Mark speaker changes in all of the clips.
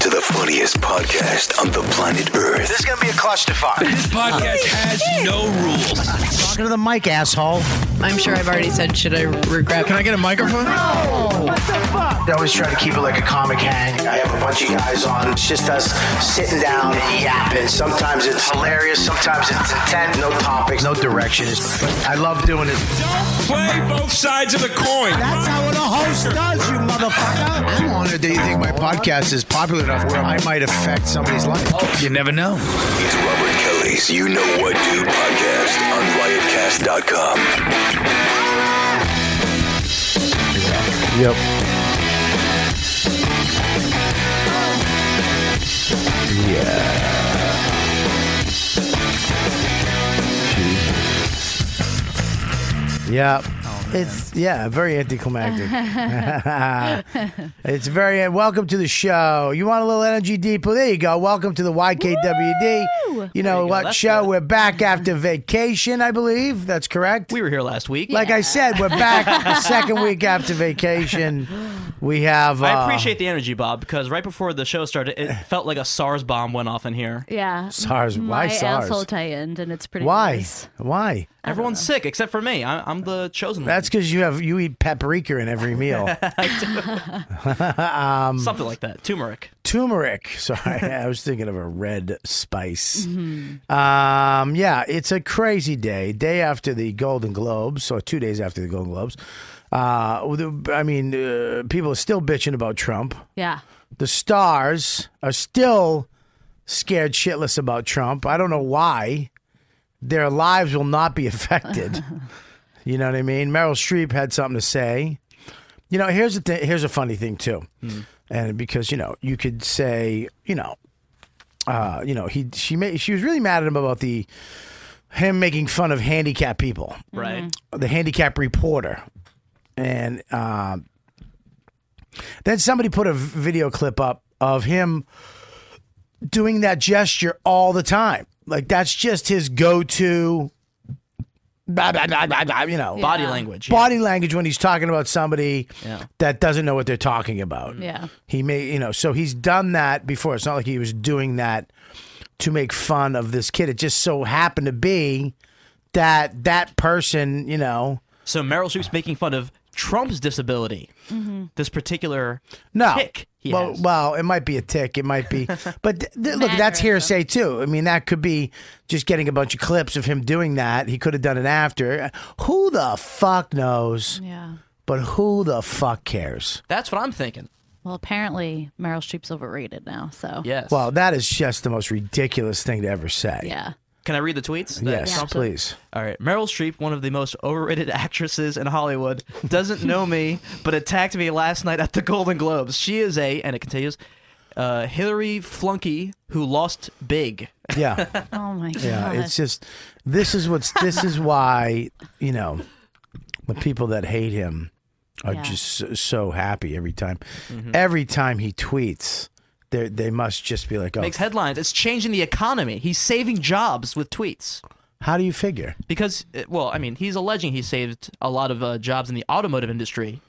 Speaker 1: to the funniest podcast on the planet Earth.
Speaker 2: This is going to be a clusterfuck.
Speaker 3: This podcast has no rules.
Speaker 4: Talking to the mic, asshole.
Speaker 5: I'm sure I've already said, should I regret?
Speaker 3: I get a microphone?
Speaker 2: I always try to keep it like a comic hang. I have a bunch of guys on. It's just us sitting down and yapping. Sometimes it's hilarious. Sometimes it's intent. No topics, no directions. I love doing it.
Speaker 3: Play both sides of the coin.
Speaker 4: That's how a host does, you motherfucker.
Speaker 2: I'm honored that you think my podcast is popular enough where I might affect somebody's life.
Speaker 3: You never know.
Speaker 1: It's Robert Kelly's You Know What Do podcast on riotcast.com.
Speaker 4: Yeah. It's yeah, very anticlimactic. it's very welcome to the show. You want a little energy deep? Well, there you go. Welcome to the YKWd. You know what show? We're back after vacation, I believe. That's correct.
Speaker 6: We were here last week.
Speaker 4: like I said, we're back the second week after vacation. We have. Uh,
Speaker 6: I appreciate the energy, Bob, because right before the show started, it felt like a SARS bomb went off in here.
Speaker 7: Yeah.
Speaker 4: SARS. Why
Speaker 7: My
Speaker 4: SARS?
Speaker 7: asshole tightened, and it's pretty.
Speaker 4: Why?
Speaker 7: gross.
Speaker 4: Why?
Speaker 6: Everyone's sick except for me. I, I'm the chosen one.
Speaker 4: That's because you have you eat paprika in every meal.
Speaker 6: something like that. Turmeric.
Speaker 4: Turmeric. Sorry, I was thinking of a red spice. Um, yeah, it's a crazy day. Day after the Golden Globes, or two days after the Golden Globes. Uh, with the- I mean, uh, people are still bitching about Trump.
Speaker 7: Yeah.
Speaker 4: The stars are still scared shitless about Trump. I don't know why. Their lives will not be affected. you know what I mean? Meryl Streep had something to say. You know, here's the thing. Here's a funny thing too, and because you know, you could say, you know, uh, you know, he she made she was really mad at him about the him making fun of handicapped people
Speaker 6: Right.
Speaker 4: the handicap reporter, and uh, then somebody put a v- video clip up of him doing that gesture all the time. Like that's just his go-to, blah, blah, blah, blah, blah, you know,
Speaker 6: Body language. yeah.
Speaker 4: body language when he's talking about somebody
Speaker 6: Yeah.
Speaker 4: that doesn't know what they're talking about.
Speaker 7: Yeah.
Speaker 4: He may, you know, so he's done that before. It's not like he was doing that to make fun of this kid. It just so happened to be that that person, you know,
Speaker 6: So Meryl Streep's making fun of Trump's disability.
Speaker 4: Mm-hmm.
Speaker 6: This particular
Speaker 4: no.
Speaker 6: tick he
Speaker 4: well,
Speaker 6: has.
Speaker 4: well, it might be a tick. It might be, but th- th- look, that's
Speaker 7: Mannerism.
Speaker 4: hearsay too. I mean, that could be just getting a bunch of clips of him doing that. He could have done it after. Who the fuck knows?
Speaker 7: Yeah.
Speaker 4: But who the fuck cares?
Speaker 6: That's what I'm thinking.
Speaker 7: Well, apparently Meryl Streep's overrated now. So.
Speaker 6: Yes.
Speaker 4: Well, that is just the most ridiculous thing to ever say.
Speaker 7: Yeah.
Speaker 6: Can I read the tweets? that
Speaker 4: Yes,
Speaker 6: Trump said?
Speaker 4: please.
Speaker 6: All right. Meryl Streep, one of the most overrated actresses in Hollywood, doesn't know me, but attacked me last night at the Golden Globes. She is a, and it continues, uh, Hillary Flunky who lost big.
Speaker 4: Yeah.
Speaker 7: Oh my god.
Speaker 4: Yeah. it's just this is what's this is why, you know, the people that hate him are
Speaker 7: Yeah.
Speaker 4: just so, so happy every time.
Speaker 6: Mm-hmm.
Speaker 4: Every time he tweets, they they must just be like, "Oh,
Speaker 6: Makes headlines. It's changing the economy. He's saving jobs with tweets
Speaker 4: how do you figure?"
Speaker 6: because, uh, well, I mean, he's alleging he saved a lot of uh, jobs in the automotive industry.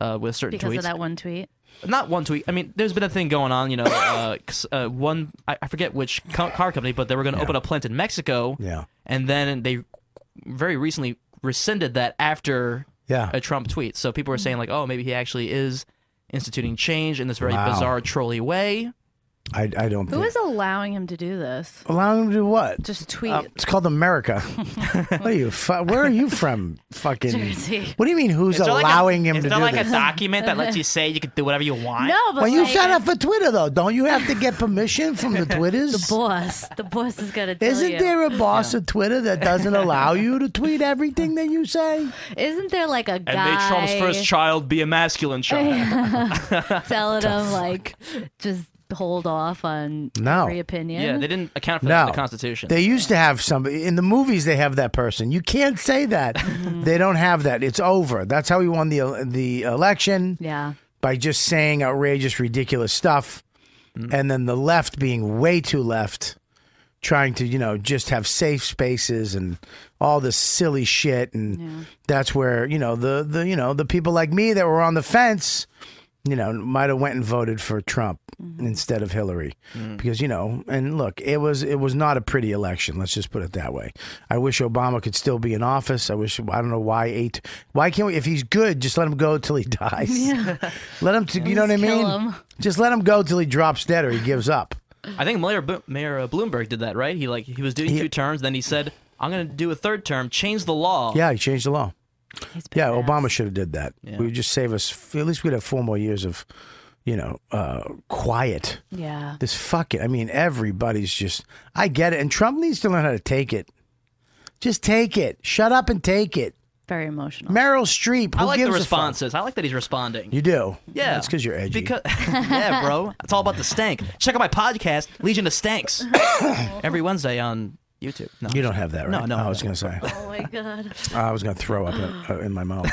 Speaker 6: Uh, with certain
Speaker 7: because
Speaker 6: tweets,
Speaker 7: of that one tweet.
Speaker 6: not one tweet. I mean, there's been a thing going on, you know, uh, 'cause, uh, one I, I forget which co- car company, but they were going to open a plant in Mexico.
Speaker 4: Yeah.
Speaker 6: and then they very recently rescinded that after
Speaker 4: Yeah.
Speaker 6: a Trump tweet. So people were saying like, oh, maybe he actually is instituting change in this very
Speaker 4: Wow.
Speaker 6: bizarre trolley way.
Speaker 4: I I don't
Speaker 7: Who
Speaker 4: think.
Speaker 7: is allowing him to do this?
Speaker 4: Allow him to do what? Um,
Speaker 7: Just tweet.
Speaker 4: It's called America. what are you? Fu- where are you from? Fucking.
Speaker 7: Jersey.
Speaker 4: What do you mean? Who's
Speaker 6: Is there like a-
Speaker 4: allowing him
Speaker 6: is
Speaker 4: to
Speaker 6: there
Speaker 4: do
Speaker 6: like
Speaker 4: this?
Speaker 6: a document that lets you say you can do whatever you want?
Speaker 7: no, but
Speaker 4: When you
Speaker 7: like,
Speaker 4: sign up for Twitter, though, don't you have to get permission from the Twitters?
Speaker 7: the boss, the boss is gonna tell
Speaker 4: Isn't
Speaker 7: you.
Speaker 4: there a boss at Twitter that doesn't allow you to tweet everything that you say?
Speaker 7: Isn't there like a
Speaker 6: And
Speaker 7: guy
Speaker 6: made Trump's first child be a masculine child.
Speaker 7: telling him like just hold off on
Speaker 4: No.
Speaker 7: every opinion?
Speaker 6: yeah, they didn't account for that in
Speaker 4: No.
Speaker 6: the Constitution.
Speaker 4: They used to have somebody in the movies. They have that person. You can't say that. They don't have that. It's over. That's how he won the the election
Speaker 7: yeah.
Speaker 4: by just saying outrageous, ridiculous stuff, and then the left being way too left trying to, you know, just have safe spaces and all this silly shit and that's where, you know, the the you know, the people like me that were on the fence, you know, might have went and voted for Trump
Speaker 7: Mm-hmm.
Speaker 4: instead of Hillary. Because, you know, and look, it was it was not a pretty election, let's just put it that way. I wish Obama could still be in office. I wish I don't know why eight why can't we if he's good, just let him go till he dies. let him to, you know what I
Speaker 7: least
Speaker 4: mean?
Speaker 7: kill him.
Speaker 4: Just let him go till he drops dead or he gives up.
Speaker 6: I think Mayor, Bo- Mayor uh, Bloomberg did that, right? He like he was doing two terms, then he said, "I'm going to do a third term, change the law."
Speaker 4: Yeah, he changed the law.
Speaker 7: He's
Speaker 4: Yeah,
Speaker 7: badass.
Speaker 4: Obama should have did that. We would just save us. At least we'd have four more years of, you know, uh, quiet.
Speaker 7: Yeah.
Speaker 4: This fuck it. I mean, everybody's just. I get it. And Trump needs to learn how to take it. Just take it. Shut up and take it.
Speaker 7: Very emotional.
Speaker 4: Meryl Streep. Who
Speaker 6: I like the
Speaker 4: gives a fuck?
Speaker 6: responses. I like that he's responding.
Speaker 4: You do.
Speaker 6: yeah,
Speaker 4: It's because you're edgy.
Speaker 6: Because yeah, bro, it's all about the stank. Check out my podcast, Legion of Stanks, every Wednesday on YouTube. No,
Speaker 4: you don't have that, right?
Speaker 6: No, no,
Speaker 4: I
Speaker 6: I
Speaker 4: was
Speaker 6: don't.
Speaker 4: going to say.
Speaker 7: oh my god.
Speaker 4: I was going to throw up in, uh, in my mouth.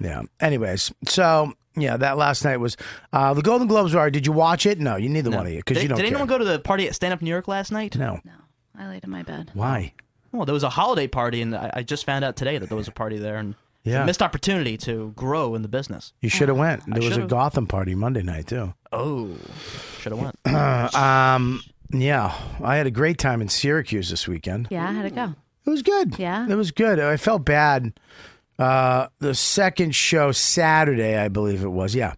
Speaker 4: yeah. Anyways, so yeah, that last night was uh, the Golden Globes. Are did you watch it? No, you neither one of you because
Speaker 6: Did,
Speaker 4: you don't.
Speaker 6: did
Speaker 4: care.
Speaker 6: anyone go to the party at Stand Up New York last night?
Speaker 4: No.
Speaker 7: I laid in my bed.
Speaker 4: Why?
Speaker 6: Well, there was a holiday party, and I, I just found out today that there was a party there, and it's a
Speaker 4: Yeah.
Speaker 6: missed opportunity to grow in the business.
Speaker 4: You should have went. There was a
Speaker 6: should've.
Speaker 4: Gotham party Monday night too.
Speaker 6: Oh, should have went.
Speaker 4: Um, yeah, I had a great time in Syracuse this weekend.
Speaker 7: Yeah, I had to go.
Speaker 4: It was good.
Speaker 7: Yeah?
Speaker 4: it was good. I felt bad. Uh, the second show Saturday, I believe it was. Yeah,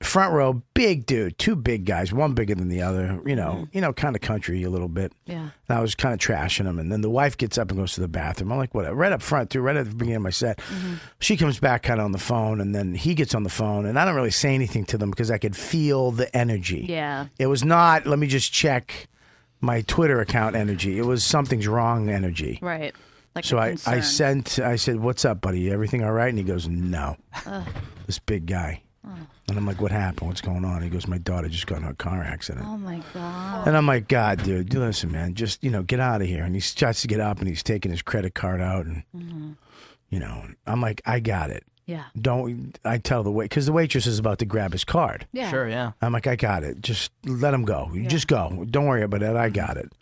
Speaker 4: front row, big dude, two big guys, one bigger than the other. You know, you know, kind of country a little bit.
Speaker 7: Mm. Yeah.
Speaker 4: And I was kind of trashing him. And then the wife gets up and goes to the bathroom. I'm like, whatever. Right up front, too, right at the beginning of my set.
Speaker 7: Mm-hmm.
Speaker 4: She comes back kind of on the phone, and then he gets on the phone. And I don't really say anything to them because I could feel the energy.
Speaker 7: Yeah.
Speaker 4: It was not, let me just check my Twitter account energy. It was something's wrong energy.
Speaker 7: Right. Like
Speaker 4: So
Speaker 7: a
Speaker 4: I, I
Speaker 7: concern.
Speaker 4: sent, I said, what's up, buddy? Everything all right? And he goes, no. This big guy. And I'm like, what happened? What's going on? He goes, my daughter just got in a car accident.
Speaker 7: Oh my god.
Speaker 4: And I'm like, God, dude, dude, listen, man, just you know, get out of here. And he starts to get up, and he's taking his credit card out, and
Speaker 6: Mm-hmm.
Speaker 4: you know, and I'm like, I got it.
Speaker 7: Yeah.
Speaker 4: Don't I tell the wait because the waitress is about to grab his card.
Speaker 7: Yeah.
Speaker 6: Sure, yeah.
Speaker 4: I'm like, I got it. Just let him go. You Just go. Don't worry about it. I got it.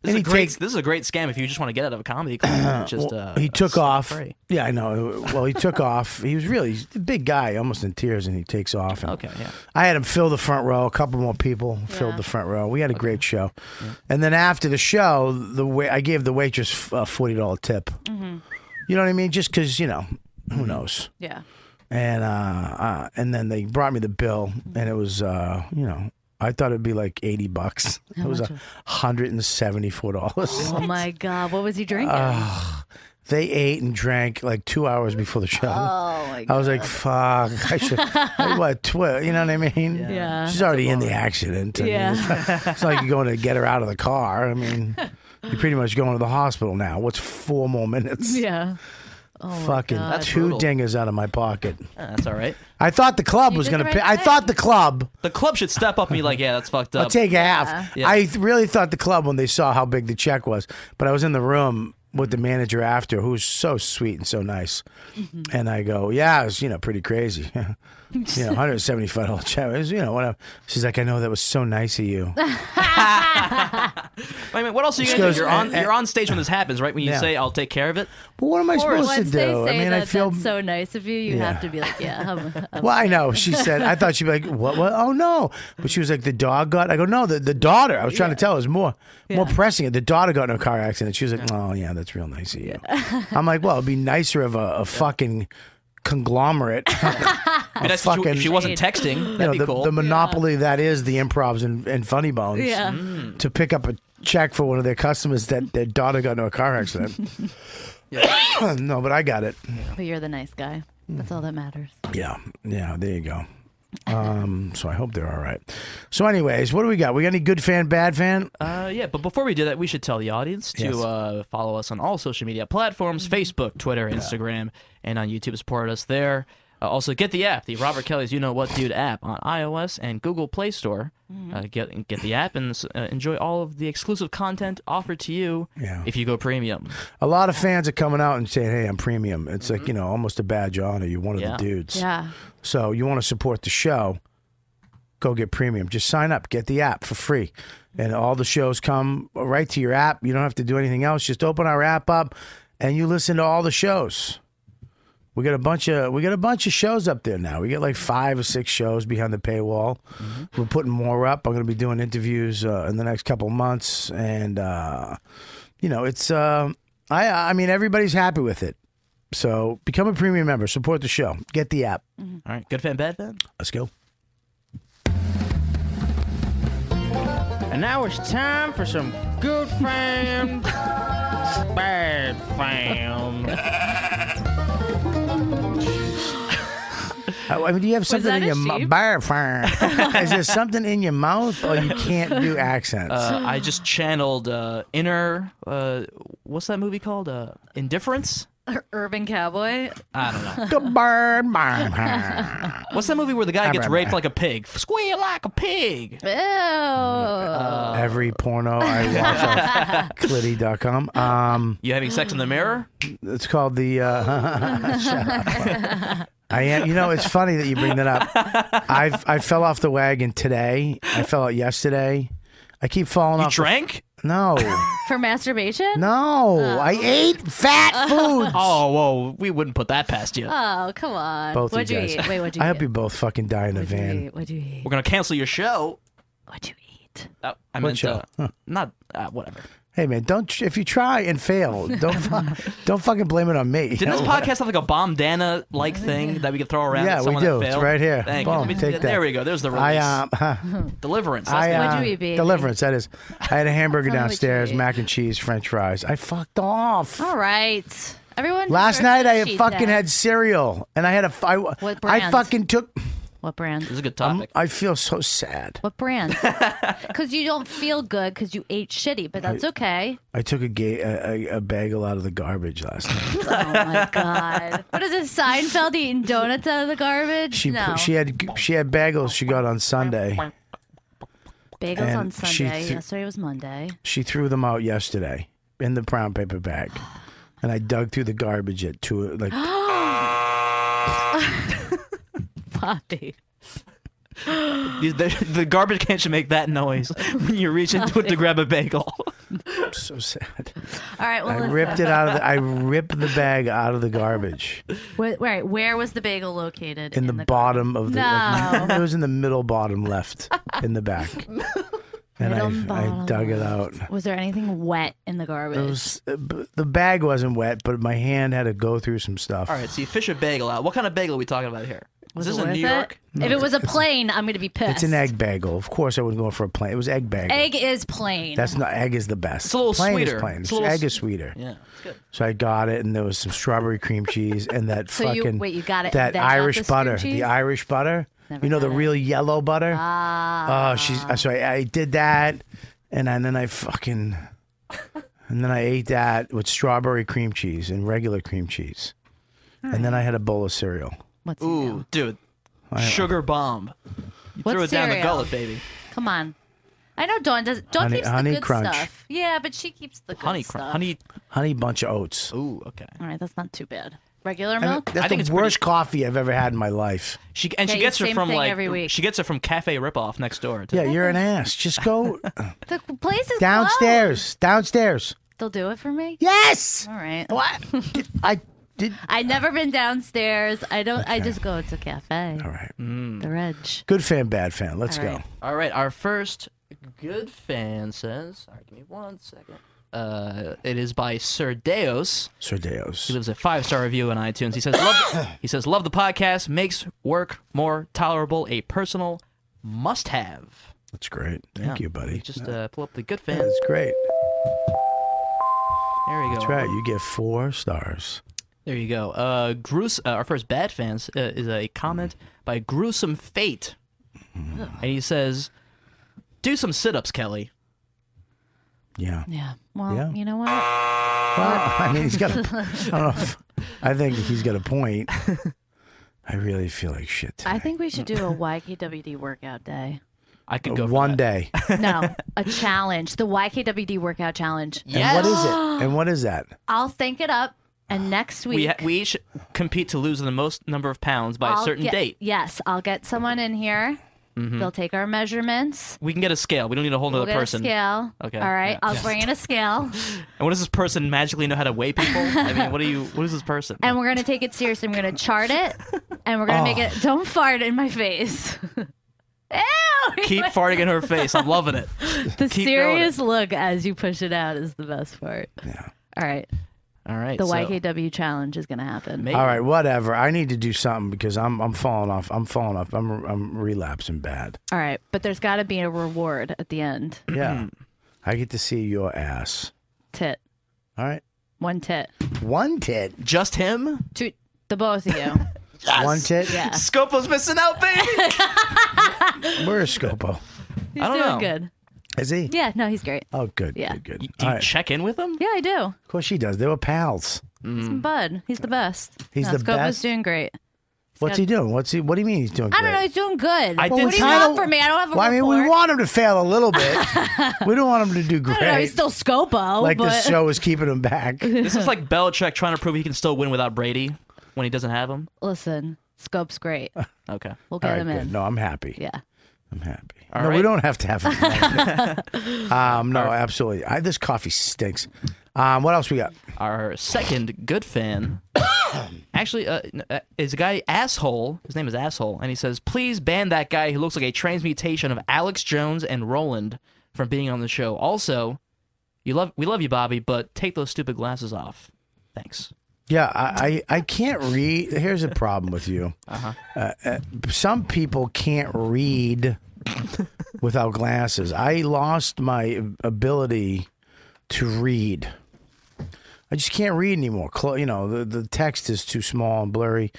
Speaker 6: This
Speaker 4: And
Speaker 6: is,
Speaker 4: he
Speaker 6: a great,
Speaker 4: takes-
Speaker 6: this is a great scam if you just want to get out of a comedy club. just, uh,
Speaker 4: he took
Speaker 6: set
Speaker 4: off.
Speaker 6: free.
Speaker 4: Yeah, I know. Well, he took off. He was really he's a big guy, almost in tears, and he takes off. And
Speaker 6: Okay, yeah.
Speaker 4: I had him fill the front row. A couple more people filled
Speaker 7: Yeah.
Speaker 4: the front row. We had a great show. And then after the show, the way I gave the waitress a forty dollar tip.
Speaker 6: Mm-hmm.
Speaker 4: You know what I mean? Just because you know, who knows?
Speaker 7: Yeah.
Speaker 4: And uh, uh, and then they brought me the bill, and it was uh, you know. I thought it'd be like eighty bucks. it was
Speaker 7: much
Speaker 4: a hundred and seventy-four dollars.
Speaker 7: Oh my god. What was he drinking?
Speaker 4: Ah, They ate and drank like two hours before the show.
Speaker 7: oh my
Speaker 4: I
Speaker 7: god.
Speaker 4: was like, "Fuck! I should like, what? Tw- you know what I mean?
Speaker 7: Yeah.
Speaker 4: She's already in the accident. I mean,
Speaker 7: Yeah.
Speaker 4: it's not like you're going to get her out of the car. I mean, you're pretty much going to the hospital now. What's four more minutes?
Speaker 7: yeah. Oh,
Speaker 4: Fucking
Speaker 7: God.
Speaker 6: That's
Speaker 4: two
Speaker 6: brutal.
Speaker 4: dingers out of my pocket.
Speaker 6: Yeah, that's all right.
Speaker 4: I thought the club
Speaker 7: You
Speaker 4: was
Speaker 7: did
Speaker 4: going
Speaker 7: the
Speaker 4: to
Speaker 7: right
Speaker 4: pay. I
Speaker 7: thing.
Speaker 4: thought the club.
Speaker 6: The club should step up and be like, yeah, that's fucked up.
Speaker 4: I'll take a half.
Speaker 6: Yeah.
Speaker 4: I th- really thought the club when they saw how big the check was, but I was in the room with the manager after, who was so sweet and so nice,
Speaker 7: Mm-hmm.
Speaker 4: and I go, "Yeah, it was you know pretty crazy, you know, 175 dollar check, It was, you know whatever." She's like, "I know that was so nice of you."
Speaker 6: Wait a minute, what else are you
Speaker 4: She
Speaker 6: going to
Speaker 4: goes,
Speaker 6: do? You're on,
Speaker 4: and- and-
Speaker 6: you're on stage when this happens, right? When you
Speaker 4: Yeah.
Speaker 6: say, I'll take care of it.
Speaker 4: But what am I supposed
Speaker 7: Once
Speaker 4: to
Speaker 7: they
Speaker 4: do?
Speaker 7: say
Speaker 4: I mean,
Speaker 7: that
Speaker 4: I feel.
Speaker 7: that's so nice of you, you
Speaker 4: Yeah.
Speaker 7: have to be like, yeah. I'm- I'm-
Speaker 4: well, I know. She said, I thought she'd be like, what, what? Oh, no. But she was like, the dog got, I go, no, the, the daughter. I was trying to tell her, it was more, more pressing. it. The daughter got in a car accident. She was like, oh, yeah, that's real nice of you. I'm like, well, it'd be nicer of a, a fucking conglomerate.
Speaker 6: I mean, that's if she-
Speaker 4: fucking-
Speaker 6: if she wasn't texting, that'd
Speaker 4: you know,
Speaker 6: be
Speaker 4: the,
Speaker 6: cool.
Speaker 4: the monopoly that is the improvs and, and funny bones
Speaker 7: yeah.
Speaker 4: to pick up a check for one of their customers that their daughter got into a car accident. no, but I got it.
Speaker 7: But you're the nice guy.
Speaker 4: Mm.
Speaker 7: That's all that matters.
Speaker 4: Yeah, yeah, there you go. Um, so I hope they're all right. So, anyways, what do we got? We got any good fan, bad fan?
Speaker 6: Uh, yeah, but before we do that, we should tell the audience to
Speaker 4: Yes.
Speaker 6: uh, follow us on all social media platforms Facebook, Twitter, Instagram, and on YouTube. Support us there. Uh, also, get the app, the Robert Kelly's You Know What Dude app on iOS and Google Play Store. Uh, get get the app and uh, enjoy all of the exclusive content offered to you
Speaker 4: Yeah.
Speaker 6: if you go premium.
Speaker 4: A lot of fans are coming out and saying, "Hey, I'm premium." It's like you know, almost a badge of honor. You're one of the
Speaker 6: Yeah.
Speaker 4: dudes.
Speaker 7: Yeah.
Speaker 4: So you want to support the show? go get premium. Just sign up, get the app for free. And all the shows come right to your app. You don't have to do anything else. Just open our app up and you listen to all the shows. We got a bunch of we got a bunch of shows up there now. We got like five or six shows behind the paywall. We're putting more up. I'm going to be doing interviews uh, in the next couple months, and uh, you know it's uh, I I mean everybody's happy with it. So become a premium member, support the show, get the app.
Speaker 6: All right, good fan, bad fan.
Speaker 4: Let's go.
Speaker 8: And now it's time for some good fam, bad fam.
Speaker 4: Oh, I I mean, do you have something
Speaker 7: that
Speaker 4: in
Speaker 7: a
Speaker 4: your
Speaker 7: sheep?
Speaker 4: mouth? Is there something in your mouth, or you can't do accents?
Speaker 6: Uh, I just channeled uh, inner. Uh, what's that movie called? Uh, Indifference.
Speaker 7: Urban cowboy.
Speaker 6: I don't know.
Speaker 4: Good burn, burn, burn.
Speaker 6: What's that movie where the guy gets
Speaker 4: right
Speaker 6: raped
Speaker 4: back.
Speaker 6: like a pig? Squeal like a pig.
Speaker 7: Ew. Uh.
Speaker 4: Every porno I watch on clitty.com. Um,
Speaker 6: You having sex in the mirror?
Speaker 4: it's called the. Uh, shut up. I am. You know, it's funny that you bring that up. I I fell off the wagon today. I fell out yesterday. I keep falling
Speaker 6: You
Speaker 4: off.
Speaker 6: drank?
Speaker 4: no,
Speaker 7: For masturbation?
Speaker 4: no.
Speaker 7: Oh.
Speaker 4: I ate fat food.
Speaker 6: Oh, whoa. We wouldn't put that past you.
Speaker 7: Oh, come on.
Speaker 4: Both
Speaker 7: what'd
Speaker 4: you
Speaker 7: you,
Speaker 4: guys.
Speaker 7: eat? Wait, what'd you
Speaker 4: I
Speaker 7: eat?
Speaker 4: hope you both fucking die in a
Speaker 7: what'd you
Speaker 4: van.
Speaker 7: eat? What'd you eat?
Speaker 6: We're going to cancel your show.
Speaker 7: What'd you eat?
Speaker 6: Uh, I meant
Speaker 4: show?
Speaker 6: Uh, not uh, whatever.
Speaker 4: Hey man, don't tr- if you try and fail, don't fu- don't fucking blame it on me.
Speaker 6: Didn't this podcast have like a bomb Dana like thing that we could throw around?
Speaker 4: Yeah,
Speaker 6: at
Speaker 4: we
Speaker 6: someone
Speaker 4: do.
Speaker 6: That
Speaker 4: It's
Speaker 6: failed?
Speaker 4: right here.
Speaker 6: Thank
Speaker 4: Boom,
Speaker 6: you. Let me-
Speaker 4: take that.
Speaker 6: There we go. There's the release.
Speaker 4: I um,
Speaker 6: Deliverance. That's
Speaker 4: I
Speaker 6: the-
Speaker 7: What'd
Speaker 4: uh,
Speaker 7: you eat, baby?
Speaker 4: deliverance. That is, I had a hamburger
Speaker 7: Tell me what you
Speaker 4: downstairs,
Speaker 7: ate.
Speaker 4: mac and cheese, French fries. I fucked off.
Speaker 7: All right. Everyone.
Speaker 4: Last night I had fucking
Speaker 7: had.
Speaker 4: had cereal, and I had a. f- I,
Speaker 7: What
Speaker 4: I
Speaker 7: brand?
Speaker 4: fucking took.
Speaker 7: What
Speaker 6: this is
Speaker 7: brand?
Speaker 6: a good topic.
Speaker 4: I feel so sad.
Speaker 7: What brand? Because you don't feel good because you ate shitty, but that's okay.
Speaker 4: I took a, ga- a, a- a bagel out of the garbage last night.
Speaker 7: Oh my god! What is this? Seinfeld eating donuts out of the garbage?
Speaker 4: She
Speaker 7: no,
Speaker 4: put, she had she had bagels she got on Sunday.
Speaker 7: bagels on
Speaker 4: and she
Speaker 7: Sunday.
Speaker 4: th-
Speaker 7: Yesterday was Monday.
Speaker 4: She threw them out yesterday in the brown paper bag, and I dug through the garbage at two like
Speaker 7: Poppy.
Speaker 6: The, the- the garbage can should make that noise when you reach into it to grab a bagel.
Speaker 4: so sad.
Speaker 7: All right. Well,
Speaker 4: I
Speaker 7: listen.
Speaker 4: ripped it out of the I ripped the bag out of the garbage
Speaker 7: Wait, wait, where was the bagel located?
Speaker 4: in the bottom of the like,
Speaker 7: No.
Speaker 4: it was in the middle bottom left in the back. And
Speaker 7: Middle
Speaker 4: I, I
Speaker 7: bottom
Speaker 4: dug it out.
Speaker 7: gar- Was there anything wet in the garbage?
Speaker 4: It was, uh, b- the bag wasn't wet, but my hand had to go through some stuff.
Speaker 6: All right, so you fish a bagel out. What kind of bagel are we talking about here?
Speaker 7: Was it
Speaker 6: is this in
Speaker 7: worth
Speaker 6: New
Speaker 7: it?
Speaker 6: York?
Speaker 7: if it was a plane, I'm gonna be pissed.
Speaker 4: It's an egg bagel. Of course, I wouldn't go for a plain. It was egg bagel.
Speaker 7: Egg is plain.
Speaker 4: That's not egg is the best.
Speaker 6: It's a little
Speaker 4: plain
Speaker 6: sweeter.
Speaker 4: Is plain.
Speaker 6: It's a little
Speaker 4: egg
Speaker 6: s-
Speaker 4: is sweeter.
Speaker 6: Yeah, it's good.
Speaker 4: So I got it, and there was some strawberry cream cheese and that
Speaker 7: So you-
Speaker 4: fucking
Speaker 7: wait, you got it
Speaker 4: that
Speaker 7: and then got
Speaker 4: Irish
Speaker 7: the cream
Speaker 4: butter,
Speaker 7: cheese?
Speaker 4: the Irish butter.
Speaker 7: Never
Speaker 4: you know the
Speaker 7: got it.
Speaker 4: real yellow butter. Ah. Oh, she's so I, I did that, and, I- and then I fucking, and then I ate that with strawberry cream cheese and regular cream cheese, and
Speaker 7: Hmm.
Speaker 4: then I had a bowl of cereal.
Speaker 7: What's in there?
Speaker 6: Ooh, dude, sugar bomb. You
Speaker 7: What
Speaker 6: threw it down the
Speaker 7: cereal?
Speaker 6: gullet, baby.
Speaker 7: Come on. I know Dawn does. Dawn
Speaker 4: Honey-
Speaker 7: keeps
Speaker 4: Honey
Speaker 7: the good
Speaker 4: Crunch.
Speaker 7: stuff. Yeah, but she keeps the good
Speaker 6: Honey, cr-
Speaker 7: stuff.
Speaker 6: honey.
Speaker 4: Honey bunch of oats.
Speaker 6: Ooh, okay.
Speaker 7: All right, that's not too bad. Regular
Speaker 4: I mean,
Speaker 7: milk.
Speaker 4: that's
Speaker 6: I think it's
Speaker 4: the
Speaker 6: pretty-
Speaker 4: worst coffee I've ever had in my life.
Speaker 6: She and she
Speaker 7: Yeah,
Speaker 6: gets it
Speaker 7: same
Speaker 6: from
Speaker 7: thing
Speaker 6: like
Speaker 7: every week.
Speaker 6: she gets it from Cafe Ripoff next door. too.
Speaker 4: Yeah, you're an ass. Just go
Speaker 7: The place is
Speaker 4: downstairs. Downstairs.
Speaker 7: closed. They'll do it for me.
Speaker 4: Yes.
Speaker 7: All right.
Speaker 4: What? I did.
Speaker 7: I've never been downstairs. I don't. I just go to cafe.
Speaker 4: All right.
Speaker 6: Mm.
Speaker 7: The Reg.
Speaker 4: Good fan, bad fan. Let's
Speaker 7: All
Speaker 4: go.
Speaker 7: right.
Speaker 6: All right, our first good fan says. All right, give me one second. Uh, it is by Sir Deos. He
Speaker 4: Sordeos.
Speaker 6: lives a five star review on iTunes. He says, love, he says, love the podcast. Makes work more tolerable. A personal must have.
Speaker 4: That's great. Thank you, buddy.
Speaker 6: Just uh, pull up the good fans.
Speaker 4: That's great.
Speaker 6: There you go.
Speaker 4: That's right. You get four stars.
Speaker 6: There you go. Uh, grues- uh, our first bad fans uh, is a comment by Gruesome Fate,
Speaker 4: Mm-hmm.
Speaker 6: and he says, "Do some sit-ups, Kelly."
Speaker 4: Yeah.
Speaker 7: Yeah. Well,
Speaker 4: Yeah.
Speaker 7: you know what?
Speaker 4: Well, I mean, he's got. A, I don't know. If, I think he's got a point. I really feel like shit.
Speaker 7: I
Speaker 4: Today.
Speaker 7: think we should do a YKWd workout day.
Speaker 6: I could go for
Speaker 4: Uh, One
Speaker 6: that.
Speaker 4: day.
Speaker 7: No, a challenge. The YKWd workout challenge.
Speaker 4: And what
Speaker 6: Yes.
Speaker 4: is it? And what is that?
Speaker 7: I'll think it up, and next week
Speaker 6: We ha- we each compete to lose the most number of pounds by a
Speaker 7: I'll
Speaker 6: certain
Speaker 7: get-
Speaker 6: date. Mm-hmm.
Speaker 7: Yes, I'll get someone in here They'll take our measurements.
Speaker 6: We can get a scale. We don't need a whole
Speaker 7: We'll
Speaker 6: nother
Speaker 7: get
Speaker 6: person.
Speaker 7: a scale.
Speaker 6: Okay,
Speaker 7: All right.
Speaker 6: yeah.
Speaker 7: I'll bring in a scale,
Speaker 6: And what does this person magically know how to weigh people? I mean, what do you? What is this person?
Speaker 7: and we're gonna take it seriously. We're gonna chart it, and we're gonna make
Speaker 4: Ah.
Speaker 7: it. Don't fart in my face. Ew!
Speaker 6: Keep farting in her face. I'm loving it.
Speaker 7: the
Speaker 6: keep going.
Speaker 7: serious look as you push it out is the best part. Yeah. All right.
Speaker 6: All right.
Speaker 7: The
Speaker 6: so-
Speaker 7: YKW challenge is gonna happen.
Speaker 6: Maybe.
Speaker 4: All right, whatever. I need to do something because I'm I'm falling off. I'm falling off. I'm I'm relapsing bad.
Speaker 7: All right, but there's got to be a reward at the end.
Speaker 4: Yeah. I get to see your ass.
Speaker 7: Tit,
Speaker 4: All right.
Speaker 7: one tit,
Speaker 4: One tit.
Speaker 6: Just him?
Speaker 7: two, the both of you.
Speaker 4: One tit.
Speaker 7: Yeah.
Speaker 6: Scopo's missing out, baby.
Speaker 4: Where is Scopo?
Speaker 7: He's
Speaker 6: I don't
Speaker 7: doing
Speaker 6: know.
Speaker 7: good.
Speaker 4: Is he?
Speaker 7: Yeah, no, he's great.
Speaker 4: Oh, good.
Speaker 7: Yeah.
Speaker 4: Good. good.
Speaker 6: Do you
Speaker 4: All right.
Speaker 6: check in with him?
Speaker 7: Yeah, I do.
Speaker 4: Of course she does. They were pals.
Speaker 7: He's my Bud, he's the best.
Speaker 4: Hmm. He's
Speaker 7: no,
Speaker 4: the
Speaker 7: Scopo's
Speaker 4: best?
Speaker 7: doing great.
Speaker 4: What's
Speaker 7: got-
Speaker 4: he doing? What's he? What do you mean he's doing?
Speaker 7: I don't
Speaker 4: great?
Speaker 7: know. He's doing good.
Speaker 6: I did
Speaker 7: what do you
Speaker 4: kinda-
Speaker 7: want from me? I don't have a
Speaker 4: Well, I mean, we
Speaker 7: report.
Speaker 4: want him to fail a little bit. we don't want him to do great.
Speaker 7: I don't know. He's still Scopo,
Speaker 4: like
Speaker 7: but
Speaker 4: this show is keeping him back.
Speaker 6: This is like Belichick trying to prove he can still win without Brady when he doesn't have him.
Speaker 7: listen, Scope's great.
Speaker 6: Okay.
Speaker 7: We'll
Speaker 4: All
Speaker 7: get
Speaker 4: right,
Speaker 7: him in.
Speaker 4: good. No, I'm happy.
Speaker 7: Yeah.
Speaker 4: I'm happy.
Speaker 6: All
Speaker 4: no, we
Speaker 6: right.
Speaker 4: don't have to have it. um, no, absolutely. I, this coffee stinks. Um, what else we got?
Speaker 6: Our second good fan. Actually, uh, n- uh, is a guy asshole. His name is asshole, and he says, "Please ban that guy who looks like a transmutation of Alex Jones and Roland from being on the show." Also, you love we love you, Bobby, but take those stupid glasses off. Thanks.
Speaker 4: Yeah, I, I, I can't read. Here's a problem with you. Uh-huh. some people can't read without glasses. I lost my ability to read. I just can't read anymore. Clo- you know, the, the text is too small and blurry,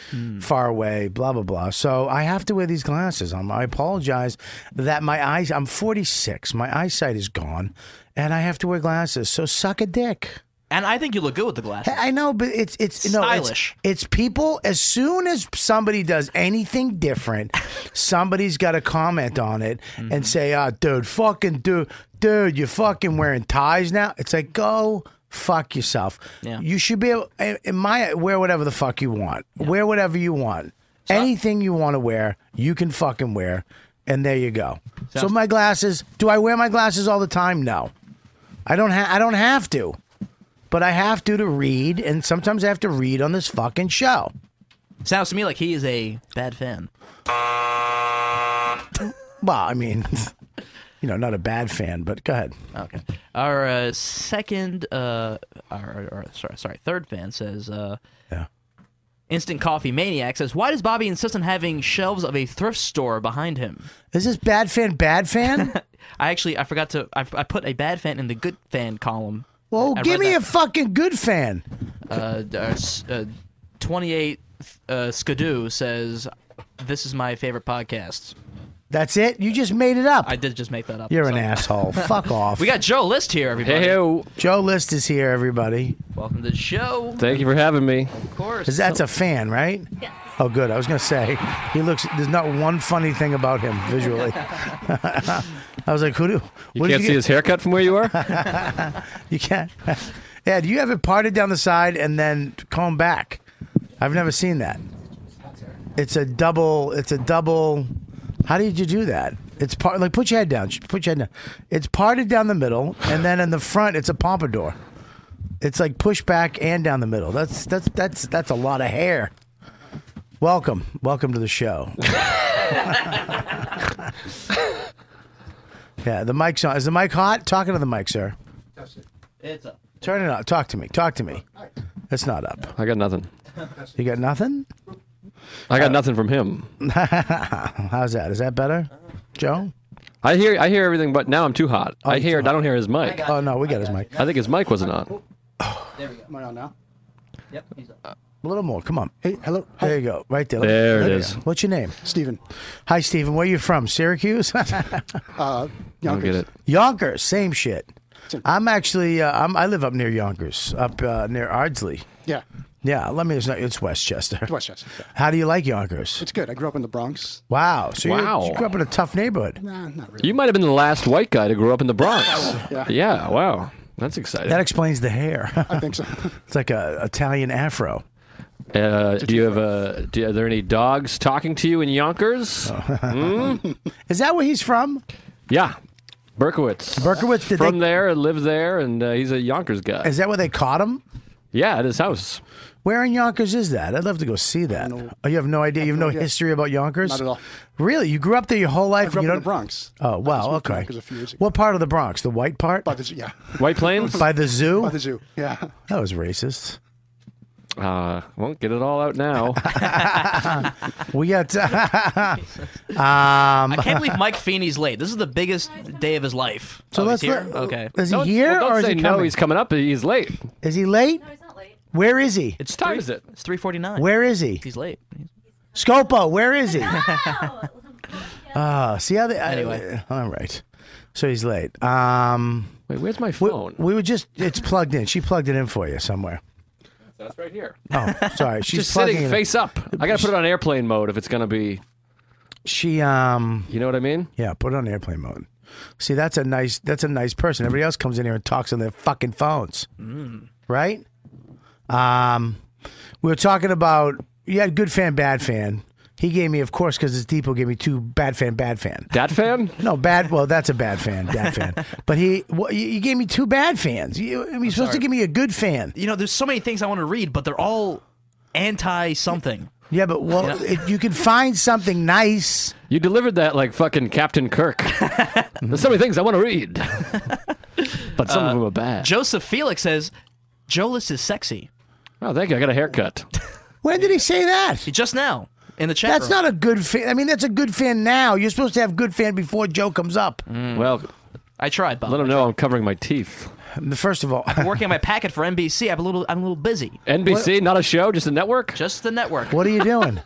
Speaker 4: far away, blah, blah, blah. So I have to wear these glasses. I'm, I apologize that my eyes, I'm 46, my eyesight is gone, and I have to wear glasses. So suck a dick.
Speaker 6: And I think you look good with the glasses.
Speaker 4: I know, but it's it's no, it's-
Speaker 6: Stylish.
Speaker 4: It's, people. As soon as somebody does anything different, somebody's got to comment on it
Speaker 6: Mm-hmm.
Speaker 4: and say, "Ah, dude, fucking dude, dude, you're fucking wearing ties now." It's like go. Fuck yourself.
Speaker 6: Yeah.
Speaker 4: You should be able, in in my wear whatever the fuck you want. Wear whatever you want. Anything you want to wear, you can fucking wear, and there you go. so my glasses. Do I wear my glasses all the time? No, I don't. Ha- I don't have to but I have to to read, and sometimes I have to read on this fucking show.
Speaker 6: Sounds to me like he is a bad fan.
Speaker 4: Well, I mean, you know, not a bad fan, but go ahead.
Speaker 6: Okay. Our uh, second, uh, our, our, sorry, sorry, third fan says, uh,
Speaker 4: Yeah.
Speaker 6: Instant Coffee Maniac says, why does Bobby insist on having shelves of a thrift store behind him?
Speaker 4: Is this bad fan bad fan?
Speaker 6: I actually, I forgot to, I, I put a bad fan in the good fan column.
Speaker 4: Well,
Speaker 6: I- I
Speaker 4: give
Speaker 6: read
Speaker 4: me
Speaker 6: that.
Speaker 4: a fucking good fan.
Speaker 6: Uh, d- uh, s- uh, 28 uh, Skidoo says, this is my favorite podcast.
Speaker 4: That's it. You just made it up.
Speaker 6: I did just make that up.
Speaker 4: You're an
Speaker 6: so-
Speaker 4: asshole. Fuck off.
Speaker 6: We got Joe List here, everybody.
Speaker 4: Joe List is here, everybody.
Speaker 6: Welcome to the show.
Speaker 9: Thank you for having me.
Speaker 6: Of course.
Speaker 4: 'Cause That's a fan, right? Yeah. Oh, good. I was gonna say he looks. There's not one funny thing about him visually. I was like, who do?
Speaker 9: You
Speaker 4: what did
Speaker 9: can't
Speaker 4: you
Speaker 9: see
Speaker 4: get-
Speaker 9: his haircut from where you are?
Speaker 4: You can't. yeah, do you have it parted down the side and then comb back? I've never seen that. It's a double. It's a double. How did you do that? It's part like put your head down. Put your head down. It's parted down the middle, and then in the front, it's a pompadour. It's like push back and down the middle. That's that's that's that's a lot of hair. Welcome, welcome to the show. yeah, the mic's on. Is the mic hot? Talking to the mic, sir.
Speaker 6: It's a-
Speaker 4: Turn it up. Talk to me. Talk to me. It's not up.
Speaker 9: I got nothing.
Speaker 4: You got nothing?
Speaker 9: I
Speaker 4: Uh,
Speaker 9: got nothing from him.
Speaker 4: How's that? Is that better, Joe?
Speaker 9: I hear I hear everything, but now I'm too hot. I hear I don't hear his mic.
Speaker 4: Oh no, we got his mic.
Speaker 9: I think his mic wasn't on.
Speaker 4: A little more. Come on. Hey, hello. There you go. Right there.
Speaker 9: There it
Speaker 4: you
Speaker 9: is.
Speaker 4: go. What's your name? Stephen. Hi, Stephen. Where you from? Syracuse.
Speaker 9: I don't get it.
Speaker 4: Yonkers. Same shit. I'm actually. Uh, I'm, I live up near Yonkers, up uh, near Ardsley.
Speaker 10: Yeah,
Speaker 4: Yeah. Let me. It's, not, it's Westchester.
Speaker 10: Westchester. Yeah.
Speaker 4: How do you like Yonkers?
Speaker 10: It's good. I grew up in the Bronx.
Speaker 4: Wow. So you-
Speaker 9: Wow.
Speaker 4: you grew up in a tough neighborhood.
Speaker 10: Nah, not really.
Speaker 9: You might have been the last white guy to grow up in the Bronx. yeah. wow. That's exciting.
Speaker 4: That explains the hair.
Speaker 10: I think so.
Speaker 4: it's like a Italian afro.
Speaker 11: Uh, do you have a? Do, are there any dogs talking to you in Yonkers?
Speaker 4: Oh.
Speaker 11: Hmm?
Speaker 4: Is that where he's from?
Speaker 11: Yeah, Berkowitz.
Speaker 4: Berkowitz did
Speaker 11: from
Speaker 4: they-
Speaker 11: there and lived there, and uh, he's a Yonkers guy.
Speaker 4: Is that where they caught him?
Speaker 11: yeah, at his house.
Speaker 4: Where in Yonkers is that? I'd love to go see that. Oh, you have no idea. You have no history about Yonkers.
Speaker 12: Not at all.
Speaker 4: Really? You grew up there your whole life?
Speaker 12: grew
Speaker 4: and you
Speaker 12: up in
Speaker 4: don't-
Speaker 12: the Bronx.
Speaker 4: Oh wow.
Speaker 12: moved to
Speaker 4: Okay.
Speaker 12: Yonkers a few years ago.
Speaker 4: What part of the Bronx? The white part?
Speaker 12: By the zoo, yeah.
Speaker 11: White Plains.
Speaker 4: By the zoo?
Speaker 12: By the zoo, yeah.
Speaker 4: That was racist.
Speaker 11: Uh, won't get it all out now.
Speaker 4: We got.
Speaker 6: I can't believe Mike Feeney's late. This is the biggest day of his life.
Speaker 4: So
Speaker 6: oh,
Speaker 4: let's
Speaker 6: he's here?
Speaker 4: let-
Speaker 6: okay.
Speaker 4: Is he here
Speaker 11: don't
Speaker 4: or is he
Speaker 11: say no,
Speaker 4: coming?
Speaker 11: he's coming up. He's late.
Speaker 4: Is he late? No, he's not late. Where is he?
Speaker 6: It's
Speaker 11: time
Speaker 6: three-
Speaker 11: is it?
Speaker 6: It's three forty nine.
Speaker 4: Where is he?
Speaker 6: He's late.
Speaker 4: Scopo, where is he? Ah, see how they.
Speaker 6: Anyway.
Speaker 4: I, all right. So he's late. Um,
Speaker 11: Wait, where's my phone?
Speaker 4: we were just. It's plugged in. She plugged it in for you somewhere.
Speaker 11: That's right here.
Speaker 4: Oh, sorry. She's
Speaker 11: Just
Speaker 4: plugging
Speaker 11: sitting
Speaker 4: it.
Speaker 11: face up. I gotta put it on airplane mode if it's gonna be.
Speaker 4: She um.
Speaker 11: You know what I mean?
Speaker 4: Yeah, put it on airplane mode. See, that's a nice. That's a nice person. Everybody else comes in here and talks on their fucking phones, right? Um, we were talking about you had good fan, bad fan. He gave me, of course, because his depot gave me two bad fan, bad fan.
Speaker 11: That fan?
Speaker 4: No, bad. Well, that's a bad fan, bad fan. But he, well, you, you gave me two bad fans. You, I mean, you're supposed to
Speaker 6: sorry.
Speaker 4: give me a good fan.
Speaker 6: You know, there's so many things I want to read, but they're all anti something.
Speaker 4: Yeah, but well, if you can find something nice.
Speaker 11: You delivered that like fucking Captain Kirk. There's so many things I want to read, but some of
Speaker 4: Uh,
Speaker 11: them are bad.
Speaker 6: Joseph Felix says Jolis is sexy.
Speaker 11: oh, thank you. I got a haircut.
Speaker 4: When did he say that?
Speaker 6: Just now in the chat.
Speaker 4: That's
Speaker 6: room.
Speaker 4: not a good fan. I mean, that's a good fan now. You're supposed to have good fan before Joe comes up.
Speaker 6: Mm.
Speaker 11: Well,
Speaker 6: I tried, Bob.
Speaker 11: let them know I'm covering my teeth.
Speaker 4: First of all,
Speaker 6: I'm working on my packet for NBC. I'm a little. I'm a little busy.
Speaker 11: NBC, not a show, just a network.
Speaker 6: Just the network.
Speaker 4: what are you doing?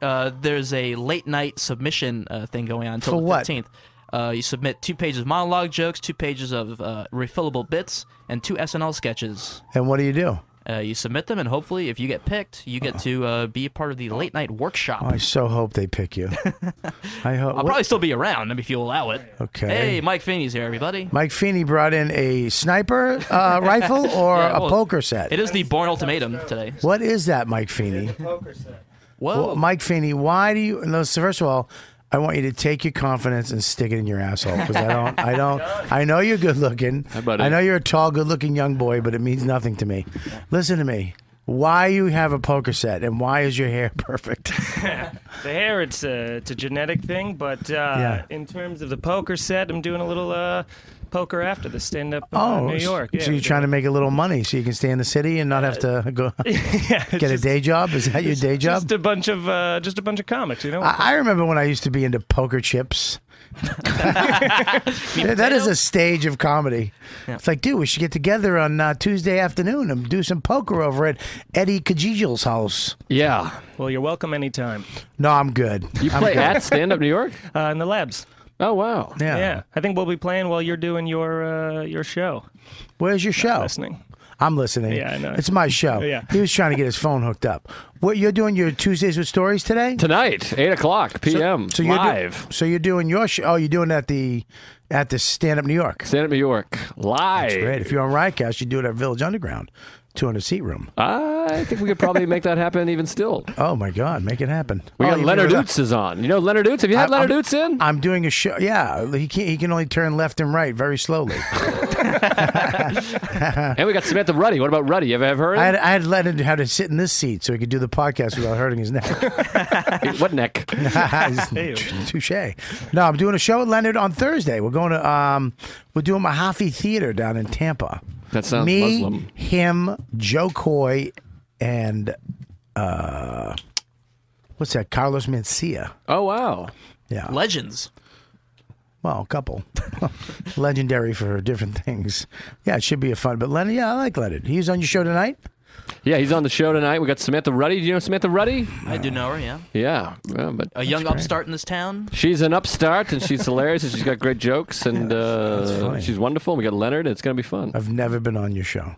Speaker 6: Uh, there's a late night submission uh, thing going on until
Speaker 4: For what?
Speaker 6: the 15th. Uh, you submit two pages of monologue jokes, two pages of uh, refillable bits, and two SNL sketches.
Speaker 4: and what do you do?
Speaker 6: Uh, you submit them, and hopefully, if you get picked, you get to uh, be a part of the late night workshop.
Speaker 4: I so hope they pick you. I hope.
Speaker 6: I'll probably still be around if you'll allow it.
Speaker 4: Okay.
Speaker 6: Hey, Mike Feeney's here, everybody.
Speaker 4: Mike Feeney brought in a sniper uh, rifle or
Speaker 6: Yeah,
Speaker 4: a
Speaker 6: well,
Speaker 4: poker set.
Speaker 6: It is the Born Ultimatum today.
Speaker 4: what is that, Mike Feeney?
Speaker 6: Whoa.
Speaker 4: Well, Mike Feeney, why do you? No, so first of all, I want you to take your confidence and stick it in your asshole because I don't, I don't, I know you're good looking.
Speaker 11: How about
Speaker 4: I
Speaker 11: it?
Speaker 4: know you're a tall, good looking young boy, but it means nothing to me. Listen to me. Why you have a poker set and why is your hair perfect?
Speaker 13: The hair, it's a, it's a genetic thing, but uh,
Speaker 4: Yeah.
Speaker 13: in terms of the poker set, I'm doing a little uh, poker after the stand up
Speaker 11: Uh,
Speaker 4: Oh,
Speaker 13: in New York.
Speaker 4: So you're trying to make a little money so you can stay in the city and not have to go get a day job? Is that your day job?
Speaker 13: Just a bunch of uh, just a bunch of comics,
Speaker 11: Oh,
Speaker 13: you know.
Speaker 4: I I remember when I used to be into poker chips. That- that is a stage of comedy. It's like, dude, we should get together on uh, Tuesday afternoon and do some poker over at Eddie Kajijal's house.
Speaker 11: Yeah,
Speaker 13: well, you're welcome anytime.
Speaker 4: No, I'm good.
Speaker 11: you
Speaker 4: I'm
Speaker 11: play
Speaker 4: good.
Speaker 11: at Stand Up New York.
Speaker 13: Uh, in the labs.
Speaker 11: Oh wow.
Speaker 4: Yeah.
Speaker 13: Yeah, I think we'll be playing while you're doing your uh, your show.
Speaker 4: Where's your show?
Speaker 13: Listening.
Speaker 4: I'm listening.
Speaker 13: Yeah, I know.
Speaker 4: It's my show.
Speaker 13: Yeah.
Speaker 4: He was trying to get his phone hooked up. What you're doing your Tuesdays with stories today?
Speaker 11: Tonight, eight o'clock p.m.
Speaker 4: you're do-
Speaker 11: live.
Speaker 4: so you're doing your show. Oh, you're doing it at the at the stand up New York.
Speaker 11: Stand Up New York live.
Speaker 4: Great. If you're on Riotcast, you do it at Village Underground, 200 seat room.
Speaker 11: I think we could probably make that happen even still.
Speaker 4: Oh my God, make it happen.
Speaker 11: We
Speaker 4: oh,
Speaker 11: got
Speaker 4: you
Speaker 11: Leonard
Speaker 4: do it-
Speaker 11: Oots is on. You know Leonard Oots? Have you had
Speaker 4: I-
Speaker 11: Leonard
Speaker 4: I'm-
Speaker 11: Oots in?
Speaker 4: I'm doing a show. Yeah, he can he can only turn left and right very slowly.
Speaker 11: and we got Samantha Ruddy. What about Ruddy? You ever have heard?
Speaker 4: Uh. I had,
Speaker 11: of
Speaker 4: I had Leonard how to sit in this seat so he could do the podcast without hurting his neck.
Speaker 11: him? what neck? oh.
Speaker 4: Touche. No, I'm doing a show with Leonard on Thursday. We're going to um, we're doing Mahaffey Theater down in Tampa.
Speaker 11: That sounds
Speaker 4: Me,
Speaker 11: Muslim.
Speaker 4: him, Joe Coy, and uh, what's that? Carlos Mencia.
Speaker 11: Oh wow.
Speaker 4: Yeah.
Speaker 6: Legends.
Speaker 4: Well, a couple. Legendary for different things. Yeah, it should be a fun. But Leonard, yeah, I like Leonard. He's on your show tonight.
Speaker 11: Yeah, he's on the show tonight. We got Samantha Ruddy. Do you know Samantha Ruddy?
Speaker 6: I do know her, yeah.
Speaker 11: Yeah, yeah, but
Speaker 6: A young upstart in this town.
Speaker 11: she's an upstart and she's hilarious and she's got great jokes and uh, she's wonderful. We got Leonard. It's gonna be fun.
Speaker 4: I've never been on your show.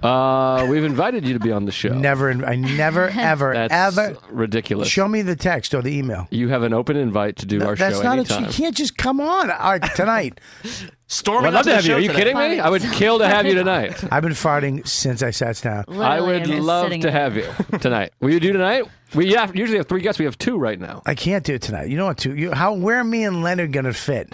Speaker 11: Uh, we've invited you to be on the show.
Speaker 4: Never, I never, ever,
Speaker 11: That's
Speaker 4: ever.
Speaker 11: ridiculous.
Speaker 4: Show me the text or the email.
Speaker 11: You have an open invite to do our
Speaker 4: That's
Speaker 11: show
Speaker 4: not
Speaker 11: anytime.
Speaker 4: a. You can't just come on all right, tonight.
Speaker 6: Storming
Speaker 11: I'd love to have you. Are you kidding me? I would kill to have you tonight.
Speaker 4: I've been farting since I sat down.
Speaker 11: I would love to have you tonight. Will you do tonight? We have, usually have three guests. We have two right now.
Speaker 4: I can't do it tonight. You don't want to. You, how? Where are me and Leonard gonna fit?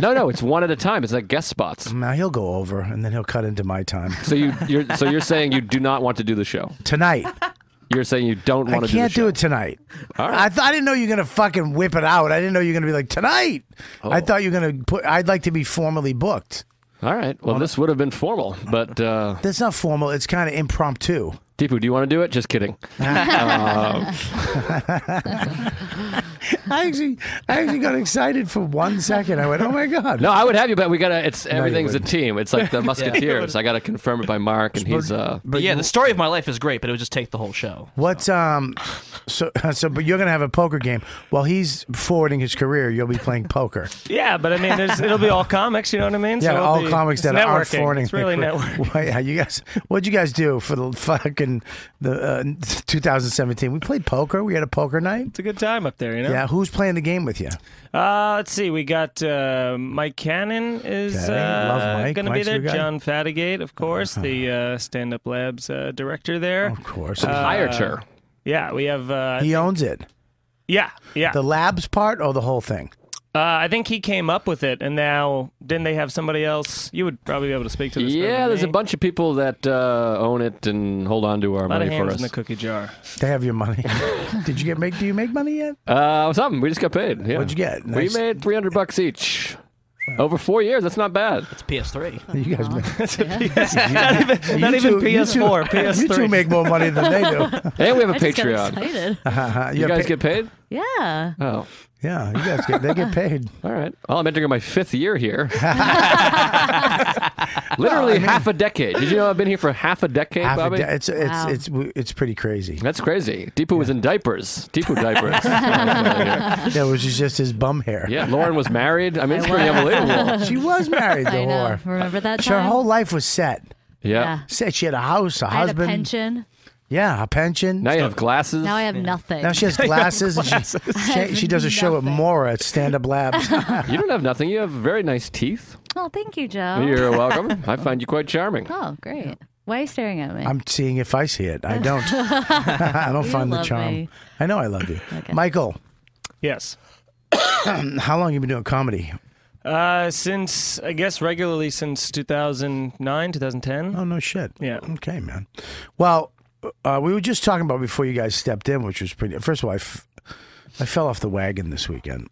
Speaker 11: No, no, it's one at a time. It's like guest spots.
Speaker 4: Now he'll go over and then he'll cut into my time
Speaker 11: So you, you're, so you're saying you do not want to do the show
Speaker 4: tonight.
Speaker 11: You're saying you don't
Speaker 4: I
Speaker 11: want to do the
Speaker 4: can't
Speaker 11: show.
Speaker 4: do, it tonight.
Speaker 11: All
Speaker 4: I, th- I didn't know you were gonna fucking whip it out. I didn't know you were gonna be like tonight.
Speaker 11: Oh.
Speaker 4: I thought you were gonna put. I'd like to be formally booked.
Speaker 11: All right. Well, this would have been formal, but uh,
Speaker 4: That's not formal. It's kind of impromptu.
Speaker 11: Deepu, do you want to do it? Just kidding. Um,
Speaker 4: I actually, I actually got excited for one second. I went, "Oh my god!"
Speaker 11: no, I would have you, but we gotta. It's
Speaker 4: you
Speaker 11: everything's a team. It's like the Musketeers. I gotta confirm it by Mark, and he's. Uh,
Speaker 6: But yeah, the story of my life is great, but it would just take the whole show.
Speaker 4: What's um, so so? But you're gonna have a poker game while he's forwarding his career. You'll be playing poker.
Speaker 9: Yeah, but I mean, there's, it'll be all comics. You know what I mean?
Speaker 4: Yeah,
Speaker 9: it'll
Speaker 4: all
Speaker 9: be-
Speaker 4: comics
Speaker 9: it's
Speaker 4: that aren't
Speaker 9: networking.
Speaker 4: forwarding.
Speaker 9: It's really
Speaker 4: their career.
Speaker 9: network.
Speaker 4: Why- yeah, you guys, what'd you guys do for the fucking the uh, 2017? We played poker. We had a poker night. It's
Speaker 9: a good time up there, you know.
Speaker 4: Yeah, who's playing the game with you?
Speaker 9: Uh, let's see. We got uh, Mike Cannon is
Speaker 4: Okay, love
Speaker 9: uh,
Speaker 4: Mike.
Speaker 9: going to be
Speaker 4: Mike's
Speaker 9: there.
Speaker 4: your guy.
Speaker 9: John Fatigate, of course, the
Speaker 4: Uh-huh.
Speaker 9: uh, Stand Up Labs uh, director there. Of
Speaker 4: course,
Speaker 9: Uh,
Speaker 11: proprietor.
Speaker 4: Uh,
Speaker 9: Yeah, we have. Uh,
Speaker 4: he owns it.
Speaker 9: yeah, yeah.
Speaker 4: The labs part or the whole thing?
Speaker 9: Uh, I think he came up with it, and now didn't they have somebody else? You would probably be able to speak to this. better
Speaker 11: yeah,
Speaker 9: than
Speaker 11: there's a
Speaker 9: me.
Speaker 11: bunch of people that uh, own it and hold on to our
Speaker 9: Lot
Speaker 11: money
Speaker 9: of
Speaker 11: for
Speaker 9: hands
Speaker 11: us.
Speaker 9: in the cookie jar.
Speaker 4: They have your money. Did you get make? Do you make money yet?
Speaker 11: Uh, something. We just got paid. Yeah.
Speaker 4: What'd you get? Nice.
Speaker 11: We made 300 bucks each. Over four years, that's not bad. It's
Speaker 6: PS3.
Speaker 4: You guys, make,
Speaker 9: not even, not
Speaker 4: You
Speaker 9: even
Speaker 4: two- you two-
Speaker 9: PS4, PS3.
Speaker 4: You two make more money than they do. Uh-huh.
Speaker 11: And we have a
Speaker 7: I just got
Speaker 11: Patreon.
Speaker 7: excited.
Speaker 11: You
Speaker 4: Yeah,
Speaker 11: guys
Speaker 4: pa-
Speaker 11: get paid?
Speaker 7: Yeah.
Speaker 11: Oh,
Speaker 4: Yeah, you guys get they get paid.
Speaker 11: all right. Well, I'm entering my fifth year here. Literally half a decade. Did you know I've been here for half a decade,
Speaker 4: Half a
Speaker 11: Bobby?
Speaker 4: de- it's it's it's it's, pretty crazy.
Speaker 11: That's crazy. Deepu was in diapers. Deepu diapers.
Speaker 4: Yeah, which is just his bum hair.
Speaker 11: yeah, Lauren was married. I mean, it's pretty unbelievable.
Speaker 4: She was married to
Speaker 7: I know.
Speaker 4: whore.
Speaker 7: Remember that
Speaker 4: Her
Speaker 7: time?
Speaker 4: whole life was set.
Speaker 11: Yeah.
Speaker 4: Said she had a house, a
Speaker 7: I had a
Speaker 4: husband.
Speaker 7: pension.
Speaker 4: Yeah, a pension.
Speaker 11: Now you have glasses.
Speaker 7: Now I have nothing.
Speaker 4: Now she has glasses, and
Speaker 7: glasses.
Speaker 4: she, she she does a show at Mora at Stand Up Labs.
Speaker 11: you don't have nothing. You have very nice teeth.
Speaker 7: Oh, thank you, Joe.
Speaker 11: You're welcome. I find you quite charming.
Speaker 7: Oh, great. Why are you staring at me?
Speaker 4: I'm seeing if I see it. I don't. I don't
Speaker 7: You
Speaker 4: find the
Speaker 7: love
Speaker 4: charm.
Speaker 7: me.
Speaker 4: I know I love you, Michael.
Speaker 9: Yes.
Speaker 4: how long you been doing comedy?
Speaker 9: Uh, since I guess regularly since 2009, 2010.
Speaker 4: Oh no shit.
Speaker 9: Yeah.
Speaker 4: Okay, man. Well, uh, we were just talking about before you guys stepped in, which was pretty. First of all, I, f- I fell off the wagon this weekend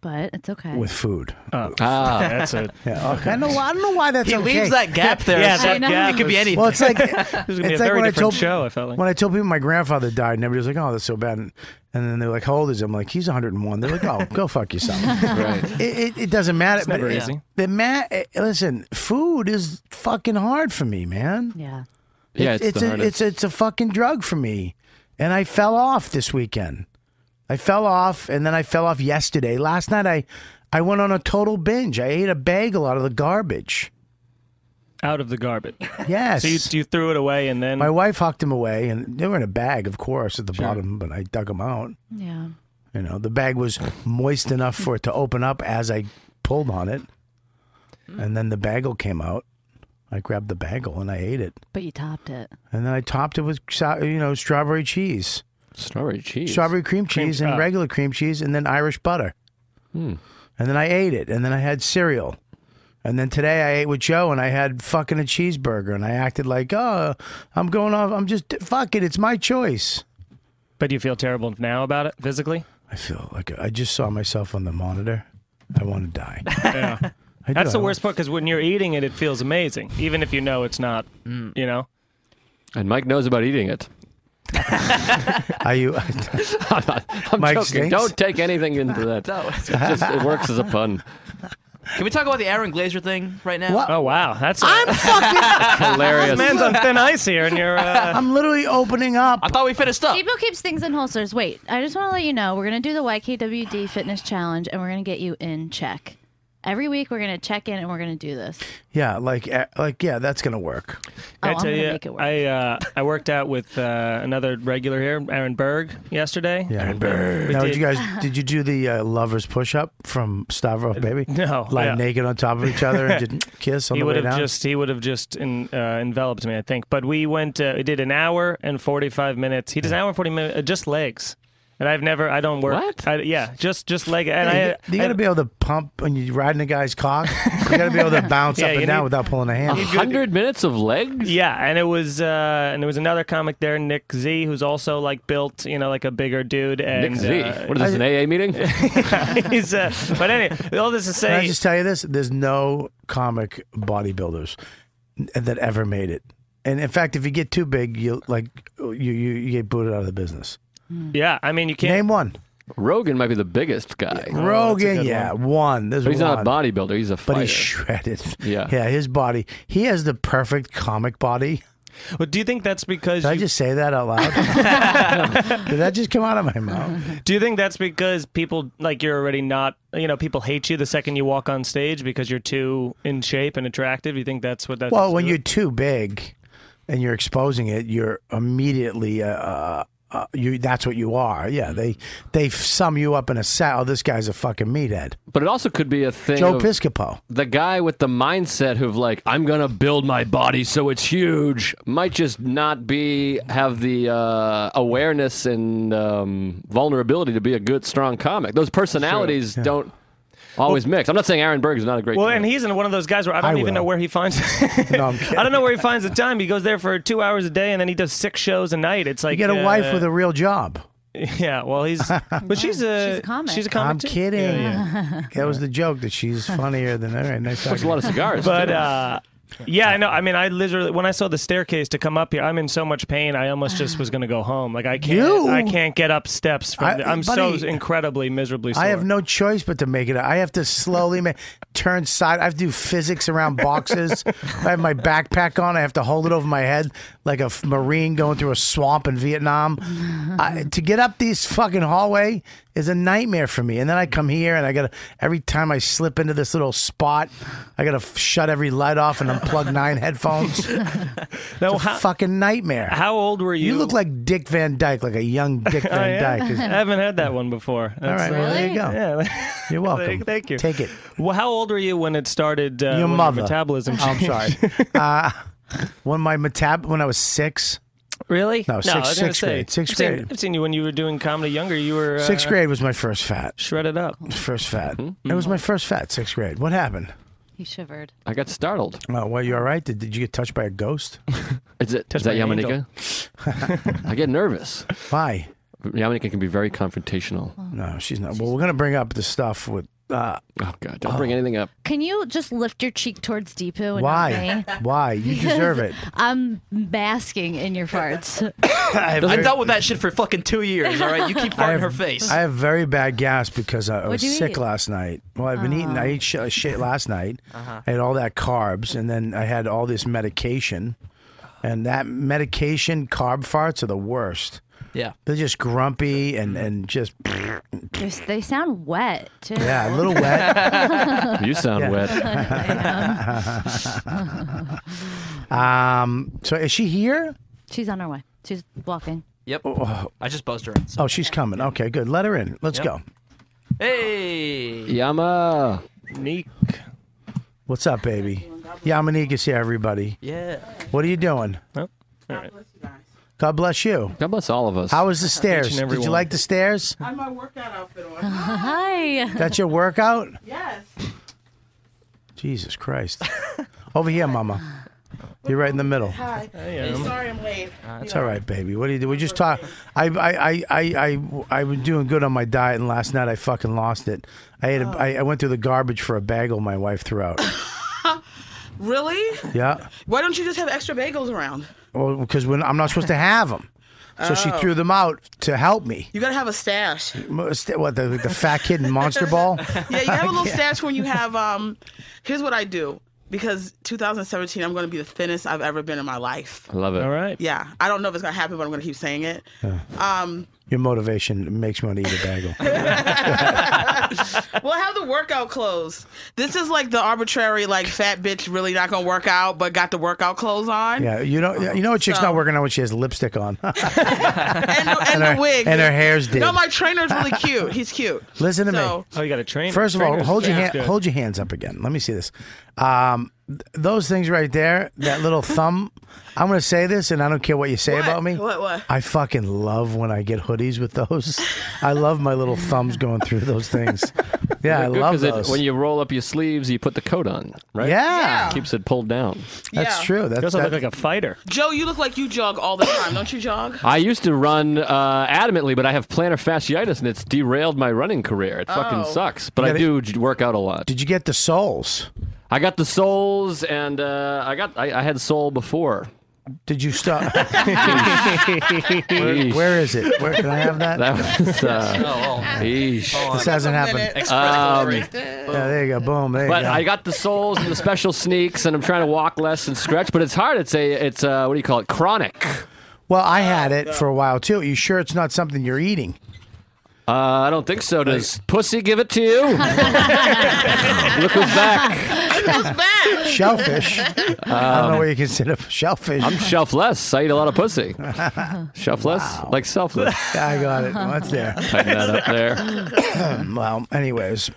Speaker 7: But it's okay.
Speaker 4: with food.
Speaker 9: Oh.
Speaker 11: Ah.
Speaker 9: that's it.
Speaker 4: Yeah, okay. I know. I don't know why that's
Speaker 6: He
Speaker 4: okay.
Speaker 6: leaves that gap there.
Speaker 9: Yeah,
Speaker 6: so
Speaker 9: that gap
Speaker 6: it could
Speaker 9: was-
Speaker 6: be anything.
Speaker 4: Well, it's like
Speaker 9: This is gonna be
Speaker 4: it's
Speaker 9: a
Speaker 4: like
Speaker 9: very
Speaker 4: when I
Speaker 9: different
Speaker 4: told
Speaker 9: show. I felt like.
Speaker 4: when I told people my grandfather died, and everybody was like, "Oh, that's so bad," and, and then they're like, "How old is he?" I'm like, "He's 101." They're like, "Oh, go fuck yourself."
Speaker 11: Right.
Speaker 4: It, it, it doesn't matter.
Speaker 9: It's never
Speaker 4: but-
Speaker 9: easy.
Speaker 4: The ma- eh, listen, food is fucking hard for me, man.
Speaker 7: Yeah.
Speaker 11: Yeah,
Speaker 4: It-
Speaker 11: it's the
Speaker 4: a,
Speaker 11: hardest.
Speaker 4: it's it's a fucking drug for me, and I fell off this weekend. I fell off, and then I fell off yesterday. Last night, I I went on a total binge. I ate a bagel out of the garbage.
Speaker 9: out of the garbage.
Speaker 4: Yes.
Speaker 9: So you, you threw it away and then
Speaker 4: My wife hucked them away, and they were in a bag, of course, at the bottom. But I dug them out.
Speaker 7: Yeah.
Speaker 4: You know, the bag was moist enough for it to open up as I pulled on it, and then the bagel came out. I grabbed the bagel and I ate it,
Speaker 7: But you topped it.
Speaker 4: and then I topped it with sa- you know strawberry cheese,
Speaker 11: Strawberry cheese.
Speaker 4: strawberry cream cheese, and
Speaker 9: uh,
Speaker 4: regular cream cheese, and then Irish butter.
Speaker 9: Hmm.
Speaker 4: And then I ate it, and then I had cereal. And then today I ate with Joe, and I had fucking a cheeseburger, and I acted like, oh, I'm going off. I'm just fuck it. It's my choice.
Speaker 9: but you feel terrible now about it physically?
Speaker 4: I feel like I just saw myself on the monitor. I want to die.
Speaker 9: Yeah.
Speaker 4: I do.
Speaker 9: That's the
Speaker 4: I
Speaker 9: worst part because when you're eating it, it feels amazing, even if you know it's not. You know,
Speaker 11: And Mike knows about eating it.
Speaker 4: Are you?
Speaker 11: I'm, not, I'm
Speaker 4: Mike
Speaker 11: joking.
Speaker 4: stinks?
Speaker 11: Don't take anything into that.
Speaker 6: No, it's-
Speaker 11: It's just, it works as a pun.
Speaker 6: Can we talk about the Aaron Glazer thing right now?
Speaker 4: What?
Speaker 9: oh wow, that's
Speaker 4: I'm fucking.
Speaker 11: Hilarious.
Speaker 9: man's on thin ice here, and you're. Uh,
Speaker 4: I'm literally opening up.
Speaker 6: I thought we finished
Speaker 9: Oh.
Speaker 6: up.
Speaker 7: People keeps things in holsters. Wait, I just want to let you know we're gonna do the YKWd fitness challenge, and we're gonna get you in check. Every week we're gonna check in and we're gonna do this.
Speaker 4: Yeah, like eh, like yeah, that's gonna work.
Speaker 7: Oh,
Speaker 9: I
Speaker 7: I'm
Speaker 9: tell
Speaker 7: gonna
Speaker 9: you,
Speaker 7: make it work.
Speaker 9: I uh, I worked out with uh, another regular here, Aaron Berg, yesterday.
Speaker 4: Yeah.
Speaker 9: Aaron Berg.
Speaker 4: Now, did you guys did you do the uh, lovers push up from Stavro Baby?
Speaker 9: No,
Speaker 4: lie
Speaker 9: yeah.
Speaker 4: naked on top of each other and didn't kiss on
Speaker 9: he
Speaker 4: the
Speaker 9: would
Speaker 4: way
Speaker 9: have
Speaker 4: down.
Speaker 9: just he would have just en- uh, enveloped me, I think. But we went, uh, we did an hour and forty five minutes. He does an hour and forty minutes, uh, just legs. And I've never, I don't work.
Speaker 4: What?
Speaker 9: I, yeah, just just leg. And
Speaker 4: Hey,
Speaker 9: I,
Speaker 4: you you got to be able to pump when you're riding a guy's cock. You got to be able to bounce
Speaker 9: Yeah,
Speaker 4: up
Speaker 9: you
Speaker 4: and down
Speaker 9: need-
Speaker 4: without pulling a handle.
Speaker 9: minutes of legs. Yeah, and it was uh, and there was another comic there, Nick Z, who's also like built, you know, like a bigger dude. And,
Speaker 11: Nick Z.
Speaker 9: uh,
Speaker 11: what is this, an AA meeting?
Speaker 9: he's, uh, but anyway, all this is
Speaker 4: Can I
Speaker 9: saying.
Speaker 4: just tell you this? There's no comic bodybuilders that ever made it. And in fact, if you get too big, you like you you, you get booted out of the business.
Speaker 9: yeah, I mean, you can't Oh,
Speaker 4: name one.
Speaker 11: Rogan might be the biggest guy.
Speaker 4: Rogan, yeah, one. There's
Speaker 11: But he's not
Speaker 4: one.
Speaker 11: a bodybuilder. He's a fighter.
Speaker 4: but he's shredded.
Speaker 11: Yeah.
Speaker 4: yeah. His body. He has the perfect comic body.
Speaker 9: Well, do you think that's because?
Speaker 4: Did I just say that out loud? Did that just come out of my mouth?
Speaker 9: Do you think that's because people like you're already not, you know, people hate you the second you walk on stage because you're too in shape and attractive? You think that's what that?
Speaker 4: well, when you're too big and you're exposing it, you're immediately uh, uh, uh, you. That's what you are. Yeah, they they sum you up in a set. Oh, this guy's a fucking meathead.
Speaker 11: But it also could be a thing.
Speaker 4: Joe
Speaker 11: of
Speaker 4: Piscopo.
Speaker 11: The guy with the mindset of like, I'm gonna build my body so it's huge, might just not be have the uh, awareness and um, vulnerability to be a good, strong comic. Those personalities
Speaker 9: Sure, yeah.
Speaker 11: don't always mix. I'm not saying Aaron Berg is not a great.
Speaker 9: Well, and he's in one of those guys where I don't
Speaker 11: I
Speaker 9: even know
Speaker 11: will.
Speaker 9: where he finds. no, I'm kidding. I don't know where he finds the time. He goes there for two hours a day, and then he does six shows a night. It's like
Speaker 4: you get a
Speaker 9: uh,
Speaker 4: wife with a real job.
Speaker 9: Yeah, well, he's but she's a she's a comic.
Speaker 4: I'm
Speaker 9: too.
Speaker 4: kidding.
Speaker 9: Yeah, yeah.
Speaker 4: That was the joke that she's funnier than all right. Nice talking.
Speaker 9: But uh, yeah, I know. I mean, I literally when I saw the staircase to come up here, I'm in so much pain. I almost just was going to go home. Like I can't,
Speaker 4: You?
Speaker 9: I can't get up steps. From
Speaker 4: I-
Speaker 9: the, I'm so
Speaker 4: buddy,
Speaker 9: incredibly miserably sore.
Speaker 4: I have no choice but to make it. up. I have to slowly ma- turn side. I have to do physics around boxes. I have my backpack on. I have to hold it over my head like a f- marine going through a swamp in Vietnam. I, to get up these fucking hallway is a nightmare for me. And then I come here and I gotta every time I slip into this little spot, I gotta f- shut every light off and unplug nine headphones.
Speaker 9: No,
Speaker 4: it's a
Speaker 9: Oh, how-
Speaker 4: fucking nightmare.
Speaker 9: How old were you? Oh,
Speaker 4: You look like Dick Van Dyke, like a young Dick
Speaker 9: I
Speaker 4: Van
Speaker 9: am.
Speaker 4: Dyke.
Speaker 9: I haven't had that one before.
Speaker 4: All right, well, there you go.
Speaker 9: Yeah.
Speaker 4: You're welcome.
Speaker 9: Thank- Thank you.
Speaker 4: Take it.
Speaker 9: Well, how old were you when it started? Uh,
Speaker 4: Your
Speaker 9: when
Speaker 4: mother.
Speaker 9: metabolism.
Speaker 4: Oh, I'm
Speaker 9: changed?
Speaker 4: sorry. uh, when my metab when I was six.
Speaker 9: Really?
Speaker 4: No,
Speaker 9: I
Speaker 4: sixth,
Speaker 9: was gonna
Speaker 4: sixth
Speaker 9: say,
Speaker 4: grade. Sixth
Speaker 9: I've seen-
Speaker 4: grade.
Speaker 9: I've seen you when you were doing comedy younger. You were uh,
Speaker 4: sixth grade was my first fat.
Speaker 9: Shredded up.
Speaker 4: First fat. It was my first fat. Sixth grade. What happened?
Speaker 7: He shivered.
Speaker 11: I got startled.
Speaker 4: Oh, well, you all right? Did, did you get touched by a ghost?
Speaker 11: Is it is
Speaker 4: by
Speaker 11: that
Speaker 4: an
Speaker 11: Yamanika? I get nervous.
Speaker 4: Why?
Speaker 11: Yamanika can be very confrontational.
Speaker 4: No, she's not. Well, we're gonna bring up the stuff with. Uh,
Speaker 11: oh God! Don't bring anything up.
Speaker 7: Can you just lift your cheek towards Deepu and
Speaker 4: Why?
Speaker 7: not me?
Speaker 4: Why? You deserve it.
Speaker 7: Because I'm basking in your farts.
Speaker 6: I've,
Speaker 4: Doesn't-
Speaker 6: dealt with that shit for fucking two years. All right, you keep farting
Speaker 4: I have-
Speaker 6: in her face.
Speaker 4: I have very bad gas because I, I was
Speaker 6: What'd you
Speaker 4: sick
Speaker 6: eat? Oh.
Speaker 4: last night. Well, I've been eating. I ate sh- uh, shit last night.
Speaker 6: Uh-huh.
Speaker 4: I had all that carbs, and then I had all this medication. And that medication carb farts are the worst.
Speaker 6: Yeah.
Speaker 4: They're just grumpy and and just
Speaker 7: They're- they sound wet too.
Speaker 4: yeah, a little wet.
Speaker 11: You sound
Speaker 4: wet. um. So is she here?
Speaker 7: She's on her way. She's walking.
Speaker 6: Yep. I just buzzed her.
Speaker 4: Oh, she's coming. Okay, good. Let her in. Let's
Speaker 6: Yep.
Speaker 4: go.
Speaker 6: Hey.
Speaker 11: Yama.
Speaker 9: Neek.
Speaker 4: What's up, baby? Yamanika is here, everybody.
Speaker 6: Yeah.
Speaker 4: What are you doing? God bless you.
Speaker 11: God bless all of us.
Speaker 4: How was the
Speaker 6: Each and
Speaker 4: stairs?
Speaker 6: every
Speaker 4: Did you
Speaker 6: one.
Speaker 4: like the stairs?
Speaker 14: I have my workout outfit on.
Speaker 7: Hi.
Speaker 4: That's your workout?
Speaker 14: Yes.
Speaker 4: Jesus Christ. Over here, mama. You're right in the middle.
Speaker 14: Hi.
Speaker 4: am.
Speaker 14: Sorry I'm late.
Speaker 4: That's all right, baby. What do you do? We just talk. I I, I, I, I I was doing good on my diet, and last night I fucking lost it. I ate. A, I, I went through the garbage for a bagel my wife threw out.
Speaker 14: Really?
Speaker 4: yeah.
Speaker 14: Why don't you just have extra bagels around?
Speaker 4: Well, because when I'm not supposed to have them, so she
Speaker 14: Oh.
Speaker 4: threw them out to help me.
Speaker 14: You gotta have a stash.
Speaker 4: Most- What the, the fat kid and monster ball?
Speaker 14: Yeah, you have a little stash when you have. Um, here's what I do because 2017, I'm gonna be the thinnest I've ever been in my life.
Speaker 11: I love it.
Speaker 9: All right.
Speaker 14: Yeah, I don't know if it's gonna happen, but I'm gonna keep saying it. Um,
Speaker 4: Your motivation makes me want to eat a bagel.
Speaker 11: well, have the workout clothes. This is like the arbitrary, like fat bitch really not gonna work out, but got the workout clothes on.
Speaker 4: Yeah, you know, you know, a chick's
Speaker 11: So-
Speaker 4: not working out when she has lipstick on. and
Speaker 11: and,
Speaker 4: her,
Speaker 11: the wig
Speaker 4: and her hair's dead.
Speaker 11: No, my trainer's really cute. He's cute.
Speaker 4: Listen to
Speaker 11: So-
Speaker 4: me.
Speaker 15: Oh, you got a train.
Speaker 4: First of all,
Speaker 15: trainer's
Speaker 4: hold your
Speaker 15: good.
Speaker 4: hand,
Speaker 15: Good.
Speaker 4: hold your hands up again. Let me see this. Um, th- those things right there, that little thumb. I'm gonna say this, and I don't care what you say about me.
Speaker 11: What? What?
Speaker 4: I fucking love when I get hoodies with those. I love my little thumbs going through those things. Yeah, I
Speaker 9: They're good
Speaker 4: love
Speaker 9: 'cause it-
Speaker 4: those.
Speaker 9: when you roll up your sleeves, you put the coat on, right?
Speaker 4: Yeah.
Speaker 9: Keeps it pulled down.
Speaker 11: That's Yeah. true. That's-
Speaker 9: you also
Speaker 11: that-
Speaker 9: look like a fighter.
Speaker 11: Joe, you look like you jog all the time, don't you jog?
Speaker 9: I used to run uh, adamantly, but I have plantar fasciitis, and it's derailed my running career. It fucking
Speaker 11: Oh.
Speaker 9: sucks. But
Speaker 4: You
Speaker 9: I
Speaker 4: gotta-
Speaker 9: do j- work out a lot.
Speaker 4: Did you get the soles?
Speaker 9: I got the soles, and uh, I got I, I had sole before.
Speaker 4: Did you stop? Where- where is it? Where can I have that?
Speaker 9: That was. Uh,
Speaker 4: Oh, oh.
Speaker 9: yeesh.
Speaker 4: This hasn't happened.
Speaker 9: Um,
Speaker 4: yeah, there you go. Boom. There you
Speaker 9: but
Speaker 4: go.
Speaker 9: I got the soles and the special sneaks, and I'm trying to walk less and stretch. But it's hard. It's a it's uh what do you call it? Chronic.
Speaker 4: well, I had it for a while too. you sure it's not something you're eating?
Speaker 9: Uh, I don't think so. Does pussy give it to you? Look who's back.
Speaker 4: Shellfish. I don't know what you consider shellfish.
Speaker 9: I'm shelfless. I eat a lot of pussy. Shelfless, like selfless.
Speaker 4: I got it. What's there? Um,
Speaker 9: Tighten that up there.
Speaker 4: well, anyways,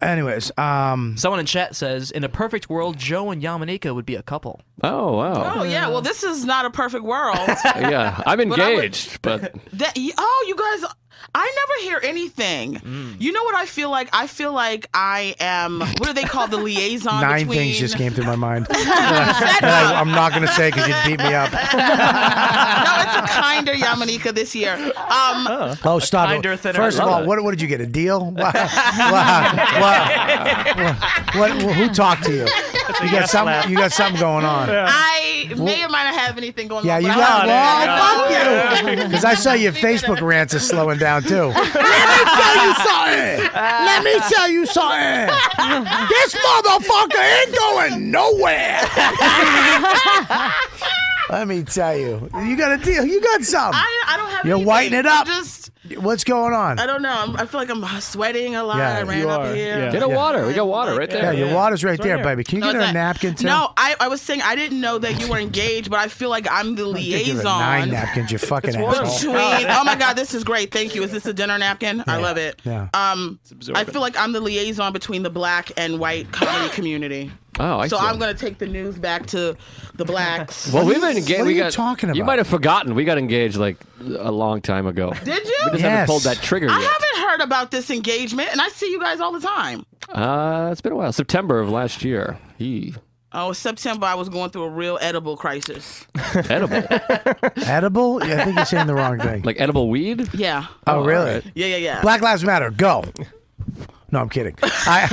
Speaker 4: anyways, um,
Speaker 6: Someone in chat says, in a perfect world, Joe and Yamanika would be a couple.
Speaker 9: Oh wow.
Speaker 11: Oh yeah. Well, this is not a perfect world.
Speaker 9: yeah, I'm
Speaker 11: But I would-
Speaker 9: engaged, but
Speaker 11: That y- oh, you guys, I never hear anything.
Speaker 9: Mm.
Speaker 11: You know what I feel like? I feel like I am. What do they call the liaison?
Speaker 4: nine
Speaker 11: between...
Speaker 4: things just came through my mind. that I, am not going to say because you beat me up.
Speaker 11: No, it's a kinder Yamanika this year. Um,
Speaker 4: Oh, stop
Speaker 11: Kinder,
Speaker 4: it.
Speaker 11: thinner.
Speaker 4: First of
Speaker 11: Love
Speaker 4: all,
Speaker 11: it.
Speaker 4: what, what did you get? A deal? Wow. Wow. Wow. What, what, who talked to you? You got something. You got something going on.
Speaker 11: I may
Speaker 4: Wha-
Speaker 11: or might not have anything going
Speaker 4: Yeah,
Speaker 11: on.
Speaker 4: you
Speaker 11: but
Speaker 4: got
Speaker 11: I-
Speaker 4: well, fuck you. Because I saw your Facebook rants is slowing down too. Let me tell you something. Let me tell you something. This motherfucker ain't going nowhere. Let me tell you. You got a deal. You got something.
Speaker 11: I, I don't have.
Speaker 4: You're
Speaker 11: anything.
Speaker 4: whitening it
Speaker 11: I'm
Speaker 4: up.
Speaker 11: Just
Speaker 4: What's going on?
Speaker 11: I don't know. I'm, I feel like I'm sweating a lot. I ran up here.
Speaker 9: Get a water. We got water right there.
Speaker 4: Yeah, your water's right,
Speaker 11: It's right
Speaker 4: there,
Speaker 11: here.
Speaker 4: baby. Can you
Speaker 11: No,
Speaker 4: get
Speaker 11: it's
Speaker 4: her a
Speaker 11: not.
Speaker 4: napkin too?
Speaker 11: No, I, I was saying I didn't know that you were engaged, but I feel like I'm the
Speaker 4: Oh, You give her
Speaker 11: liaison.
Speaker 4: nine napkins, you fucking asshole.
Speaker 11: between oh my god this is great thank you is this a dinner napkin i love it
Speaker 4: Yeah.
Speaker 11: um i feel like i'm the liaison between the black and white comedy community
Speaker 9: Oh, I
Speaker 11: so
Speaker 9: see.
Speaker 11: i'm gonna take the news back to the blacks
Speaker 9: Well, we've been engaged.
Speaker 11: What are
Speaker 9: we
Speaker 11: you
Speaker 9: got,
Speaker 11: talking
Speaker 9: You
Speaker 11: about?
Speaker 9: might have forgotten. We got engaged like a long time ago.
Speaker 11: did you
Speaker 9: We just haven't pulled that trigger
Speaker 11: i
Speaker 9: yet.
Speaker 11: haven't heard about this engagement and i see you guys all the time
Speaker 9: Uh, it's been a while. September of last year. He
Speaker 11: oh september i was going through a real edible crisis
Speaker 9: edible,
Speaker 4: edible. Yeah, I think you're saying the wrong thing.
Speaker 9: like edible weed.
Speaker 11: yeah
Speaker 4: Oh, really?
Speaker 11: yeah yeah yeah
Speaker 4: Black Lives Matter. Go. No, I'm kidding. I,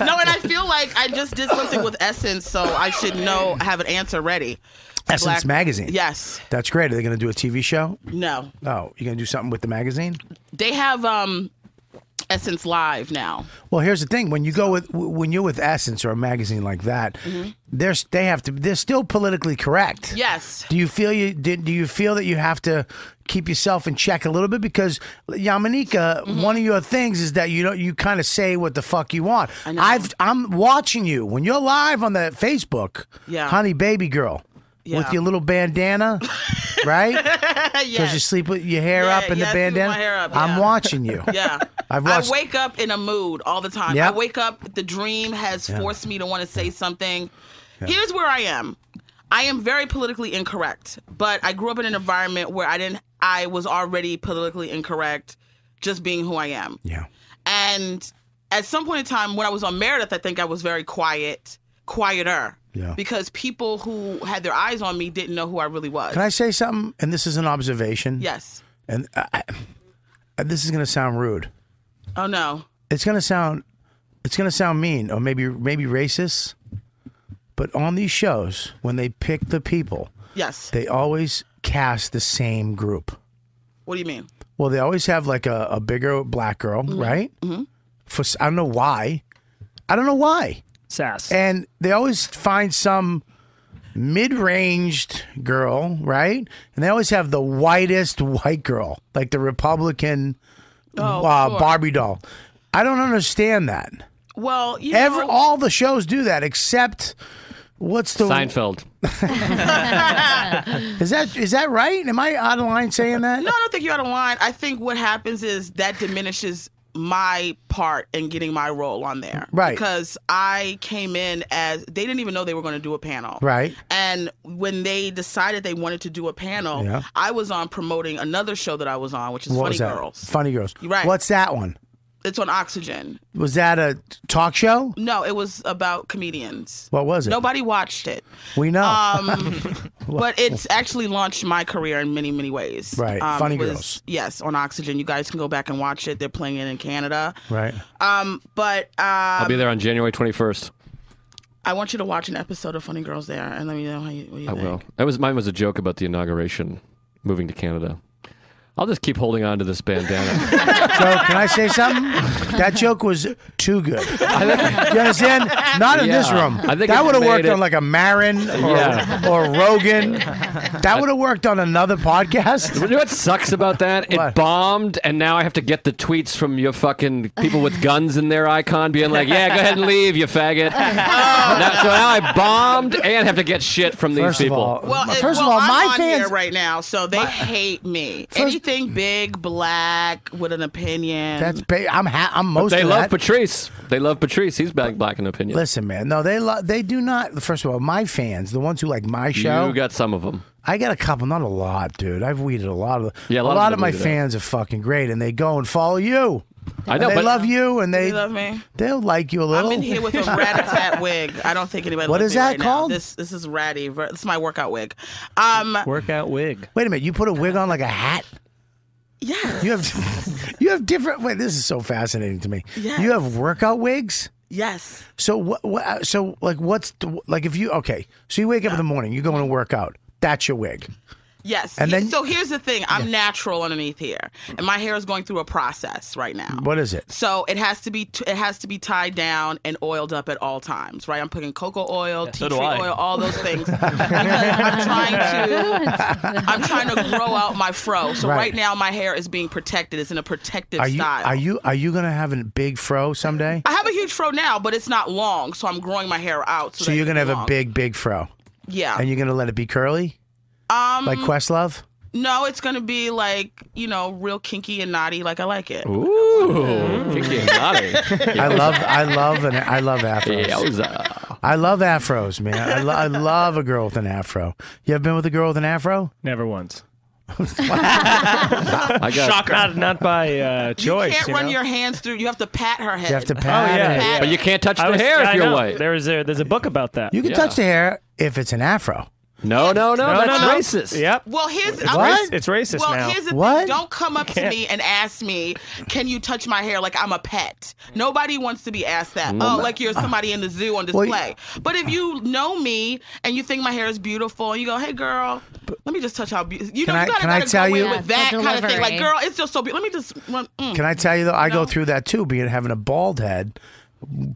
Speaker 11: no and i feel like i just did something with essence so i should know have an answer ready
Speaker 4: Essence
Speaker 11: Black-
Speaker 4: Magazine.
Speaker 11: yes
Speaker 4: that's great. Are they going to do a TV show?
Speaker 11: no
Speaker 4: Oh, you're going to do something with the magazine?
Speaker 11: They have um Essence Live now.
Speaker 4: Well, here's the thing: when you go with when you're with Essence or a magazine like that,
Speaker 11: Mhm.
Speaker 4: they're they have to they're still politically correct.
Speaker 11: Yes.
Speaker 4: Do you feel you did, do you feel that you have to keep yourself in check a little bit because Yamanika,
Speaker 11: Mm-hmm.
Speaker 4: one of your things is that you don't you kind of say what the fuck you want. I know. I've I'm watching you when you're live on that Facebook,
Speaker 11: Yeah.
Speaker 4: honey baby girl,
Speaker 11: Yeah.
Speaker 4: with your little bandana, right? Because you
Speaker 11: yes.
Speaker 4: sleep with your hair
Speaker 11: Yeah,
Speaker 4: up in
Speaker 11: yes,
Speaker 4: the
Speaker 11: with
Speaker 4: bandana.
Speaker 11: my hair up,
Speaker 4: I'm
Speaker 11: yeah.
Speaker 4: watching you.
Speaker 11: Yeah.
Speaker 4: I've watched.
Speaker 11: I wake up in a mood all the time.
Speaker 4: Yep.
Speaker 11: I wake up, the dream has
Speaker 4: Yeah.
Speaker 11: forced me to want to say something.
Speaker 4: Yeah.
Speaker 11: Here's where I am. I am very politically incorrect, but I grew up in an environment where I didn't I was already politically incorrect just being who I am.
Speaker 4: Yeah.
Speaker 11: And at some point in time when I was on Meredith, I think I was very quiet, quieter.
Speaker 4: Yeah.
Speaker 11: Because people who had their eyes on me didn't know who I really was.
Speaker 4: Can I say something? And this is an observation.
Speaker 11: Yes.
Speaker 4: And I, I- this is going to sound rude.
Speaker 11: Oh no.
Speaker 4: It's going to sound it's going to sound mean or maybe maybe racist. But on these shows, when they pick the people,
Speaker 11: Yes.
Speaker 4: they always cast the same group.
Speaker 11: What do you mean?
Speaker 4: Well, they always have like a, a bigger black girl, right? Mm-hmm. For s- I don't know why. I don't know why.
Speaker 15: Sass.
Speaker 4: And they always find some mid-ranged girl, right? And they always have the whitest white girl, like the Republican
Speaker 11: Oh,
Speaker 4: uh,
Speaker 11: sure.
Speaker 4: Barbie doll. I don't understand that.
Speaker 11: Well, you
Speaker 4: Every,
Speaker 11: know,
Speaker 4: all the shows do that except what's the
Speaker 9: Seinfeld.
Speaker 4: Is that is that right? Am I out of line saying that?
Speaker 11: No, I don't think you're out of line. I think what happens is that diminishes my part in getting my role on there.
Speaker 4: Right.
Speaker 11: Because I came in as they didn't even know they were going to do a panel.
Speaker 4: Right.
Speaker 11: And when they decided they wanted to do a panel,
Speaker 4: Yeah.
Speaker 11: I was on promoting another show that I was on, which is
Speaker 4: What
Speaker 11: Funny
Speaker 4: was that?
Speaker 11: Girls.
Speaker 4: Funny girls.
Speaker 11: You're right.
Speaker 4: What's that one?
Speaker 11: It's on Oxygen.
Speaker 4: Was that a talk show?
Speaker 11: No, it was about comedians.
Speaker 4: What was it?
Speaker 11: Nobody watched it.
Speaker 4: We know.
Speaker 11: Um, but it's actually launched my career in many, many ways.
Speaker 4: Right.
Speaker 11: Um,
Speaker 4: Funny
Speaker 11: it was-
Speaker 4: Girls.
Speaker 11: Yes, on Oxygen. You guys can go back and watch it. They're playing it in Canada.
Speaker 4: Right.
Speaker 11: Um, but uh,
Speaker 9: I'll be there on January 21st.
Speaker 11: I want you to watch an episode of Funny Girls there and let me know how you, what you
Speaker 9: I
Speaker 11: think.
Speaker 9: will. That was mine was a joke about the inauguration, moving to Canada. I'll just keep holding on to this bandana.
Speaker 4: So can I say something? That joke was too good. you understand? Not in this
Speaker 9: Yeah.
Speaker 4: room.
Speaker 9: I think
Speaker 4: that
Speaker 9: it
Speaker 4: would have worked
Speaker 9: made it-
Speaker 4: on like a Marin or,
Speaker 9: Yeah.
Speaker 4: or Rogan. That would have worked on another podcast.
Speaker 9: you know what sucks about that? It bombed, and now I have to get the tweets from your fucking people with guns in their icon being like, yeah, go ahead and leave, you faggot. Now- so now I bombed and have to get shit from these
Speaker 4: First of
Speaker 9: people.
Speaker 4: all-
Speaker 11: Well, it-
Speaker 4: First of all,
Speaker 11: well, I'm
Speaker 4: my
Speaker 11: on
Speaker 4: fans-
Speaker 11: here right now, so they hate me. Anything big, black, with an opinion.
Speaker 4: That's ba- I'm ha- I'm most.
Speaker 9: they
Speaker 4: of
Speaker 9: love
Speaker 4: that.
Speaker 9: Patrice. They love Patrice. He's back black in opinion.
Speaker 4: Listen, man. No, they lo- they do not. First of all, my fans, the ones who like my show,
Speaker 9: you got some of them.
Speaker 4: I got a couple, not a lot, dude. I've weeded a lot of
Speaker 9: Yeah, a lot of them
Speaker 4: my
Speaker 9: weeded out.
Speaker 4: fans are fucking great, and they go and follow you.
Speaker 9: I know,
Speaker 4: And they
Speaker 9: but-
Speaker 4: love you, and they
Speaker 11: They love me.
Speaker 4: They'll like you a little.
Speaker 11: I'm in here with a rat-a-tat wig. I don't think anybody.
Speaker 4: What
Speaker 11: loves
Speaker 4: is
Speaker 11: me
Speaker 4: that
Speaker 11: right now.
Speaker 4: called?
Speaker 11: This this is ratty. ver- This is my workout wig. Um,
Speaker 4: workout wig. Wait a minute, you put a wig on like a hat.
Speaker 11: Yeah.
Speaker 4: You have you have different. Wait, this is so fascinating to me.
Speaker 11: Yes.
Speaker 4: You have workout wigs.
Speaker 11: Yes.
Speaker 4: So what? what so like, what's the, like if you okay? So you wake up in the morning, you go and work out. That's your wig.
Speaker 11: Yes.
Speaker 4: And
Speaker 11: He-
Speaker 4: then-
Speaker 11: so here's the thing. I'm natural underneath here, and my hair is going through a process right now.
Speaker 4: What is it?
Speaker 11: So it has to be t- it has to be tied down and oiled up at all times, right? I'm putting cocoa oil, tea
Speaker 6: so do
Speaker 11: tree
Speaker 6: I.
Speaker 11: oil, all those things. because I'm trying to I'm trying to grow out my fro. So
Speaker 4: Right.
Speaker 11: right, now my hair is being protected. It's in a protective
Speaker 4: Are you
Speaker 11: style.
Speaker 4: are you are you gonna have a big fro someday?
Speaker 11: I have a huge fro now, but it's not long, so I'm growing my hair out. So,
Speaker 4: So
Speaker 11: that
Speaker 4: you're
Speaker 11: it
Speaker 4: gonna
Speaker 11: can
Speaker 4: have a
Speaker 11: be long.
Speaker 4: big big fro.
Speaker 11: yeah.
Speaker 4: And you're gonna let it be curly,
Speaker 11: um,
Speaker 4: like Questlove.
Speaker 11: No, it's gonna be like you know, real kinky and naughty. Like I like it.
Speaker 9: Ooh, kinky and naughty.
Speaker 4: I love I love and I love afros.
Speaker 9: Yeah, I was, uh,
Speaker 4: I love afros, man. I, lo- I love a girl with an afro. You ever been with a girl with an afro?
Speaker 15: Never once.
Speaker 9: I got- Shocker.
Speaker 15: Not, not by uh, choice.
Speaker 11: Can't
Speaker 15: you
Speaker 11: run
Speaker 15: know?
Speaker 11: your hands through. You have to pat her head.
Speaker 4: You have to
Speaker 15: Oh
Speaker 4: pat
Speaker 15: yeah,
Speaker 4: it.
Speaker 15: yeah.
Speaker 9: But you can't touch
Speaker 15: I
Speaker 9: the
Speaker 15: was-
Speaker 9: hair if
Speaker 15: I
Speaker 9: you're
Speaker 15: know.
Speaker 9: white.
Speaker 15: There's a there's a book about that.
Speaker 4: You can touch the hair if it's an afro.
Speaker 9: No, no, no,
Speaker 15: No,
Speaker 9: that's
Speaker 15: no, no.
Speaker 9: racist.
Speaker 15: Yep.
Speaker 11: Well, here's
Speaker 15: It's
Speaker 11: I'm-
Speaker 15: rac- it's racist
Speaker 11: well,
Speaker 15: now.
Speaker 11: here's the
Speaker 4: What?
Speaker 11: thing. Don't come up to
Speaker 15: Can't.
Speaker 11: me and ask me, "Can you touch my hair?" Like I'm a pet. Nobody wants to be asked that.
Speaker 9: Well,
Speaker 11: oh, like you're somebody in the zoo on
Speaker 4: Mm. Well,
Speaker 11: display. but if you know me and you think my hair is beautiful, and you go, "Hey, girl, let me just touch how beautiful," you
Speaker 4: Can
Speaker 11: know,
Speaker 4: I-
Speaker 11: you gotta,
Speaker 4: can I
Speaker 11: gotta
Speaker 4: tell
Speaker 11: go in
Speaker 4: you-
Speaker 11: with
Speaker 10: Yeah,
Speaker 11: that
Speaker 10: it's the
Speaker 11: kind of thing. Like,
Speaker 10: delivery.
Speaker 11: girl, it's just so beautiful. Let me just. mm, mm.
Speaker 4: Can I tell you though? I go
Speaker 11: No.
Speaker 4: through that too, being having a bald head.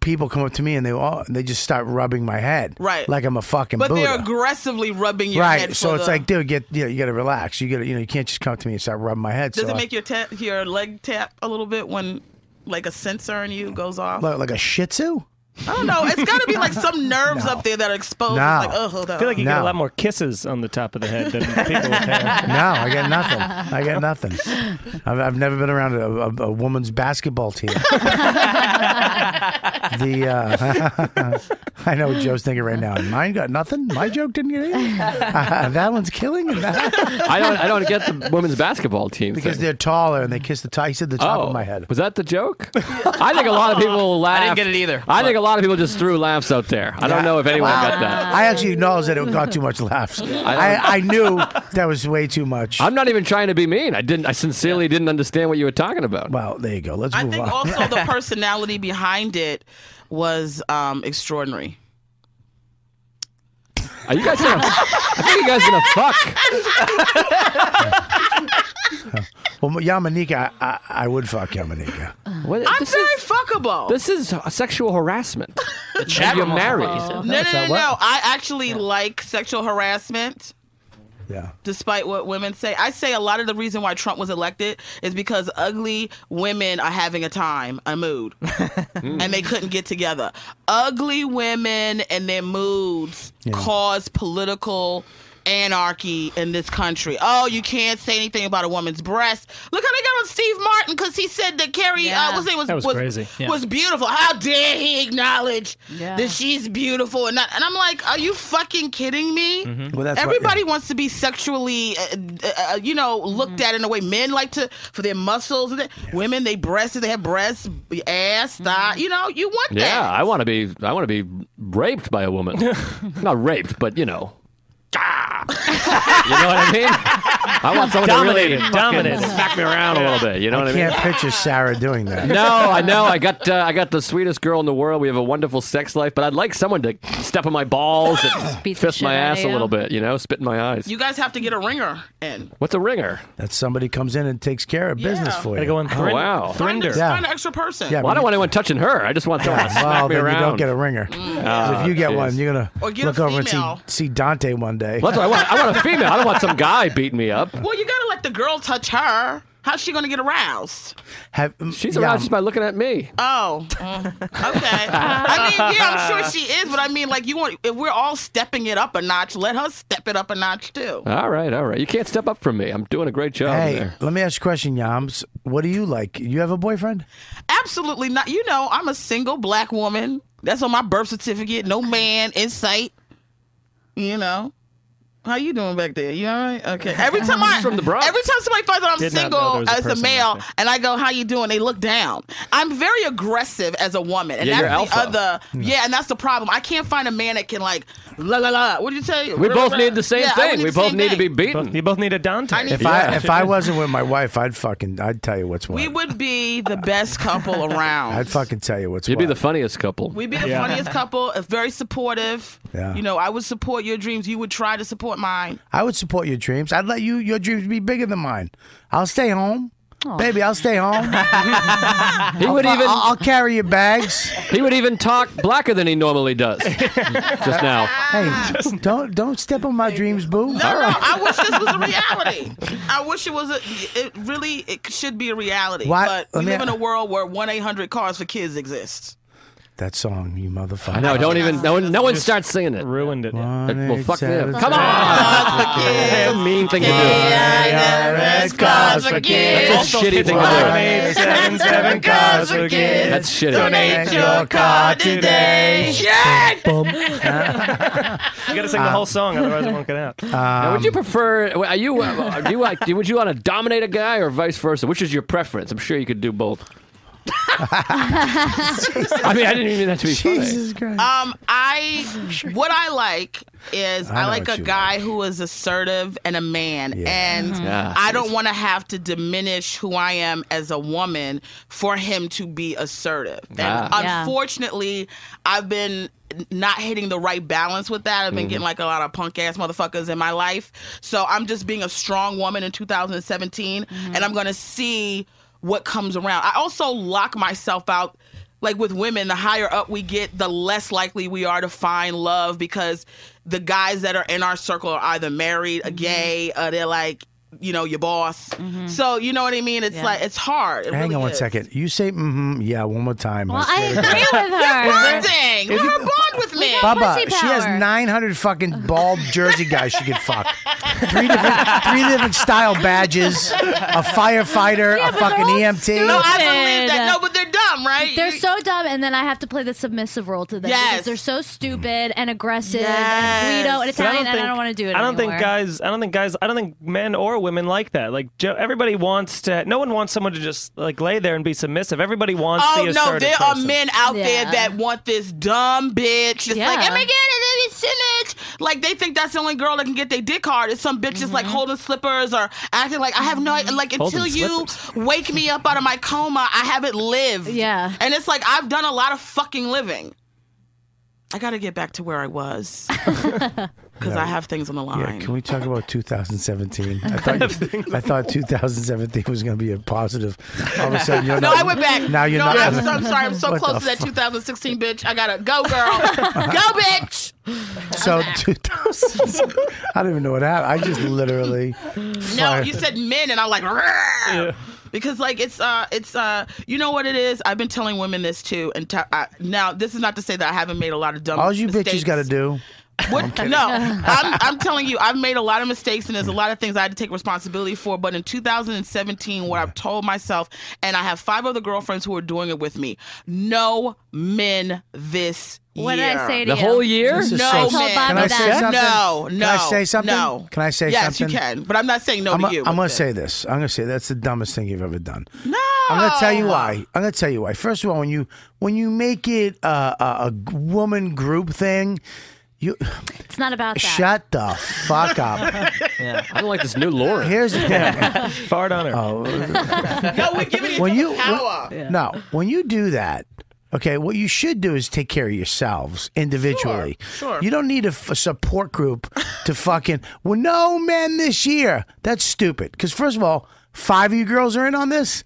Speaker 4: People come up to me and they all they just start rubbing my head,
Speaker 11: Right.
Speaker 4: Like I'm a fucking
Speaker 11: But they're
Speaker 4: Buddha,
Speaker 11: aggressively rubbing your
Speaker 4: right?
Speaker 11: head.
Speaker 4: so
Speaker 11: for
Speaker 4: it's
Speaker 11: the-
Speaker 4: like, dude, get you, know, you got to relax. You got to you know you can't just come up to me and start rubbing my head.
Speaker 11: Does
Speaker 4: so
Speaker 11: it
Speaker 4: I-
Speaker 11: make your ta- your leg tap a little bit when like a sensor in you goes off?
Speaker 4: like, like a Shih Tzu?
Speaker 11: I don't know. It's got to be like some nerves up there that are exposed.
Speaker 4: No.
Speaker 11: It's like, oh, hold
Speaker 15: I
Speaker 11: on.
Speaker 15: feel like you get
Speaker 4: No.
Speaker 15: a lot more kisses on the top of the head than people with hair.
Speaker 4: No, I got nothing. I got nothing. I've, I've never been around a, a, a woman's basketball team. the uh, I know what Joe's thinking right now. Mine got nothing. My joke didn't get anything. that one's killing. him.
Speaker 9: I don't. I don't get the women's basketball team
Speaker 4: because
Speaker 9: thing.
Speaker 4: they're taller and they kiss the top. He said the top
Speaker 9: Oh,
Speaker 4: of my head.
Speaker 9: Was that the joke? I think a lot of people laughed.
Speaker 6: get it either,
Speaker 9: I think
Speaker 6: but-
Speaker 9: a lot of people just threw laughs out there. I don't know if anyone got that.
Speaker 4: I actually acknowledge that it got too much laughs. I, I, knew that was way too much.
Speaker 9: I'm not even trying to be mean. I didn't. I sincerely didn't understand what you were talking about.
Speaker 4: Well, there you go. Let's
Speaker 11: I
Speaker 4: move
Speaker 11: think
Speaker 4: on.
Speaker 11: also the personality behind it was um, extraordinary.
Speaker 9: Are you guys gonna? I think you guys gonna fuck.
Speaker 4: well, Yamanika, I, I, I would fuck Yamanika.
Speaker 9: What-
Speaker 11: I'm
Speaker 9: this
Speaker 11: very
Speaker 9: is-
Speaker 11: fuckable.
Speaker 9: This is sexual harassment.
Speaker 11: chat
Speaker 9: You're
Speaker 11: room was
Speaker 9: married.
Speaker 11: no, no, no, no. I actually like sexual harassment.
Speaker 4: Yeah.
Speaker 11: Despite what women say, I say a lot of the reason why Trump was elected is because ugly women are having a time, a mood, and they couldn't get together. Ugly women and their moods cause political anarchy in this country. Oh, you can't say anything about a woman's breast. Look how they got on Steve Martin because he said that Carrie, uh, what's his name was
Speaker 15: That was crazy. Yeah.
Speaker 11: was beautiful. How dare he acknowledge
Speaker 15: Yeah.
Speaker 11: that she's beautiful and not? And I'm like, are you fucking kidding me?
Speaker 15: Mm-hmm.
Speaker 4: Mhm. Well, that's why-
Speaker 11: Everybody wants to be sexually, uh, uh, uh, you know, looked at in a way. Men like to for their muscles. And that. Women, they breasts, they have breasts, ass, thigh. You know, you want
Speaker 9: Mm-hmm. Yeah,
Speaker 11: that.
Speaker 9: I want to be. I want to be raped by a woman. Not raped, but you know. Ah! you know what I mean? I want someone
Speaker 4: Dominated,
Speaker 9: to really
Speaker 4: dominated.
Speaker 9: dominated. smack me around a little bit. You know
Speaker 4: I
Speaker 9: what I mean?
Speaker 4: can't picture Sarah doing that.
Speaker 9: No, I know. I got uh, I got the sweetest girl in the world. We have a wonderful sex life, but I'd like someone to step on my balls and fist my
Speaker 11: out of
Speaker 9: ass a
Speaker 11: you.
Speaker 9: little bit. You know, spit in my eyes.
Speaker 11: You guys have to get a ringer in.
Speaker 9: What's a ringer?
Speaker 4: That's somebody comes in and takes care of business
Speaker 11: Yeah.
Speaker 4: for you.
Speaker 9: Gotta go in Thrin- Oh, wow.
Speaker 11: Find,
Speaker 9: Thrinder.
Speaker 11: a,
Speaker 9: Yeah.
Speaker 11: find an extra person.
Speaker 4: Yeah,
Speaker 9: well, I don't want anyone touching her. I just want someone to smack
Speaker 4: well,
Speaker 9: me
Speaker 4: then
Speaker 9: around.
Speaker 4: you don't get a ringer.
Speaker 9: Ah,
Speaker 4: if you get
Speaker 9: jeez.
Speaker 4: one, you're gonna
Speaker 11: Or get a
Speaker 4: look over and see,
Speaker 11: female.
Speaker 4: see Dante one day.
Speaker 9: Well, that's what I want. I want a female. I don't want some guy beating me up.
Speaker 11: Well, you gotta let the girl touch her. How's she gonna get aroused?
Speaker 4: Have, mm,
Speaker 9: She's
Speaker 4: yeah,
Speaker 9: around just by looking at me.
Speaker 11: Oh, mm, okay. I mean, yeah, I'm sure she is, but I mean, like, you want if we're all stepping it up a notch, let her step it up a notch too.
Speaker 9: All right, all right. You can't step up from me. I'm doing a great job
Speaker 4: Hey,
Speaker 9: there.
Speaker 4: let me ask you a question, Yams. What do you like? You have a boyfriend?
Speaker 11: Absolutely not. You know, I'm a single black woman. That's on my birth certificate. No man in sight. You know. How you doing back there? You all right? Okay. Every time I
Speaker 9: He's from the Bronx.
Speaker 11: every time somebody finds out I'm
Speaker 9: Did not know there
Speaker 11: single
Speaker 9: was a
Speaker 11: as a
Speaker 9: person back
Speaker 11: male
Speaker 9: there.
Speaker 11: and I go, "How you doing?" they look down. I'm very aggressive as a woman, and
Speaker 9: Yeah, you're
Speaker 11: that's the
Speaker 9: alpha.
Speaker 11: other. Yeah, and that's the problem. I can't find a man that can like la la la. What do you say?
Speaker 9: We
Speaker 11: Ra,
Speaker 9: both
Speaker 11: ra,
Speaker 9: need the same
Speaker 11: Yeah, I
Speaker 9: thing.
Speaker 11: would
Speaker 9: We
Speaker 11: the
Speaker 9: both
Speaker 11: same
Speaker 9: need to
Speaker 11: thing.
Speaker 9: be beaten.
Speaker 15: You both need a Dante.
Speaker 11: I need-
Speaker 4: If I if I wasn't with my wife, I'd fucking I'd tell you what's what.
Speaker 11: We would be the best couple around.
Speaker 4: I'd fucking tell you what's
Speaker 9: You'd
Speaker 4: what.
Speaker 9: be the funniest couple.
Speaker 11: We'd be the
Speaker 4: Yeah.
Speaker 11: funniest couple. It's very supportive.
Speaker 4: Yeah.
Speaker 11: You know, I would support your dreams. You would try to support mine.
Speaker 4: I would support your dreams. I'd let you your dreams be bigger than mine. I'll stay home. Baby, I'll stay home. he
Speaker 9: would even-
Speaker 4: I'll, I'll carry your bags.
Speaker 9: He would even talk blacker than he normally does. just now.
Speaker 4: Hey, don't don't step on my dreams, boo.
Speaker 11: No, no, I wish this was a reality. I wish it was a. It really, it should be a reality.
Speaker 4: Why-
Speaker 11: But
Speaker 4: let
Speaker 11: we
Speaker 4: me-
Speaker 11: live in a world where one eight hundred cars for kids exists.
Speaker 4: That song, you motherfucker.
Speaker 9: I know. Don't even. No one. No one starts singing it.
Speaker 15: Ruined it.
Speaker 9: well, fuck them.
Speaker 4: seven,
Speaker 9: Come on. That's a mean thing to do.
Speaker 4: That's
Speaker 9: a shitty thing to do.
Speaker 4: cars for kids.
Speaker 9: That's shitty.
Speaker 4: Donate your car today.
Speaker 11: Shit!
Speaker 15: You gotta sing the
Speaker 9: uh,
Speaker 15: whole song, otherwise it won't get out.
Speaker 9: now, would you prefer? Are you? uh, Do you like? do- Would you want to dominate a guy or vice versa? Which is your preference? I'm sure you could do both. I mean, I didn't even have to be
Speaker 4: Jesus
Speaker 9: funny.
Speaker 11: Um, I what I like is
Speaker 9: I
Speaker 11: I,
Speaker 9: know
Speaker 11: like
Speaker 9: what
Speaker 11: a
Speaker 9: you
Speaker 11: guy who is assertive and a man, and
Speaker 9: Mhm. Yeah.
Speaker 11: I don't want to have to diminish who I am as a woman for him to be assertive. And
Speaker 9: Ah. Yeah.
Speaker 11: unfortunately, I've been not hitting the right balance with that. I've been
Speaker 4: Mm-hmm.
Speaker 9: Mhm.
Speaker 11: getting like a lot of punk ass motherfuckers in my life, so I'm just being a strong woman in 2017,
Speaker 4: Mm-hmm.
Speaker 11: and I'm gonna see what comes around. I also lock myself out like with women, the higher up we get, the less likely we are to find love because the guys that are in our circle are either married,
Speaker 4: Mm-hmm.
Speaker 11: a gay, uh, they're like, you know, your boss. So you know what I mean? It's
Speaker 10: Yeah.
Speaker 11: like it's hard. It
Speaker 4: Hang
Speaker 11: really
Speaker 4: on one
Speaker 11: is.
Speaker 4: second. You say mm-hmm, yeah, one more time.
Speaker 10: Well,
Speaker 4: swear
Speaker 10: I
Speaker 4: to
Speaker 10: agree
Speaker 4: God.
Speaker 10: with her.
Speaker 11: You're bonding.
Speaker 4: If
Speaker 11: You're
Speaker 4: you-
Speaker 11: a bond with me.
Speaker 4: Bubba, she has 900 fucking bald Jersey guys she could fuck. Three different, three different style badges, a firefighter, a fucking E EMT.
Speaker 11: No, I believe that. No, but they're dumb, right?
Speaker 10: They're
Speaker 11: You-
Speaker 10: so dumb, and then I have to play the submissive role to them
Speaker 11: Yes.
Speaker 10: because they're so stupid and aggressive
Speaker 11: Yes.
Speaker 10: and Guido and
Speaker 11: But I
Speaker 10: Italian, and I don't want to do it.
Speaker 15: I don't
Speaker 10: anymore.
Speaker 15: think guys. I don't think guys. I don't think men or women like that. Like Joe, everybody wants to. No one wants someone to just like lay there and be submissive. Everybody wants.
Speaker 11: Oh
Speaker 15: the
Speaker 11: no,
Speaker 15: assertive
Speaker 11: there
Speaker 15: person.
Speaker 11: are men out there that want this dumb bitch. Just like,
Speaker 10: Yeah.
Speaker 11: oh my god, I love you so much. Like they think that's the only girl that can get their dick hard. Is some bitch just
Speaker 10: Mm-hmm.
Speaker 11: like holding slippers or acting like I have no like
Speaker 10: Holding
Speaker 11: until you wake me up out of my coma, I haven't lived.
Speaker 10: Yeah.
Speaker 11: And it's like I've done a lot of fucking living. I gotta get back to where I was. because I have things on the line.
Speaker 4: Yeah, can we talk about 2017? I thought I thought 2017 was going to be a positive. All of a sudden, you're
Speaker 11: no,
Speaker 4: not.
Speaker 11: I went back.
Speaker 4: Now you're
Speaker 11: no,
Speaker 4: not.
Speaker 11: I'm, so, I'm sorry. I'm so
Speaker 4: What the
Speaker 11: close to that
Speaker 4: fuck?
Speaker 11: 2016, bitch. I gotta go, girl. go, bitch.
Speaker 4: So 2000. I don't even know what happened. I just literally.
Speaker 11: No,
Speaker 4: fired.
Speaker 11: you said men, and I'm like, "Rah!" because like it's uh it's uh you know what it is. I've been telling women this too, and t- I, now this is not to say that I haven't made a lot of dumb.
Speaker 4: all you
Speaker 11: mistakes.
Speaker 4: bitches got to do.
Speaker 11: What? no, I'm, I'm telling you, I've made a lot of mistakes, and there's a lot of things I had to take responsibility for. But in 2017, what I've told myself, and I have five other girlfriends who are doing it with me, no men this
Speaker 10: What did
Speaker 11: year.
Speaker 10: I say to The you? whole year? This is
Speaker 11: no
Speaker 10: so- Tell
Speaker 11: men.
Speaker 10: Bobby
Speaker 4: Can I say
Speaker 10: that.
Speaker 4: something?
Speaker 11: No, no.
Speaker 4: Can I say something?
Speaker 11: No.
Speaker 4: Can I say
Speaker 11: yes,
Speaker 4: something?
Speaker 11: you can. But I'm not saying no
Speaker 4: I'm,
Speaker 11: to
Speaker 4: a-
Speaker 11: you.
Speaker 4: I'm going to say this. I'm going to say that's the dumbest thing you've ever done.
Speaker 11: No.
Speaker 4: I'm going to tell you why. I'm going to tell you why. First of all, when you when you make it a, a, a g- woman group thing, you
Speaker 10: It's not about that.
Speaker 4: shut the fuck up.
Speaker 9: Yeah. I don't like this new Laura.
Speaker 4: Here's the thing.
Speaker 15: Fart on her.
Speaker 11: no, we're giving each
Speaker 4: when
Speaker 11: other
Speaker 4: you
Speaker 11: power.
Speaker 4: when- no, when you do that, okay, what you should do is take care of yourselves individually.
Speaker 11: Sure, sure.
Speaker 4: You don't need a, f- a support group to fucking. Well, no men this year. That's stupid. Because first of all, five of you girls are in on this.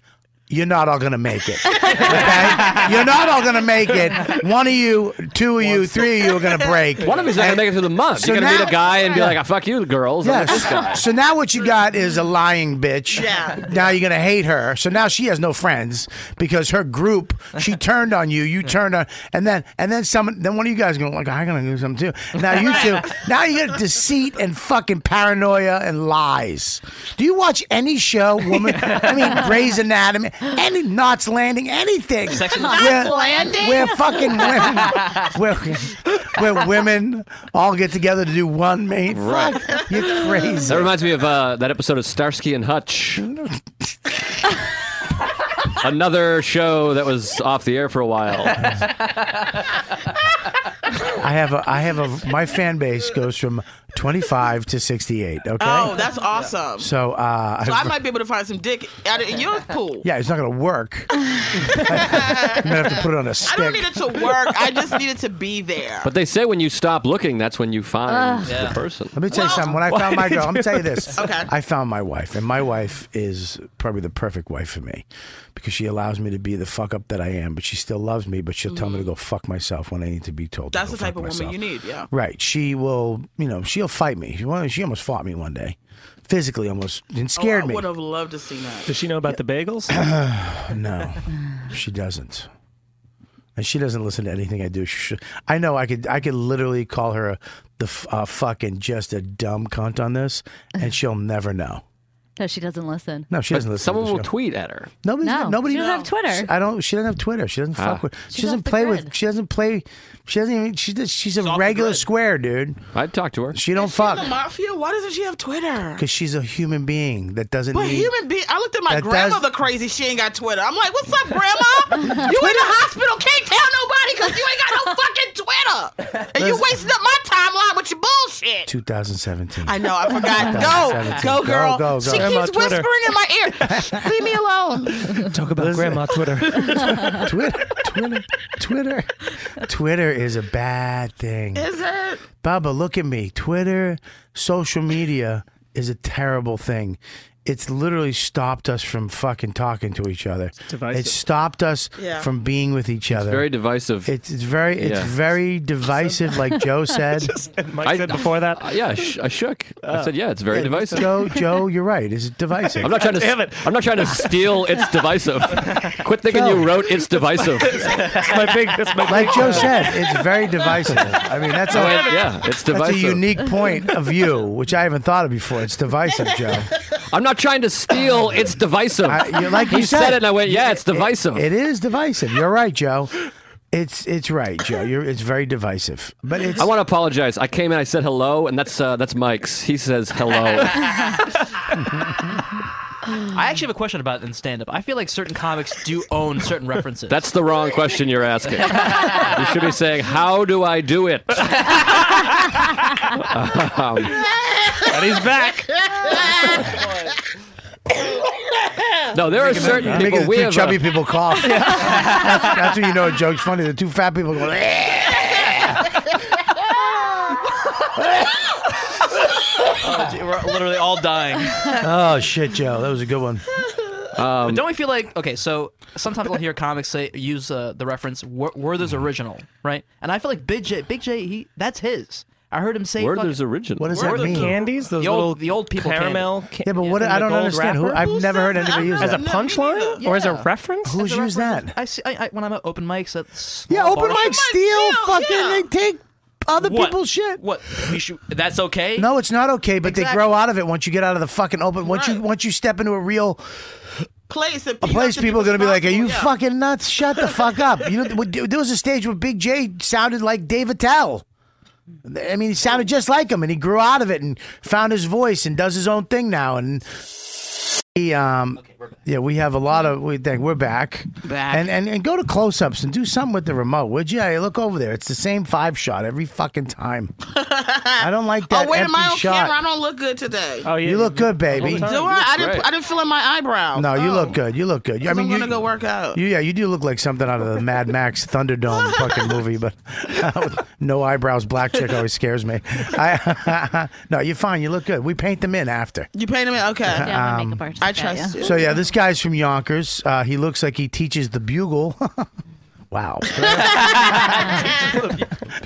Speaker 4: You're not all gonna make it. Okay? You're not all gonna make it. One of you, two of you, three of you are gonna break.
Speaker 9: One of them's not gonna make it through the month.
Speaker 4: so
Speaker 9: You're gonna
Speaker 4: now-
Speaker 9: meet a guy and be
Speaker 4: Yeah.
Speaker 9: like, "I fuck you, girls." I'm with this guy.
Speaker 4: So now what you got is a lying bitch.
Speaker 11: Yeah.
Speaker 4: Now you're gonna hate her. So now she has no friends because her group she turned on you. You turned on, and then and then someone then one of you guys gonna like I'm gonna do something too. Now you two. Now you got deceit and fucking paranoia and lies. Do you watch any show, woman? I mean, Grey's Anatomy, any Knots Landing, anything?
Speaker 6: Sex and the City.
Speaker 4: where,
Speaker 6: Knots Landing?
Speaker 4: Where fucking women, where, where women all get together to do one main.
Speaker 9: Right.
Speaker 4: Fuck, you're crazy.
Speaker 9: That reminds me of uh, that episode of Starsky and Hutch. Another show that was off the air for a while.
Speaker 4: I have a I have a my fan base goes from 25 to 68, okay?
Speaker 11: Oh, that's awesome.
Speaker 4: so uh
Speaker 11: So I
Speaker 4: I've-
Speaker 11: might be able to find some dick out of in your pool.
Speaker 4: yeah, it's not going to work. I'm going to have to put it on a
Speaker 11: I don't
Speaker 4: stick.
Speaker 11: need it to work. I just need it to be there.
Speaker 9: But they say when you stop looking, that's when you find
Speaker 4: Uh,
Speaker 11: Ugh.
Speaker 9: the
Speaker 11: Yeah.
Speaker 9: person.
Speaker 4: Let me tell you something. When I found my girl, I'm gonna tell you this.
Speaker 11: Okay.
Speaker 4: I found my wife, and my wife is probably the perfect wife for me because she allows me to be the fuck up that I am, but she still loves me, but she'll tell me to go fuck myself when I need to be told. to
Speaker 11: Mm-hmm. That's
Speaker 4: go
Speaker 11: the type
Speaker 4: fuck
Speaker 11: of woman
Speaker 4: myself.
Speaker 11: you need, yeah.
Speaker 4: Right. She will, you know, she'll fight me. She, well, she almost fought me one day. Physically almost and scared
Speaker 11: oh, I
Speaker 4: me.
Speaker 11: would have loved to see that.
Speaker 15: Does she know about the bagels?
Speaker 4: no, she doesn't. And she doesn't listen to anything I do. She should, I know I could. I could literally call her a, the f- uh, fucking just a dumb cunt on this, and she'll never know.
Speaker 10: No, she doesn't listen.
Speaker 4: No, she doesn't listen.
Speaker 9: Someone
Speaker 4: to the
Speaker 9: will
Speaker 4: show.
Speaker 9: tweet at her.
Speaker 4: Nobody.
Speaker 10: No,
Speaker 4: Nobody.
Speaker 10: she doesn't have Twitter.
Speaker 4: She- I don't. She doesn't have Twitter. She doesn't
Speaker 9: Ah.
Speaker 4: fuck with. She
Speaker 10: She's
Speaker 4: doesn't
Speaker 10: off the
Speaker 4: play with.
Speaker 10: grid.
Speaker 4: She doesn't play. She doesn't even. She does, She's a regular square, dude.
Speaker 9: I'd talk to her.
Speaker 4: She don't
Speaker 11: The
Speaker 4: fuck
Speaker 11: mafia? Why doesn't she have Twitter?
Speaker 4: because she's a human being that doesn't
Speaker 11: But
Speaker 4: need.
Speaker 11: human being, I looked at my
Speaker 4: That does-
Speaker 11: grandmother crazy. She ain't got Twitter. I'm like, what's up, grandma? you in the hospital? Can't tell nobody because you ain't got no fucking Twitter, and you wasting up my timeline with your bullshit.
Speaker 4: 2017.
Speaker 11: I know. I forgot.
Speaker 4: 2017.
Speaker 11: Go, go, girl.
Speaker 4: Go, go, go.
Speaker 11: She
Speaker 4: Grandma
Speaker 11: keeps
Speaker 4: Twitter.
Speaker 11: whispering in my ear. Leave me alone.
Speaker 15: Talk about grandma Twitter.
Speaker 4: Twitter, Twitter, Twitter, Twitter is a bad thing.
Speaker 11: Is it?
Speaker 4: Baba, look at me. Twitter, social media is a terrible thing. It's literally stopped us from fucking talking to each other.
Speaker 9: divisive.
Speaker 4: It stopped us
Speaker 9: Yeah.
Speaker 4: from being with each other.
Speaker 9: Very divisive.
Speaker 4: It's, it's very it's
Speaker 9: Yeah.
Speaker 4: very divisive, like Joe said.
Speaker 15: Mike said before that.
Speaker 9: Uh, yeah, I, sh- I shook. I said, yeah, it's
Speaker 4: Uh,
Speaker 9: very
Speaker 4: Yeah,
Speaker 9: divisive.
Speaker 4: Joe, Joe, you're right. It's divisive.
Speaker 9: I'm not trying to.
Speaker 4: Damn
Speaker 9: I'm not trying to steal. It's divisive. Quit thinking you wrote. It's divisive.
Speaker 15: That's my big. That's my
Speaker 4: like
Speaker 15: big,
Speaker 4: Joe
Speaker 15: uh,
Speaker 4: said, it's very divisive. I mean, that's a
Speaker 9: Damn it. Oh, Yeah, it's
Speaker 4: That's a
Speaker 9: divisive.
Speaker 4: unique point of view, which I haven't thought of before. It's divisive, Joe.
Speaker 9: I'm not trying to steal. It's divisive.
Speaker 4: I, you, like
Speaker 9: he
Speaker 4: you said,
Speaker 9: it, and I went, yeah, it's divisive.
Speaker 4: it is divisive. You're right, Joe. It's it's right, Joe. You're it's very divisive. But it's
Speaker 9: I want to apologize. I came in. I said hello, and that's uh, that's Mike's. He says hello.
Speaker 6: I actually have a question about it in stand up. I feel like certain comics do own certain references.
Speaker 9: that's the wrong question you're asking. you should be saying, "How do I do it?" Um,
Speaker 15: and he's back.
Speaker 9: no, there are certain
Speaker 4: Making
Speaker 9: people.
Speaker 4: the
Speaker 9: We
Speaker 4: two
Speaker 9: have uh,
Speaker 4: chubby
Speaker 9: a,
Speaker 4: people cough. that's, that's when you know a joke's funny. The two fat people go. "Eh."
Speaker 6: Oh, we're literally all dying.
Speaker 4: oh shit, Joe, that was a good one.
Speaker 9: Um,
Speaker 6: but don't we feel like okay? So sometimes I'll hear comics say use uh, the reference "Wor- "Werther's
Speaker 9: Mm-hmm.
Speaker 6: original," right? And I feel like Big J, Big J, he that's his. I heard him say
Speaker 9: Werther's
Speaker 6: fucking-
Speaker 9: original.
Speaker 4: What does that
Speaker 6: Werther-
Speaker 4: mean?
Speaker 15: Candies? Those
Speaker 6: the old,
Speaker 15: little
Speaker 6: the old people
Speaker 15: caramel
Speaker 6: candy.
Speaker 4: Yeah, but what
Speaker 15: In the
Speaker 4: I don't
Speaker 15: gold
Speaker 4: understand. Who,
Speaker 15: wrapper?
Speaker 4: I've
Speaker 15: Who
Speaker 4: never heard
Speaker 15: says
Speaker 4: anybody
Speaker 15: that?
Speaker 4: use
Speaker 15: As
Speaker 4: that
Speaker 15: a punchline or as a reference?
Speaker 4: Who's used that?
Speaker 6: I see. I, I, when I'm at open mics, at s-
Speaker 4: Yeah,
Speaker 6: small
Speaker 4: open
Speaker 6: bars-
Speaker 4: mic steal. Fucking, they take other
Speaker 6: What?
Speaker 4: people's shit.
Speaker 6: What? We should, that's okay.
Speaker 4: No, it's not okay. But they
Speaker 6: Exactly.
Speaker 4: grow out of it once you get out of the fucking open. Once you once you step into a real
Speaker 11: place and
Speaker 4: a place, people are gonna be like, "Are you
Speaker 11: yeah.
Speaker 4: fucking nuts? Shut the fuck up!" You know, there was a stage where Big J sounded like Dave Attell. I mean, he sounded just like him, and he grew out of it and found his voice and does his own thing now. And he, um, yeah, we have a lot of we think we're back,
Speaker 11: Back.
Speaker 4: and and, and go to close ups and do something with the remote, would you? Hey, look over there; it's the same five shot every fucking time. I don't like that
Speaker 11: oh wait, am
Speaker 4: empty
Speaker 11: I on
Speaker 4: shot.
Speaker 11: camera? I don't look good today.
Speaker 4: Oh, you look good, baby.
Speaker 11: Do I? I didn't. I didn't fill in my eyebrow.
Speaker 4: No, you look good. You look good. I mean,
Speaker 11: am
Speaker 4: you,
Speaker 11: Oh. gonna go work out.
Speaker 4: you- yeah, you do look like something out of the Mad Max Thunderdome fucking movie, but no eyebrows, black chick always scares me. I, no, you're fine. You look good. We paint them in after.
Speaker 11: You paint him in? Okay.
Speaker 4: Yeah, my makeup Um,
Speaker 11: I trust you.
Speaker 4: So yeah, this guy's from Yonkers. Uh, he looks like he teaches the bugle. wow.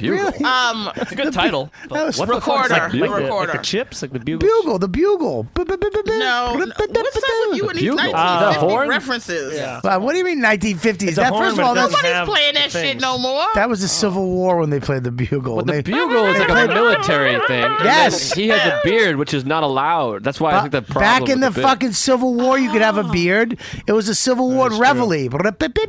Speaker 4: Really?
Speaker 11: Um,
Speaker 6: it's a good title.
Speaker 4: That was
Speaker 11: What the fuck? Recorder.
Speaker 15: Like,
Speaker 11: Recorder.
Speaker 15: The, like the chips, like the bugle.
Speaker 4: Bugle, the bugle.
Speaker 11: No, no, what's up with you and these
Speaker 15: Bugle.
Speaker 11: 1950
Speaker 15: Ah, the horn?
Speaker 11: references?
Speaker 4: Wow, what do you mean 1950s?
Speaker 15: a
Speaker 4: That
Speaker 15: horn,
Speaker 4: first of
Speaker 15: but
Speaker 4: all,
Speaker 15: it
Speaker 4: that's
Speaker 15: doesn't
Speaker 11: Nobody's playing that shit no more.
Speaker 4: That was the Civil War when they played the bugle.
Speaker 9: But the
Speaker 4: They-
Speaker 9: bugle is
Speaker 4: they
Speaker 9: like a
Speaker 4: played-
Speaker 9: military thing. And
Speaker 4: Yes.
Speaker 9: then He has a beard, which is not allowed. That's why I think the problem
Speaker 4: Back in
Speaker 9: with
Speaker 4: the
Speaker 9: bit-
Speaker 4: fucking Civil War, you could have a beard. It was a Civil War reveille.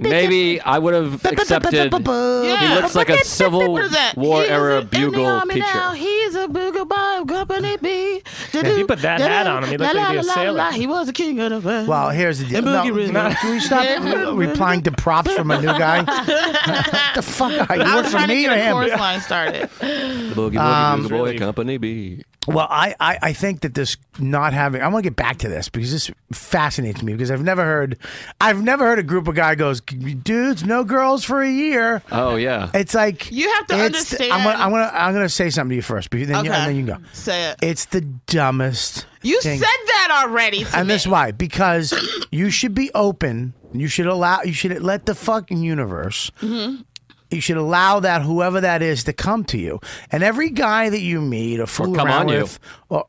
Speaker 9: Maybe I would have accepted. He looks like a Civil
Speaker 11: What is that?
Speaker 9: War
Speaker 11: He
Speaker 9: era bugle
Speaker 11: Army
Speaker 9: teacher.
Speaker 11: now, he's a bugle boy of company B.
Speaker 15: he put that hat on him, he looked like he'd be a
Speaker 11: La, la, la,
Speaker 15: sailor.
Speaker 11: la, He was a king of the world.
Speaker 4: Well, here's the deal.
Speaker 11: And
Speaker 4: No,
Speaker 11: Boogie Woogie.
Speaker 4: no, can we stop re- replying to props from a new guy? what the fuck? Are you
Speaker 11: I
Speaker 4: work
Speaker 11: was
Speaker 4: for
Speaker 11: trying
Speaker 4: me
Speaker 11: to
Speaker 4: or
Speaker 11: get a chorus
Speaker 4: him?
Speaker 11: line started.
Speaker 9: The boogie boogie
Speaker 4: Um,
Speaker 9: Bugle boy company B.
Speaker 4: Well, I, I, I think that this not having I want to get back to this because this fascinates me because I've never heard I've never heard a group of guy goes dudes no girls for a year.
Speaker 9: Oh yeah.
Speaker 4: It's like
Speaker 11: You have to
Speaker 4: it's- I'm gonna, I'm gonna I'm gonna say something to you first, but then, you,
Speaker 11: Okay.
Speaker 4: and then you can go.
Speaker 11: Say it.
Speaker 4: It's the dumbest.
Speaker 11: You
Speaker 4: thing.
Speaker 11: said that already. to
Speaker 4: and
Speaker 11: me.
Speaker 4: this why because you should be open. You should allow. You should let the fucking universe.
Speaker 11: Mm-hmm.
Speaker 4: You should allow that whoever that is to come to you, and every guy that you meet or fool
Speaker 9: come
Speaker 4: around
Speaker 9: on you.
Speaker 4: with, or,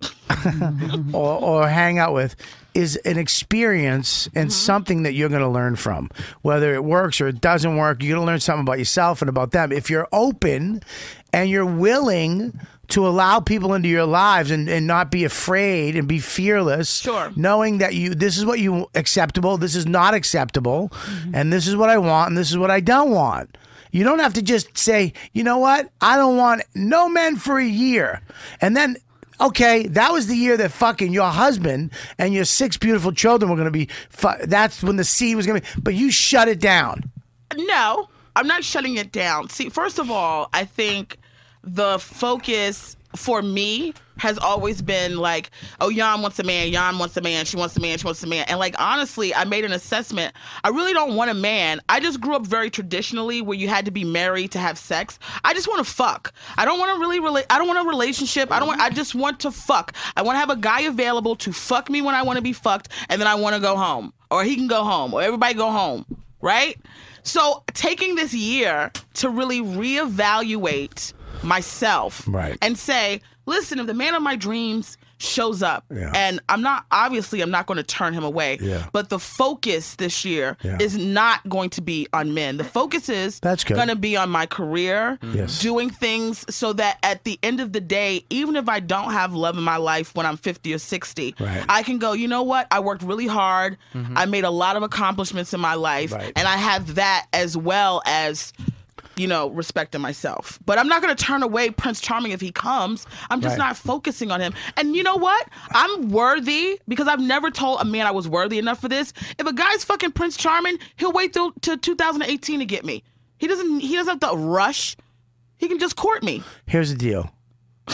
Speaker 4: or or hang out with, is an experience and something that you're going to learn from. Whether it works or it doesn't work, you're going to learn something about yourself and about them. If you're open and you're willing to allow people into your lives and, and not be afraid and be fearless
Speaker 11: Sure.
Speaker 4: knowing that you this is what you acceptable this is not acceptable and this is what i want and this is what i don't want you don't have to just say you know what i don't want no men for a year and then okay that was the year that fucking your husband and your six beautiful children were going to be fu- that's when the seed was going to be but you shut it down
Speaker 11: No, I'm not shutting it down. See, first of all, I think the focus for me has always been like, oh, Jan wants a man, Jan wants a man, she wants a man, she wants a man. And like, honestly, I made an assessment. I really don't want a man. I just grew up very traditionally where you had to be married to have sex. I just want to fuck. I don't want to really relate. I don't want a relationship. I don't want, I just want to fuck. I want to have a guy available to fuck me when I want to be fucked. And then I want to go home or he can go home or everybody go home right? So taking this year to really reevaluate myself
Speaker 4: Right.
Speaker 11: and say, listen, if the man of my dreams shows up
Speaker 4: Yeah.
Speaker 11: and I'm not obviously I'm not going to turn him away,
Speaker 4: Yeah.
Speaker 11: but the focus this year
Speaker 4: Yeah.
Speaker 11: is not going to be on men. The focus is
Speaker 4: That's good. Mm-hmm.
Speaker 11: going to be on my career,
Speaker 4: Yes.
Speaker 11: doing things so that at the end of the day, even if I don't have love in my life when I'm 50 or 60,
Speaker 4: Right. Mm-hmm.
Speaker 11: I can go, you know what? I worked really hard. I made a lot of accomplishments in my life.
Speaker 4: Right.
Speaker 11: And I have that as well as, you know, respecting myself. But I'm not going to turn away Prince Charming if he comes. I'm just
Speaker 4: Right.
Speaker 11: not focusing on him. And you know what? I'm worthy because I've never told a man I was worthy enough for this. If a guy's fucking Prince Charming, he'll wait till, till 2018 to get me. He doesn't. He doesn't have to rush. He can just court me.
Speaker 4: here's the deal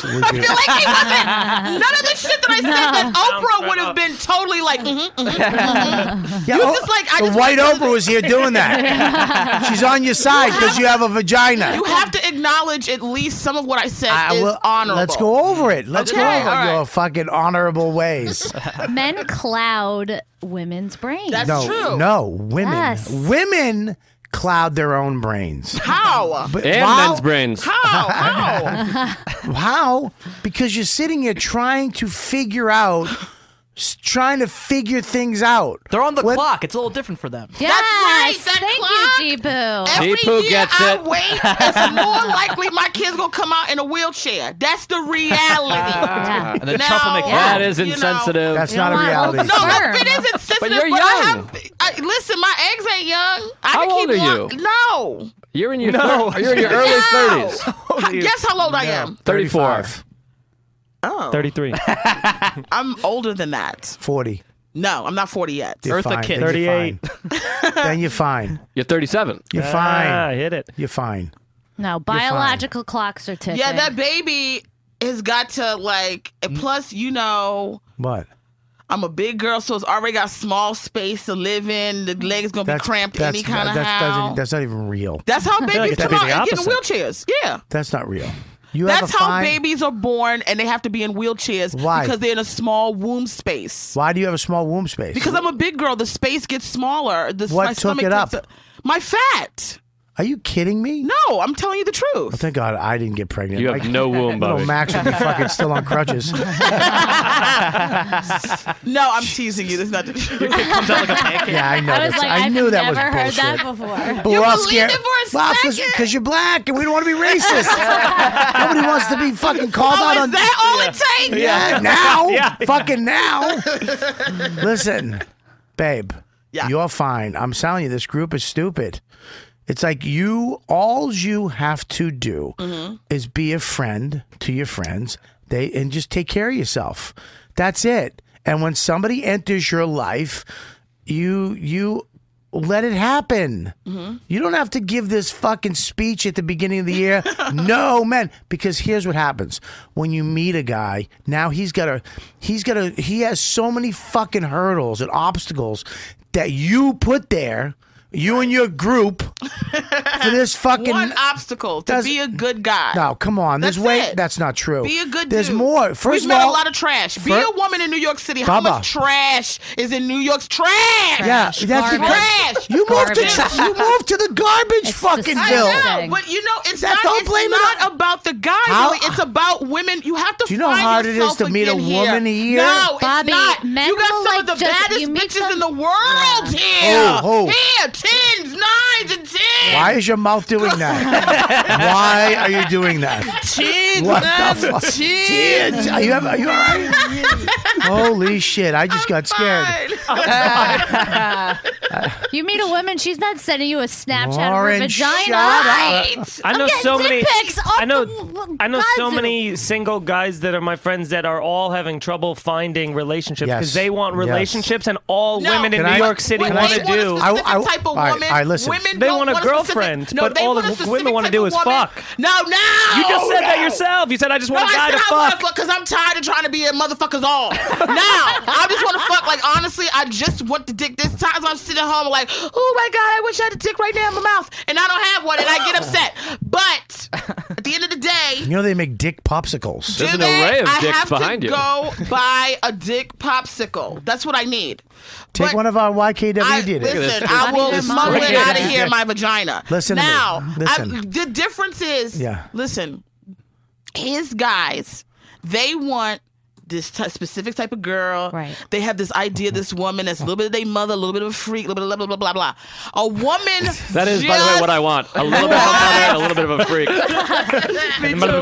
Speaker 4: Would
Speaker 11: I
Speaker 4: you-
Speaker 11: feel like he wasn't. None of the shit that I said that Oprah
Speaker 4: No.
Speaker 11: would have been totally like. mhm, mhm, mhm.
Speaker 4: Yeah,
Speaker 11: you
Speaker 4: oh,
Speaker 11: just like I
Speaker 4: the
Speaker 11: just
Speaker 4: white
Speaker 11: wanna-
Speaker 4: Oprah was here doing that. She's on your side because you have a vagina.
Speaker 11: You have to acknowledge at least some of what I said
Speaker 4: I
Speaker 11: is
Speaker 4: will-
Speaker 11: honorable.
Speaker 4: Let's go over it. Let's
Speaker 11: Okay,
Speaker 4: go
Speaker 11: all
Speaker 4: over
Speaker 11: right.
Speaker 4: your fucking honorable ways.
Speaker 10: Men cloud women's brains.
Speaker 4: no, No, women.
Speaker 10: Yes.
Speaker 4: Women cloud their own brains.
Speaker 11: How?
Speaker 4: But And wow. men's brains.
Speaker 11: How? How?
Speaker 4: How? Because you're sitting here trying to figure out, s- trying to figure things out. They're on the
Speaker 6: clock. It's a little different for them.
Speaker 10: Yes,
Speaker 11: that
Speaker 10: thank you, Deepu.
Speaker 11: Every
Speaker 6: Deepu
Speaker 11: year
Speaker 6: gets
Speaker 11: I
Speaker 6: it.
Speaker 11: wait, it's more likely my kid's gonna come out in a wheelchair. That's the reality.
Speaker 6: Uh,
Speaker 9: And then
Speaker 11: Now,
Speaker 9: Trump will make That is insensitive. That's
Speaker 11: you know,
Speaker 9: not a
Speaker 11: I-
Speaker 9: reality.
Speaker 11: No, look, it is insensitive.
Speaker 9: But you're
Speaker 11: I
Speaker 9: young.
Speaker 11: have- I- listen, my eggs ain't young. I
Speaker 9: How
Speaker 11: can
Speaker 9: old
Speaker 11: keep
Speaker 9: are
Speaker 11: walk-
Speaker 9: you?
Speaker 11: No.
Speaker 9: You're in your
Speaker 11: No.
Speaker 9: thir- you're in your early
Speaker 11: No.
Speaker 9: thirties.
Speaker 11: How- Guess how old I am.
Speaker 9: Thirty four.
Speaker 11: Oh,
Speaker 15: 33.
Speaker 11: I'm older than that.
Speaker 4: 40.
Speaker 11: No, I'm not 40 yet.
Speaker 4: You're fine. Then you're fine. then you're fine.
Speaker 9: You're 37.
Speaker 4: You're
Speaker 15: Ah,
Speaker 4: fine.
Speaker 15: hit it.
Speaker 4: You're fine.
Speaker 10: No,
Speaker 4: fine.
Speaker 10: biological clocks are ticking.
Speaker 11: Yeah, that baby has got to like.
Speaker 4: Mm.
Speaker 11: and Plus, you know,
Speaker 4: What?
Speaker 11: I'm a big girl, so it's already got small space to live in. The leg's gonna be cramped any kind of
Speaker 4: that's,
Speaker 11: how.
Speaker 4: Doesn't, that's not even real.
Speaker 11: That's how babies
Speaker 4: That's
Speaker 11: come out and get in
Speaker 4: opposite.
Speaker 11: wheelchairs. Yeah.
Speaker 4: That's not real. You have
Speaker 11: That's
Speaker 4: a
Speaker 11: how
Speaker 4: fine,
Speaker 11: babies are born and they have to be in wheelchairs
Speaker 4: Why?
Speaker 11: because they're in a small womb space.
Speaker 4: Why do you have a small womb space?
Speaker 11: Because I'm a big girl, the space gets smaller. The,
Speaker 4: What
Speaker 11: my
Speaker 4: took
Speaker 11: stomach
Speaker 4: it up?
Speaker 11: gets- my fat.
Speaker 4: Are you kidding me?
Speaker 11: No, I'm telling you the truth.
Speaker 4: Well, thank God I didn't get pregnant.
Speaker 9: You have no womb,
Speaker 4: Little
Speaker 9: Bobby.
Speaker 4: Max would be fucking still on crutches.
Speaker 11: No, I'm teasing you. That's not the truth. Your kid
Speaker 4: comes out like a pancake. Yeah, I know I was that's- like, I I've knew that was never heard that
Speaker 10: before.
Speaker 4: But we're all scared. because you're black and we don't want to be racist. Nobody wants to be fucking called
Speaker 11: Oh,
Speaker 4: out
Speaker 11: is
Speaker 4: on
Speaker 11: that all it takes?
Speaker 4: Yeah,
Speaker 11: Yeah.
Speaker 4: now,
Speaker 11: Yeah, yeah.
Speaker 4: fucking now. Listen, babe.
Speaker 11: Yeah.
Speaker 4: You're fine. I'm telling you, this group is stupid. It's like you, all you have to do
Speaker 11: Mhm.
Speaker 4: is be a friend to your friends. They and just take care of yourself. That's it. And when somebody enters your life, you you let it happen. You don't have to give this fucking speech at the beginning of the year. no, man, because here's what happens. When you meet a guy, now he's got a he's got a he has so many fucking hurdles and obstacles that you put there, you and your group for this fucking
Speaker 11: One obstacle to
Speaker 4: Does-
Speaker 11: be a good guy.
Speaker 4: No, come on. There's
Speaker 11: That's
Speaker 4: way
Speaker 11: it.
Speaker 4: that's not true.
Speaker 11: Be a good
Speaker 4: There's
Speaker 11: dude.
Speaker 4: more. 1st
Speaker 11: We've
Speaker 4: of
Speaker 11: met
Speaker 4: all,
Speaker 11: a lot of trash. Be
Speaker 4: fir-
Speaker 11: a woman in New York City. How
Speaker 4: Baba.
Speaker 11: much trash is in New York's trash?
Speaker 4: Yeah, that's
Speaker 11: Garbage.
Speaker 4: because-
Speaker 11: trash.
Speaker 4: You moved to
Speaker 11: Garbage.
Speaker 4: you moved to the garbage fucking bill.
Speaker 11: I know, but you know, it's
Speaker 4: That-
Speaker 11: not,
Speaker 4: don't
Speaker 11: it's
Speaker 4: blame it
Speaker 11: not
Speaker 4: on-
Speaker 11: about the guy.
Speaker 4: How-
Speaker 11: Really. It's about women. You have to
Speaker 4: Do you know
Speaker 11: find
Speaker 4: how hard it is
Speaker 11: yourself
Speaker 4: to meet a
Speaker 11: again
Speaker 4: woman here?
Speaker 11: No,
Speaker 10: Bobby,
Speaker 11: it's not.
Speaker 10: men
Speaker 11: You
Speaker 10: will,
Speaker 11: got some of
Speaker 10: like,
Speaker 11: the
Speaker 10: just-
Speaker 11: baddest
Speaker 10: you meet
Speaker 11: bitches
Speaker 10: them-
Speaker 11: in the world
Speaker 4: Oh,
Speaker 11: here.
Speaker 4: oh.
Speaker 11: Here, tens, nines, and tens.
Speaker 4: Why is your mouth doing that? Why are you doing that?
Speaker 11: Tins,
Speaker 4: What
Speaker 11: nines,
Speaker 4: the
Speaker 11: and
Speaker 4: fuck?
Speaker 11: tens.
Speaker 4: Tins. Are you, are you all right? Holy shit! I just got scared.
Speaker 10: you meet a woman, she's not sending you a Snapchat of
Speaker 4: Lauren,
Speaker 10: her vagina.
Speaker 4: shut up.
Speaker 10: Right.
Speaker 15: I know
Speaker 10: I'm getting
Speaker 15: so
Speaker 10: dick
Speaker 15: many.
Speaker 10: Pics off
Speaker 15: I know.
Speaker 10: the-
Speaker 15: I know so
Speaker 10: wazoo.
Speaker 15: many single guys that are my friends that are all having trouble finding relationships because
Speaker 4: Yes.
Speaker 15: they want
Speaker 4: Yes.
Speaker 15: relationships, and all
Speaker 11: No.
Speaker 15: women in
Speaker 4: Can
Speaker 15: New
Speaker 4: I-
Speaker 15: York City
Speaker 11: What
Speaker 15: want
Speaker 11: they
Speaker 15: to do.
Speaker 11: want a specific type
Speaker 4: all
Speaker 11: of
Speaker 4: right,
Speaker 11: women.
Speaker 4: all right, listen.
Speaker 11: Women
Speaker 15: They
Speaker 11: don't
Speaker 15: want a girlfriend,
Speaker 11: specific, no,
Speaker 15: but
Speaker 11: they
Speaker 15: all
Speaker 11: want
Speaker 15: the
Speaker 11: a
Speaker 15: women
Speaker 11: specific
Speaker 15: wanna
Speaker 11: type
Speaker 15: do
Speaker 11: of
Speaker 15: is
Speaker 11: woman.
Speaker 15: fuck.
Speaker 11: No, no.
Speaker 15: You just said that
Speaker 11: no.
Speaker 15: yourself. You said I just
Speaker 11: No,
Speaker 15: want a guy
Speaker 11: I said
Speaker 15: to
Speaker 11: I
Speaker 15: fuck.
Speaker 11: because I'm tired of trying to be a motherfucker's all. now I just want to fuck. Like honestly, I just want the dick. This time I'm sitting home like, oh my god, I wish I had a dick right now in my mouth, and I don't have one, and I get upset. But at the end of the day,
Speaker 4: You know they make dick popsicles.
Speaker 11: do they? I have to go buy a dick popsicle. That's what I need.
Speaker 4: Take one of our YKWd.
Speaker 11: I,
Speaker 4: idiots.
Speaker 11: listen, I will smuggle it out of here in my vagina.
Speaker 4: Listen to me.
Speaker 11: now, I,
Speaker 4: Listen.
Speaker 11: the difference is,
Speaker 4: Yeah.
Speaker 11: listen, his guys, they want this t- specific type of girl. Right. They have this idea, this woman that's a little bit of their mother, a little bit of a freak, a little bit of blah, blah, blah, blah, blah. A woman.
Speaker 9: That is, by the way, what I want. A little bit of a mother, and a little bit of a freak.
Speaker 4: Yo,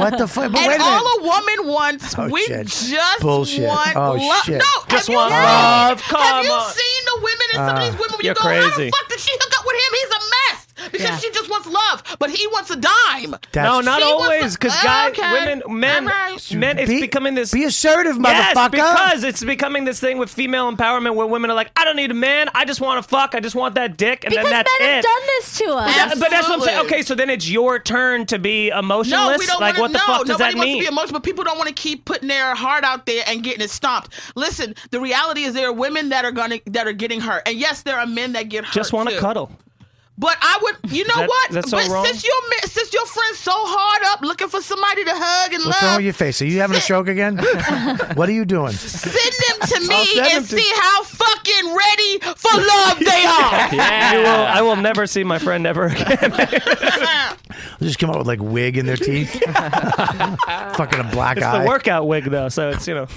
Speaker 4: what the fuck? But
Speaker 11: and
Speaker 4: wait a minute.
Speaker 11: all a woman wants,
Speaker 4: Oh,
Speaker 11: we
Speaker 4: shit.
Speaker 11: just
Speaker 4: Bullshit.
Speaker 11: want
Speaker 4: Oh,
Speaker 11: love.
Speaker 4: shit.
Speaker 11: No,
Speaker 4: Just
Speaker 11: have you
Speaker 4: want
Speaker 11: seen-
Speaker 4: love.
Speaker 11: Have
Speaker 4: Come
Speaker 11: you
Speaker 4: on.
Speaker 11: seen the women and some
Speaker 4: Ah,
Speaker 11: of these women? Where
Speaker 4: you're
Speaker 11: you go, how
Speaker 4: crazy.
Speaker 11: the fuck did she hook up with him? He's a mess. because she just wants love, but he wants a dime.
Speaker 15: no, not
Speaker 11: She wants
Speaker 15: always.
Speaker 11: the-
Speaker 15: Because guys,
Speaker 11: Okay.
Speaker 15: women, men,
Speaker 11: All right.
Speaker 15: men, it's becoming this. Be
Speaker 4: assertive,
Speaker 15: Yes,
Speaker 4: motherfucker.
Speaker 15: because it's becoming this thing with female empowerment where women are like, I don't need a man. I just want to fuck. I just want that dick, and
Speaker 10: because
Speaker 15: then
Speaker 10: men
Speaker 15: that's
Speaker 10: have
Speaker 15: it.
Speaker 10: done this to us.
Speaker 15: Yeah, Uh, but that's what I'm saying. Okay, so then it's your turn to be emotionless.
Speaker 11: No, we don't
Speaker 15: like,
Speaker 11: want to.
Speaker 15: what the
Speaker 11: no,
Speaker 15: fuck does
Speaker 11: nobody
Speaker 15: that
Speaker 11: wants
Speaker 15: mean?
Speaker 11: to be emotional, but people don't want to keep putting their heart out there and getting it stomped. Listen, the reality is there are women that are gonna that are getting hurt, and yes, there are men that get hurt.
Speaker 15: just want
Speaker 11: too.
Speaker 15: to cuddle.
Speaker 11: But I would, you know
Speaker 15: That-
Speaker 11: what?
Speaker 15: that's so
Speaker 11: but
Speaker 15: wrong?
Speaker 11: since your ma- since your friend's so hard up looking for somebody to hug and
Speaker 4: What's wrong
Speaker 11: love,
Speaker 4: with your face? Are you having a stroke again? what are you doing?
Speaker 11: send them to
Speaker 4: I'll
Speaker 11: me
Speaker 4: send
Speaker 11: and
Speaker 4: them to-
Speaker 11: see how fucking ready for love they are.
Speaker 15: You will, I will never see my friend ever again.
Speaker 4: They just come out with like wig in their teeth. Fucking a black
Speaker 15: it's
Speaker 4: eye.
Speaker 15: the workout wig though, so it's you know.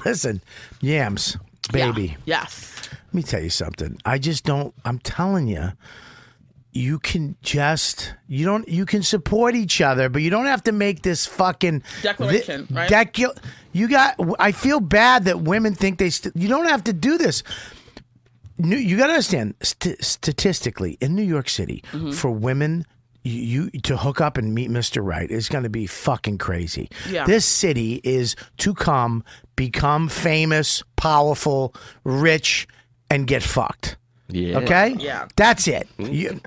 Speaker 4: Listen, yams, baby.
Speaker 11: Yes.
Speaker 4: Let me tell you something. I just don't. I'm telling you, you can just you don't you can support each other, but you don't have to make this fucking
Speaker 11: Declaration,
Speaker 4: thi-
Speaker 11: right?
Speaker 4: decu- you got. I feel bad that women think they. St- you don't have to do this. New, you got to understand st- statistically in New York City
Speaker 11: Mm-hmm.
Speaker 16: Mhm.
Speaker 4: for women. You, you to hook up and meet Mr. Right is going to be fucking crazy.
Speaker 16: Yeah.
Speaker 4: This city is to come, become famous, powerful, rich, and get fucked.
Speaker 9: Yeah.
Speaker 4: Okay.
Speaker 11: Yeah. Mm-hmm.
Speaker 4: That's it. You,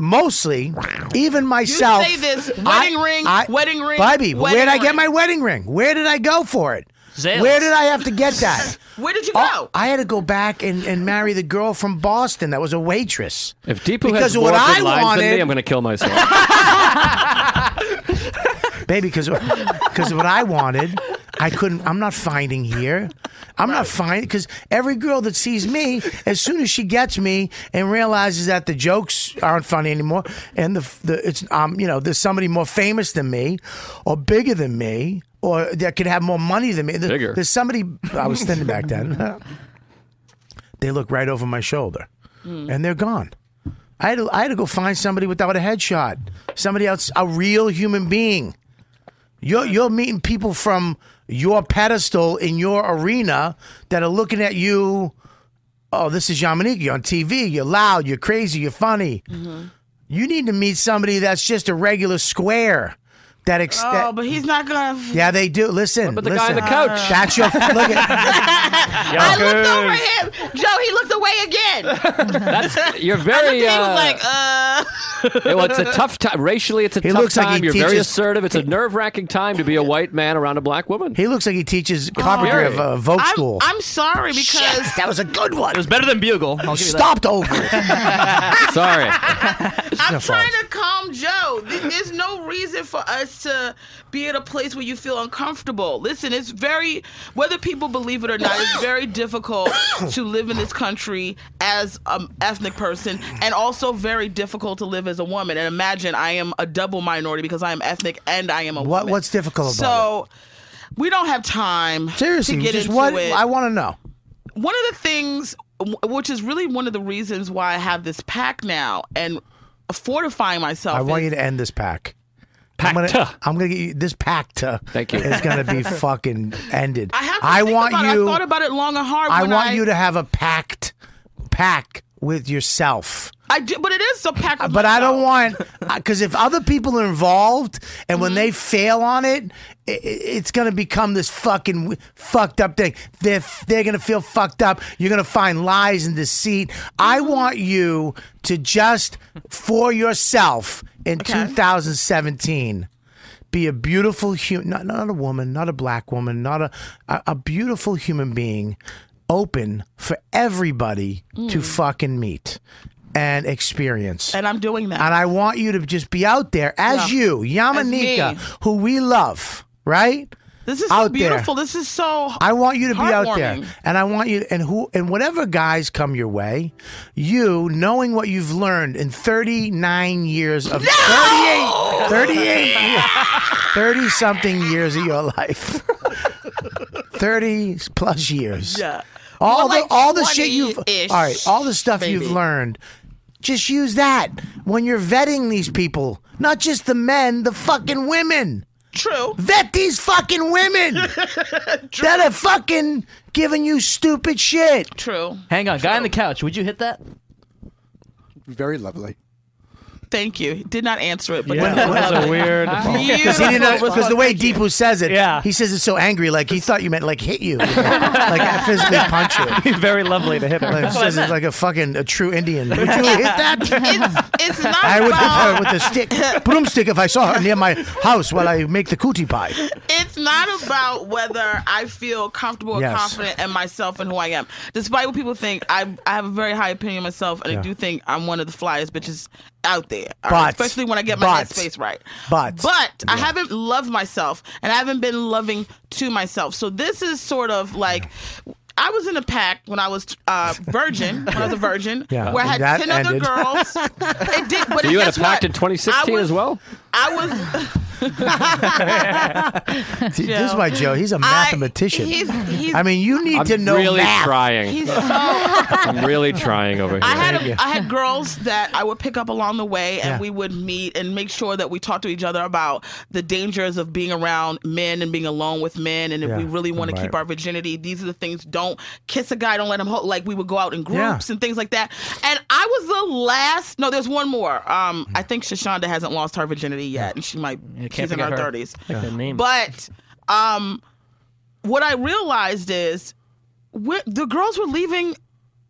Speaker 4: mostly, even myself.
Speaker 11: say this,
Speaker 4: I-
Speaker 11: wedding ring, wedding ring,
Speaker 4: Bobby, where
Speaker 11: wedding
Speaker 4: did I get
Speaker 11: ring.
Speaker 4: my wedding ring? Where did I go for it? Where did I have to get that?
Speaker 11: Where did you go?
Speaker 4: Oh, I had to go back and, and marry the girl from Boston that was a waitress.
Speaker 9: If Deepu
Speaker 4: Because
Speaker 9: has
Speaker 4: of
Speaker 9: more
Speaker 4: what
Speaker 9: good
Speaker 4: I
Speaker 9: lines than me,
Speaker 4: wanted-
Speaker 9: I'm going to kill myself.
Speaker 4: Baby, because because what I wanted, I couldn't. I'm not finding here. I'm not finding because every girl that sees me, as soon as she gets me and realizes that the jokes aren't funny anymore, and the the it's um you know there's somebody more famous than me, or bigger than me, or that could have more money than me. There-
Speaker 9: Bigger.
Speaker 4: There's somebody I was thinking back then. they look right over my shoulder,
Speaker 16: Mm.
Speaker 4: and they're gone. I had, to, I had to go find somebody without a headshot, somebody else, a real human being. You're you're meeting people from your pedestal in your arena that are looking at you. Oh, this is Yamanika. You're on TV. You're loud. You're crazy. You're funny. You need to meet somebody that's just a regular square. That ex-
Speaker 11: Oh,
Speaker 4: that-
Speaker 11: but he's not gonna.
Speaker 4: yeah, they do. Listen,
Speaker 11: the guy
Speaker 4: listen.
Speaker 11: on the couch?
Speaker 4: That's your look at.
Speaker 11: I looked over at him, Joe. He looked away again.
Speaker 9: That's, you're
Speaker 11: And
Speaker 9: very.
Speaker 11: the thing was
Speaker 9: uh,
Speaker 11: like, uh.
Speaker 9: it- well, it's a tough time. Racially, it's a tough
Speaker 4: looks like
Speaker 9: time.
Speaker 4: he
Speaker 9: You're very
Speaker 4: teaches-
Speaker 9: assertive. It's a nerve wracking time to be a white man around a black woman.
Speaker 4: He looks like he teaches carpentry of uh, Vogue
Speaker 11: Oh, I'm,
Speaker 4: school.
Speaker 11: I'm sorry because
Speaker 4: that was a good one. It
Speaker 6: was better than Bugle. I'll give you that.
Speaker 4: Stopped over.
Speaker 9: Sorry.
Speaker 11: I'm trying to calm Joe. Th- There's no reason for us to be at a place where you feel uncomfortable. Listen, it's very, whether people believe it or not, it's very difficult to live in this country as an ethnic person and also very difficult to live as a woman. And imagine I am a double minority because I am ethnic and I am a
Speaker 4: What
Speaker 11: woman.
Speaker 4: what's difficult about it?
Speaker 11: so, we don't have time
Speaker 4: Seriously,
Speaker 11: to get
Speaker 4: just
Speaker 11: into
Speaker 4: what
Speaker 11: it
Speaker 4: I want to know.
Speaker 11: one of the things w- which is really one of the reasons why I have this pack now and fortifying myself.
Speaker 4: I want
Speaker 11: is-
Speaker 4: you to end this pack. I'm gonna, I'm gonna get you this packed. Thank
Speaker 9: you.
Speaker 4: It's gonna be fucking ended.
Speaker 11: I have to
Speaker 4: I
Speaker 11: think
Speaker 4: want
Speaker 11: about it.
Speaker 4: you.
Speaker 11: I thought about it long and hard.
Speaker 4: I
Speaker 11: when
Speaker 4: want you to have a packed pack with yourself.
Speaker 11: I do, but it is a pack. With
Speaker 4: But I don't want because if other people are involved and when they fail on it, i- i it's gonna become this fucking w- fucked up thing. They're they're gonna feel fucked up. You're gonna find lies and deceit. I want you to just for yourself in 2017 be a beautiful human, not, not a woman, not a black woman, not a, a, a beautiful human being, open for everybody to
Speaker 11: Mm.
Speaker 4: fucking meet and experience.
Speaker 11: And I'm doing that.
Speaker 4: And I want you to just be out there as
Speaker 11: Yeah.
Speaker 4: you,
Speaker 11: As
Speaker 4: Yamanika,
Speaker 11: me.
Speaker 4: who we love, right?
Speaker 11: This is so
Speaker 4: Out there.
Speaker 11: beautiful. This is so.
Speaker 4: I want you to be out there,
Speaker 11: heartwarming.
Speaker 4: and I want you and who and whatever guys come your way, you knowing what you've learned in 39 years of 38, 38, 30 something years of your life, 30 plus years.
Speaker 11: Yeah.
Speaker 4: All
Speaker 11: More
Speaker 4: the
Speaker 11: like
Speaker 4: all the shit you've all
Speaker 11: 20-ish,
Speaker 4: right, all the stuff you've
Speaker 11: baby.
Speaker 4: learned. Just use that when you're vetting these people, not just the men, the fucking women.
Speaker 11: True.
Speaker 4: Vet these fucking women that are fucking giving you stupid shit.
Speaker 11: True.
Speaker 6: Hang on, guy on the couch. Would you hit that?
Speaker 12: Very lovely.
Speaker 11: Thank you. Did not answer it, but
Speaker 4: Yeah,
Speaker 11: that
Speaker 4: that was a
Speaker 15: weird-
Speaker 4: Because the way Deepu says it, yeah. he says it so angry, like he thought you meant like hit you, like I physically punch you.
Speaker 15: Very lovely to hit her.
Speaker 4: Like, he says it's like a fucking a true Indian. Would you hit that?
Speaker 11: It's, it's not
Speaker 4: I would hit
Speaker 11: about,
Speaker 4: her with a stick, broomstick, if I saw her near my house while I make the cootie pie.
Speaker 11: It's not about whether I feel comfortable or
Speaker 4: Yes.
Speaker 11: confident in myself and who I am. Despite what people think, I I have a very high opinion of myself, and
Speaker 4: Yeah.
Speaker 11: I do think I'm one of the flyest bitches out there. all
Speaker 4: But-
Speaker 11: right? especially when I get my
Speaker 4: but-
Speaker 11: headspace right.
Speaker 4: but-
Speaker 11: but I haven't loved myself, and I haven't been loving to myself. So this is sort of like. I was in a pack when I was uh, virgin, when I was a virgin,
Speaker 9: Yeah.
Speaker 11: where I had
Speaker 9: That
Speaker 11: ten other
Speaker 9: ended.
Speaker 11: girls. It did, but
Speaker 9: So you had
Speaker 11: guess
Speaker 9: a pact
Speaker 11: what?
Speaker 9: in 2016
Speaker 11: I was,
Speaker 9: as well?
Speaker 11: I was
Speaker 4: See, This is why Joe. He's a mathematician.
Speaker 11: he's- he's-
Speaker 4: I mean, you need
Speaker 9: I'm
Speaker 4: to know
Speaker 9: really
Speaker 4: math.
Speaker 9: trying.
Speaker 11: He's so-
Speaker 9: I'm really trying over here.
Speaker 11: I had a, I had girls that I would pick up along the way, and
Speaker 9: Yeah.
Speaker 11: we would meet and make sure that we talked to each other about the dangers of being around men and being alone with men, and if we
Speaker 16: Yeah.
Speaker 11: really want to
Speaker 16: Right.
Speaker 11: keep our virginity, these are the things. Don't kiss a guy. Don't let him hold. Like we would go out in
Speaker 16: Yeah.
Speaker 11: groups and things like that. And I was the last. No, there's one more. Um, I think Shashonda hasn't lost her virginity yet, and she might.
Speaker 15: You can't
Speaker 11: She's in
Speaker 15: forget
Speaker 11: her
Speaker 15: her.
Speaker 11: thirties.
Speaker 15: Like that name.
Speaker 11: But um, what I realized is we the girls were leaving,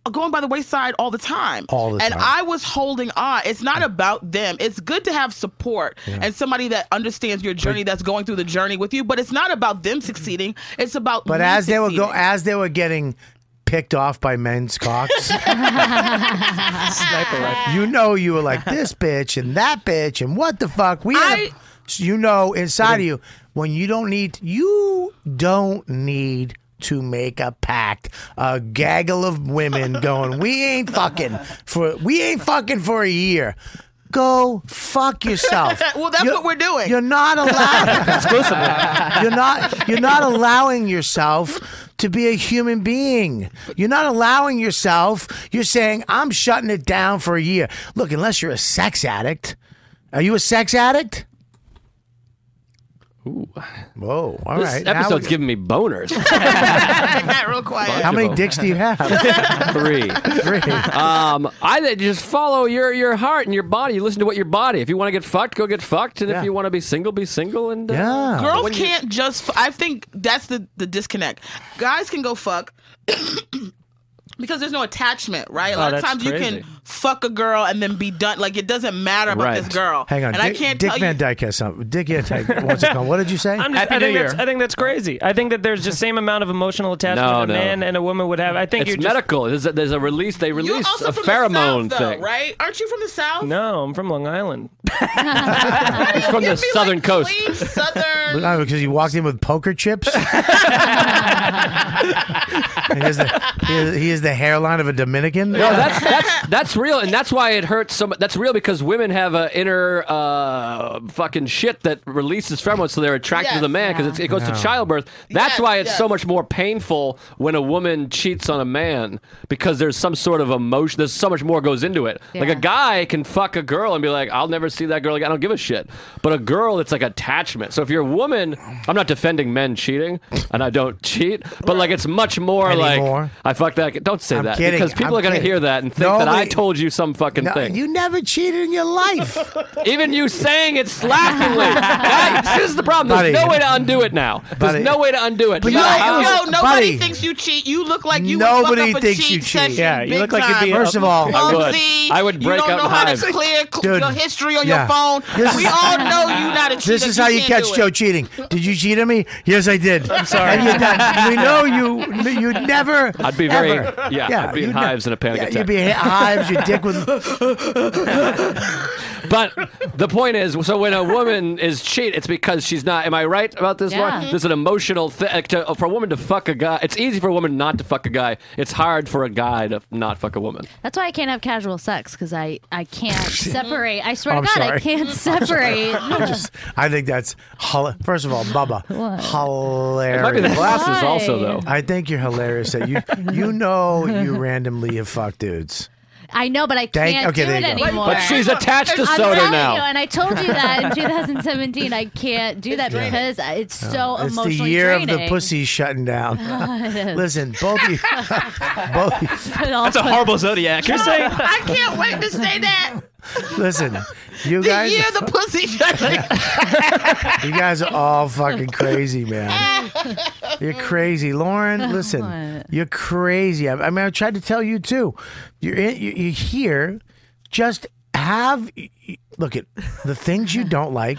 Speaker 11: uh, going by the wayside all the time.
Speaker 16: All the
Speaker 11: and
Speaker 16: time.
Speaker 11: I was holding on. It's not about them. It's good to have support
Speaker 16: Yeah.
Speaker 11: and somebody that understands your journey, that's going through the journey with you. But it's not about them succeeding. It's about
Speaker 4: But
Speaker 11: me
Speaker 4: as they were go,
Speaker 11: succeeding.
Speaker 4: as they were getting picked off by men's cocks, you know, you were like this bitch and that bitch and what the fuck. We, had a- so you know, inside of you, when you don't need, you don't need. To make a pact, a gaggle of women going, we ain't fucking for, we ain't fucking for a year. Go fuck yourself.
Speaker 11: Well, that's what we're doing.
Speaker 4: You're not allowed. You're not you're not allowing yourself to be a human being. You're not allowing yourself. You're saying I'm shutting it down for a year. Look, unless you're a sex addict. Are you a sex addict?
Speaker 9: Ooh.
Speaker 4: Whoa. All right.
Speaker 9: this
Speaker 4: now
Speaker 9: episode's
Speaker 4: we-
Speaker 9: giving me boners.
Speaker 11: Got real quiet.
Speaker 4: How many dicks do you have?
Speaker 9: Three. Three. Um, I think just follow your your heart and your body. You listen to what your body. If you want to get fucked, go get fucked. And if you want to be single, be single. And uh,
Speaker 4: yeah,
Speaker 11: Girls can't just. f- I think that's the the disconnect. Guys can go fuck. Because there's no attachment, right? A
Speaker 4: Oh,
Speaker 11: lot of
Speaker 4: that's
Speaker 11: times you
Speaker 4: crazy.
Speaker 11: can fuck a girl and then be done. Like it doesn't matter about
Speaker 4: Right.
Speaker 11: this girl.
Speaker 4: Hang on.
Speaker 11: and
Speaker 4: Dick,
Speaker 11: I can't
Speaker 4: Dick
Speaker 11: tell
Speaker 4: Van
Speaker 11: you.
Speaker 4: Dyke has something. Dick Van Dyke wants to come. What did you say?
Speaker 15: I'm just, I, think that's, I think that's crazy. I think that there's the same amount of emotional attachment
Speaker 9: No,
Speaker 15: a
Speaker 9: no.
Speaker 15: man and a woman would have. I think
Speaker 9: it's
Speaker 15: you're just
Speaker 9: medical. There's, a, there's a release. They release
Speaker 11: also
Speaker 9: a
Speaker 11: from
Speaker 9: pheromone
Speaker 11: the south,
Speaker 9: thing.
Speaker 11: Though, right? Aren't you from the south?
Speaker 15: No, I'm from Long Island.
Speaker 9: It's from the southern coast.
Speaker 11: Southern.
Speaker 4: No, because you walked in with poker chips. he, has the, he, has, he has the hairline of a Dominican.
Speaker 9: No, Oh, that's that's that's real, and that's why it hurts so much. That's real because women have an inner uh, fucking shit that releases pheromones, so they're attracted to the man because it goes
Speaker 4: No.
Speaker 9: to childbirth. That's why it's so much more painful when a woman cheats on a man because there's some sort of emotion. There's so much more goes into it. Like
Speaker 12: Yeah.
Speaker 9: a guy can fuck a girl and be like, "I'll never see that girl again. I don't give a shit." But a girl, it's like attachment. So if you're a woman, I'm not defending men cheating, and I don't cheat, but like it's much more like
Speaker 4: Anymore.
Speaker 9: I fucked that. g- Don't say
Speaker 4: I'm
Speaker 9: that
Speaker 4: kidding.
Speaker 9: because people
Speaker 4: I'm
Speaker 9: are going to
Speaker 4: kidding.
Speaker 9: hear that and think that I
Speaker 4: Nobody-
Speaker 9: told you some fucking
Speaker 4: No,
Speaker 9: thing.
Speaker 4: you never cheated in your life.
Speaker 9: Even you saying it slackingly. That- this is the problem. There's
Speaker 4: Buddy.
Speaker 9: no way to undo it now. There's
Speaker 4: Buddy.
Speaker 9: no way to undo it.
Speaker 4: But
Speaker 9: No
Speaker 4: no,
Speaker 9: matter
Speaker 4: it
Speaker 9: how-
Speaker 4: was-
Speaker 11: No, nobody
Speaker 4: Buddy.
Speaker 11: thinks you cheat. You look like you.
Speaker 4: Nobody
Speaker 11: would fuck up a
Speaker 4: thinks
Speaker 11: cheat
Speaker 4: you cheat.
Speaker 11: session
Speaker 4: Yeah, you
Speaker 11: big
Speaker 4: look like you'd be
Speaker 11: time.
Speaker 4: a- First of all- I would.
Speaker 11: OZ,
Speaker 9: I would break
Speaker 11: you don't
Speaker 9: up
Speaker 11: know how
Speaker 9: hives.
Speaker 11: to clear cl-
Speaker 4: Dude,
Speaker 11: your history on
Speaker 4: yeah.
Speaker 11: your phone.
Speaker 4: This
Speaker 11: we
Speaker 4: is-
Speaker 11: all know you're not a cheater.
Speaker 4: This is how you
Speaker 11: can't
Speaker 4: catch
Speaker 11: do it.
Speaker 4: Joe cheating. Did you cheat on me? Yes, I did. I'm
Speaker 15: sorry.
Speaker 4: And you're done. We know you. You never.
Speaker 9: I'd be very
Speaker 4: ever.
Speaker 9: yeah, I'd be in
Speaker 4: you'd ne-
Speaker 9: hives in a panic
Speaker 4: yeah,
Speaker 9: attack.
Speaker 4: You'd be in hives. Your dick would.
Speaker 9: But the point is, so when a woman is cheat, it's because she's not. Am I right about this? Laura?
Speaker 4: Yeah.
Speaker 9: There's an emotional thing for a woman to fuck a guy. It's easy for a woman not to fuck a guy. It's hard for a guy to not fuck a woman.
Speaker 10: That's why I can't have casual sex because I, I can't separate. I swear
Speaker 4: I'm
Speaker 10: to God, I
Speaker 4: sorry.
Speaker 10: can't
Speaker 4: I'm sorry.
Speaker 10: separate.
Speaker 4: I just. I think that's. hila- First of all, Bubba, hilarious.
Speaker 9: It might be the glasses also, though.
Speaker 4: I think you're hilarious. That you. You know you randomly have fucked dudes.
Speaker 10: I know, but I
Speaker 4: Thank-
Speaker 10: can't do
Speaker 4: okay, there
Speaker 10: it
Speaker 4: you go.
Speaker 10: anymore.
Speaker 4: But she's attached to
Speaker 10: I'm
Speaker 4: soda
Speaker 10: telling
Speaker 4: now.
Speaker 10: You, and I told you that in 2017, I can't do that
Speaker 4: Yeah.
Speaker 10: because it's so
Speaker 4: it's the
Speaker 10: emotionally
Speaker 4: year
Speaker 10: draining.
Speaker 4: of the pussy shutting down.
Speaker 10: God.
Speaker 4: Listen, both you, both.
Speaker 10: That's
Speaker 6: a horrible zodiac.
Speaker 4: You're saying-
Speaker 11: I can't wait to say that.
Speaker 4: Listen, you guys,
Speaker 11: yeah, the pussy.
Speaker 4: you guys are all fucking crazy, man. You're crazy, Lauren. Listen, you're crazy. I, I mean, I tried to tell you too. You're in, you- you're here. Just have y- y- look at the things you don't like.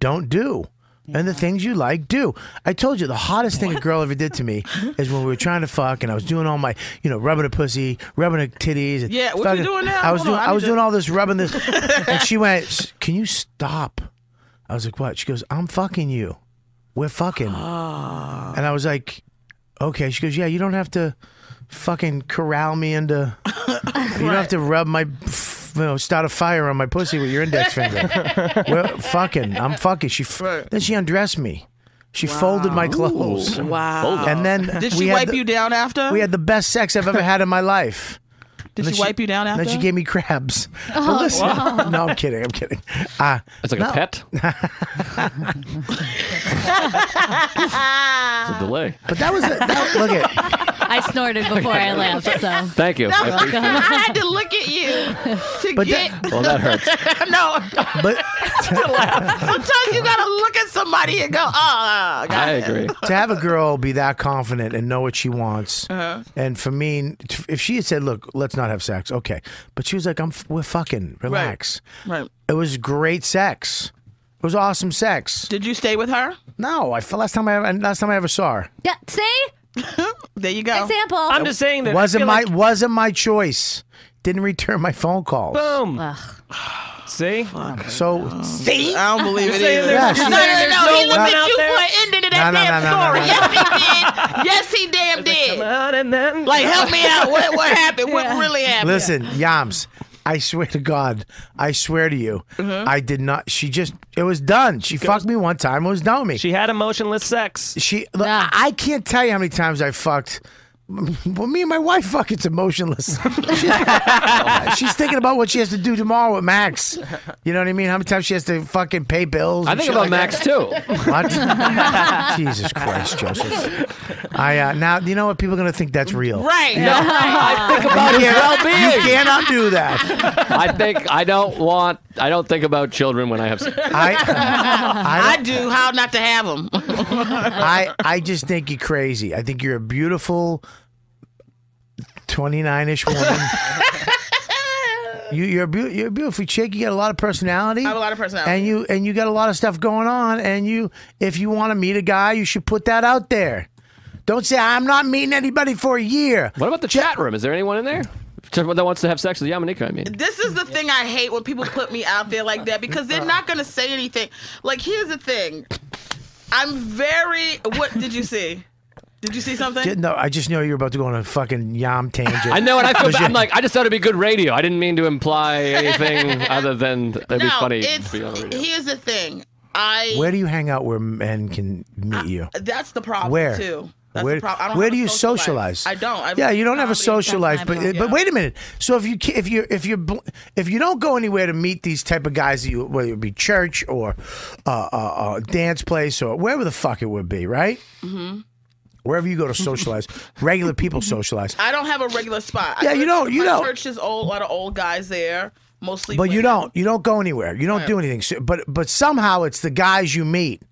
Speaker 4: Don't do. And the things you like, do. I told you the hottest thing a girl ever did to me is when we were trying to fuck, and I was doing all my, you know, rubbing her pussy, rubbing her titties. and
Speaker 11: Yeah, what you
Speaker 4: fucking-
Speaker 11: doing now?
Speaker 4: I was
Speaker 11: Hold
Speaker 4: doing,
Speaker 11: on, I
Speaker 4: I was
Speaker 11: need to-
Speaker 4: doing all this rubbing this, and she went, "S- "Can you stop?" I was like, "What?" She goes, "I'm fucking you. We're fucking." And I was like, "Okay." She goes, "Yeah, you don't have to fucking corral me into. You don't have to rub my, f- you know, start a fire on my pussy with your index finger. We're fucking. I'm fucking." She f- then she undressed me. She folded my clothes.
Speaker 11: wow.
Speaker 4: And then
Speaker 11: Did
Speaker 4: we
Speaker 11: she
Speaker 4: had
Speaker 11: wipe
Speaker 4: the-
Speaker 11: you down after?
Speaker 4: We had the best sex I've ever had in my life.
Speaker 11: Did
Speaker 4: And then
Speaker 11: she wipe you down
Speaker 4: Then she
Speaker 11: after?
Speaker 4: gave me crabs. But
Speaker 11: Oh,
Speaker 4: listen-
Speaker 11: wow.
Speaker 4: No, I'm kidding. I'm kidding. Uh,
Speaker 9: It's like a
Speaker 4: no.
Speaker 9: pet?
Speaker 10: I
Speaker 9: It's a delay.
Speaker 4: But that was it. That, look at
Speaker 10: snorted before I left, so.
Speaker 9: Thank you. I appreciate
Speaker 11: I
Speaker 9: it.
Speaker 11: had to look at you to
Speaker 4: But
Speaker 11: get.
Speaker 4: that-
Speaker 9: Well, that hurts.
Speaker 11: no,
Speaker 4: But
Speaker 11: sometimes you gotta look at somebody and go, oh, God.
Speaker 4: to have a girl be that confident and know what she wants,
Speaker 11: Uh-huh.
Speaker 4: and for me, if she had said, "Look, let's not have sex," okay, but she was like, "I'm, f- we're fucking, relax."
Speaker 11: Right.
Speaker 4: It was great sex. It was awesome sex.
Speaker 11: Did you stay with her?
Speaker 4: No, I last time I ever, last time I ever saw her.
Speaker 10: Yeah, see?
Speaker 11: there you go.
Speaker 10: Example.
Speaker 15: I'm just saying that I
Speaker 4: wasn't
Speaker 15: feel
Speaker 4: my
Speaker 15: like-
Speaker 4: wasn't my choice. Didn't return my phone calls.
Speaker 15: Boom. See?
Speaker 4: So
Speaker 15: oh.
Speaker 11: See? I don't believe
Speaker 15: You're
Speaker 11: it
Speaker 15: saying
Speaker 11: either.
Speaker 4: there's-
Speaker 11: no,
Speaker 4: you're
Speaker 11: no,
Speaker 4: saying
Speaker 11: no,
Speaker 4: there's
Speaker 11: no.
Speaker 4: no
Speaker 11: He looked
Speaker 4: women
Speaker 11: at
Speaker 15: out
Speaker 11: you
Speaker 15: there?
Speaker 11: for an ending to that
Speaker 4: No, no,
Speaker 11: damn
Speaker 4: no, no, no, no.
Speaker 11: story. Yes, he did. Yes, he damn did. Like, help me out. What, what happened? What really happened?
Speaker 4: Listen, Yams, I swear to God, I swear to you,
Speaker 15: Mm-hmm.
Speaker 4: I did not. She just, it was done. She fucked me one time. It was done with me.
Speaker 15: She had emotionless sex.
Speaker 4: She, look, I I can't tell you how many times I fucked. Well, me and my wife fuck. It's emotionless. She's- She's thinking about what she has to do tomorrow with Max. You know what I mean? How many times she has to fucking pay bills?
Speaker 9: I
Speaker 4: and
Speaker 9: think
Speaker 4: shit
Speaker 9: about
Speaker 4: like
Speaker 9: Max,
Speaker 4: that. What?
Speaker 9: too.
Speaker 4: Jesus Christ, Joseph! I uh, now you know what people are gonna think that's real.
Speaker 11: Right.
Speaker 9: I think
Speaker 4: You
Speaker 9: about his
Speaker 4: can't-
Speaker 9: well-being.
Speaker 4: You cannot do that.
Speaker 9: I think I don't want. I don't think about children when I have. sex.
Speaker 11: I, do. How not to have them?
Speaker 4: I I just think you're crazy. I think you're a beautiful 29ish woman. you you're a, beau- you're a beautiful chick. You got a lot of personality.
Speaker 11: I have a lot of personality.
Speaker 4: And you and you got a lot of stuff going on and you if you want to meet a guy, you should put that out there. Don't say I'm not meeting anybody for a year.
Speaker 9: What about the chat room? Is there anyone in there that wants to have sex with Yamanika? I mean,
Speaker 11: This is the thing I hate when people put me out there like that because they're not going to say anything. Like, here's the thing. I'm very. What did you see? Did you see
Speaker 4: Ju-
Speaker 11: something?
Speaker 4: No, I just know you're about to go on a fucking yam tangent.
Speaker 9: I know, and I feel
Speaker 4: Because
Speaker 9: bad.
Speaker 4: you-
Speaker 9: I'm like, I just thought it'd be good radio. I didn't mean to imply anything other than that'd be
Speaker 11: no,
Speaker 9: funny.
Speaker 11: it's.
Speaker 9: to be on radio.
Speaker 11: Here's the thing. I.
Speaker 4: Where do you hang out where men can meet you?
Speaker 11: That's the problem
Speaker 4: where?
Speaker 11: Uh, too. That's
Speaker 4: where
Speaker 11: the problem. I don't
Speaker 4: where
Speaker 11: have
Speaker 4: do
Speaker 11: a
Speaker 4: you
Speaker 11: social life.
Speaker 4: socialize?
Speaker 11: I don't. I've
Speaker 4: yeah, you don't have a
Speaker 11: comedy.
Speaker 4: social life, but but wait a minute. So if you ca- if you if you bl- if you don't go anywhere to meet these type of guys, that you whether it be church or a uh, uh, uh, dance place or wherever the fuck it would be, right?
Speaker 11: Mm-hmm.
Speaker 4: Wherever you go to socialize, regular people socialize,
Speaker 11: I don't have a regular spot. I
Speaker 4: Yeah, you
Speaker 11: go to-
Speaker 4: don't- you
Speaker 11: my
Speaker 4: don't.
Speaker 11: Church is old. A lot of old guys there, mostly.
Speaker 4: but you
Speaker 11: women.
Speaker 4: don't you don't go anywhere. You don't do anything. So, but but somehow it's the guys you meet's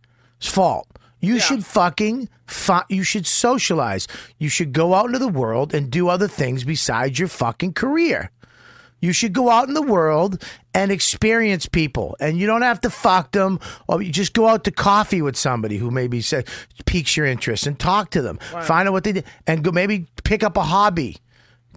Speaker 4: fault. You should fucking fi- you should socialize. You should go out into the world and do other things besides your fucking career. You should go out in the world and experience people, and you don't have to fuck them, or you just go out to coffee with somebody who maybe say, piques your interest and talk to them, find out what they do, and go maybe pick up a hobby,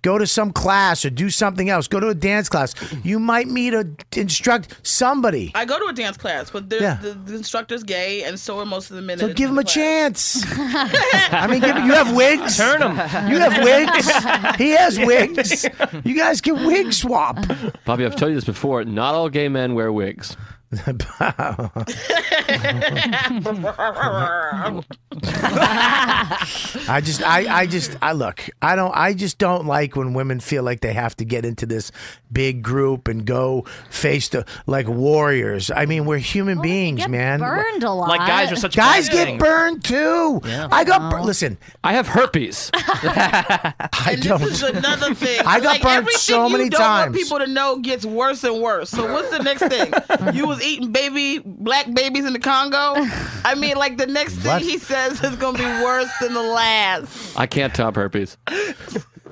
Speaker 4: go to some class or do something else, go to a dance class. You might meet a instruct somebody,
Speaker 11: I go to a dance class, but the,
Speaker 4: Yeah.
Speaker 11: the, the instructor's gay, and so are most of the men.
Speaker 4: so
Speaker 11: that
Speaker 4: give them a
Speaker 11: attend
Speaker 4: chance. I mean, give, you have wigs.
Speaker 15: Turn 'em.
Speaker 4: You have wigs. He has wigs. You guys can wig swap.
Speaker 9: Bobby, I've told you this before. Not all gay men wear wigs.
Speaker 4: I just, I, I just, I look, I don't, I just don't like when women feel like they have to get into this big group and go face the like warriors. I mean, we're human beings, man.
Speaker 10: burned a lot.
Speaker 4: Like
Speaker 10: guys are such
Speaker 4: guys
Speaker 10: bad
Speaker 4: get
Speaker 10: things.
Speaker 4: burned too. I got bur- listen.
Speaker 9: I have herpes.
Speaker 4: I
Speaker 11: and
Speaker 4: don't.
Speaker 11: this is another thing.
Speaker 4: I got
Speaker 11: like,
Speaker 4: burned
Speaker 11: everything
Speaker 4: so many
Speaker 11: you don't Want
Speaker 4: times.
Speaker 11: people to know gets worse and worse. So what's the next thing? you was eating baby black babies in the Congo. I mean, like the next
Speaker 9: What?
Speaker 11: thing he says is gonna be worse than the last.
Speaker 9: I can't top herpes.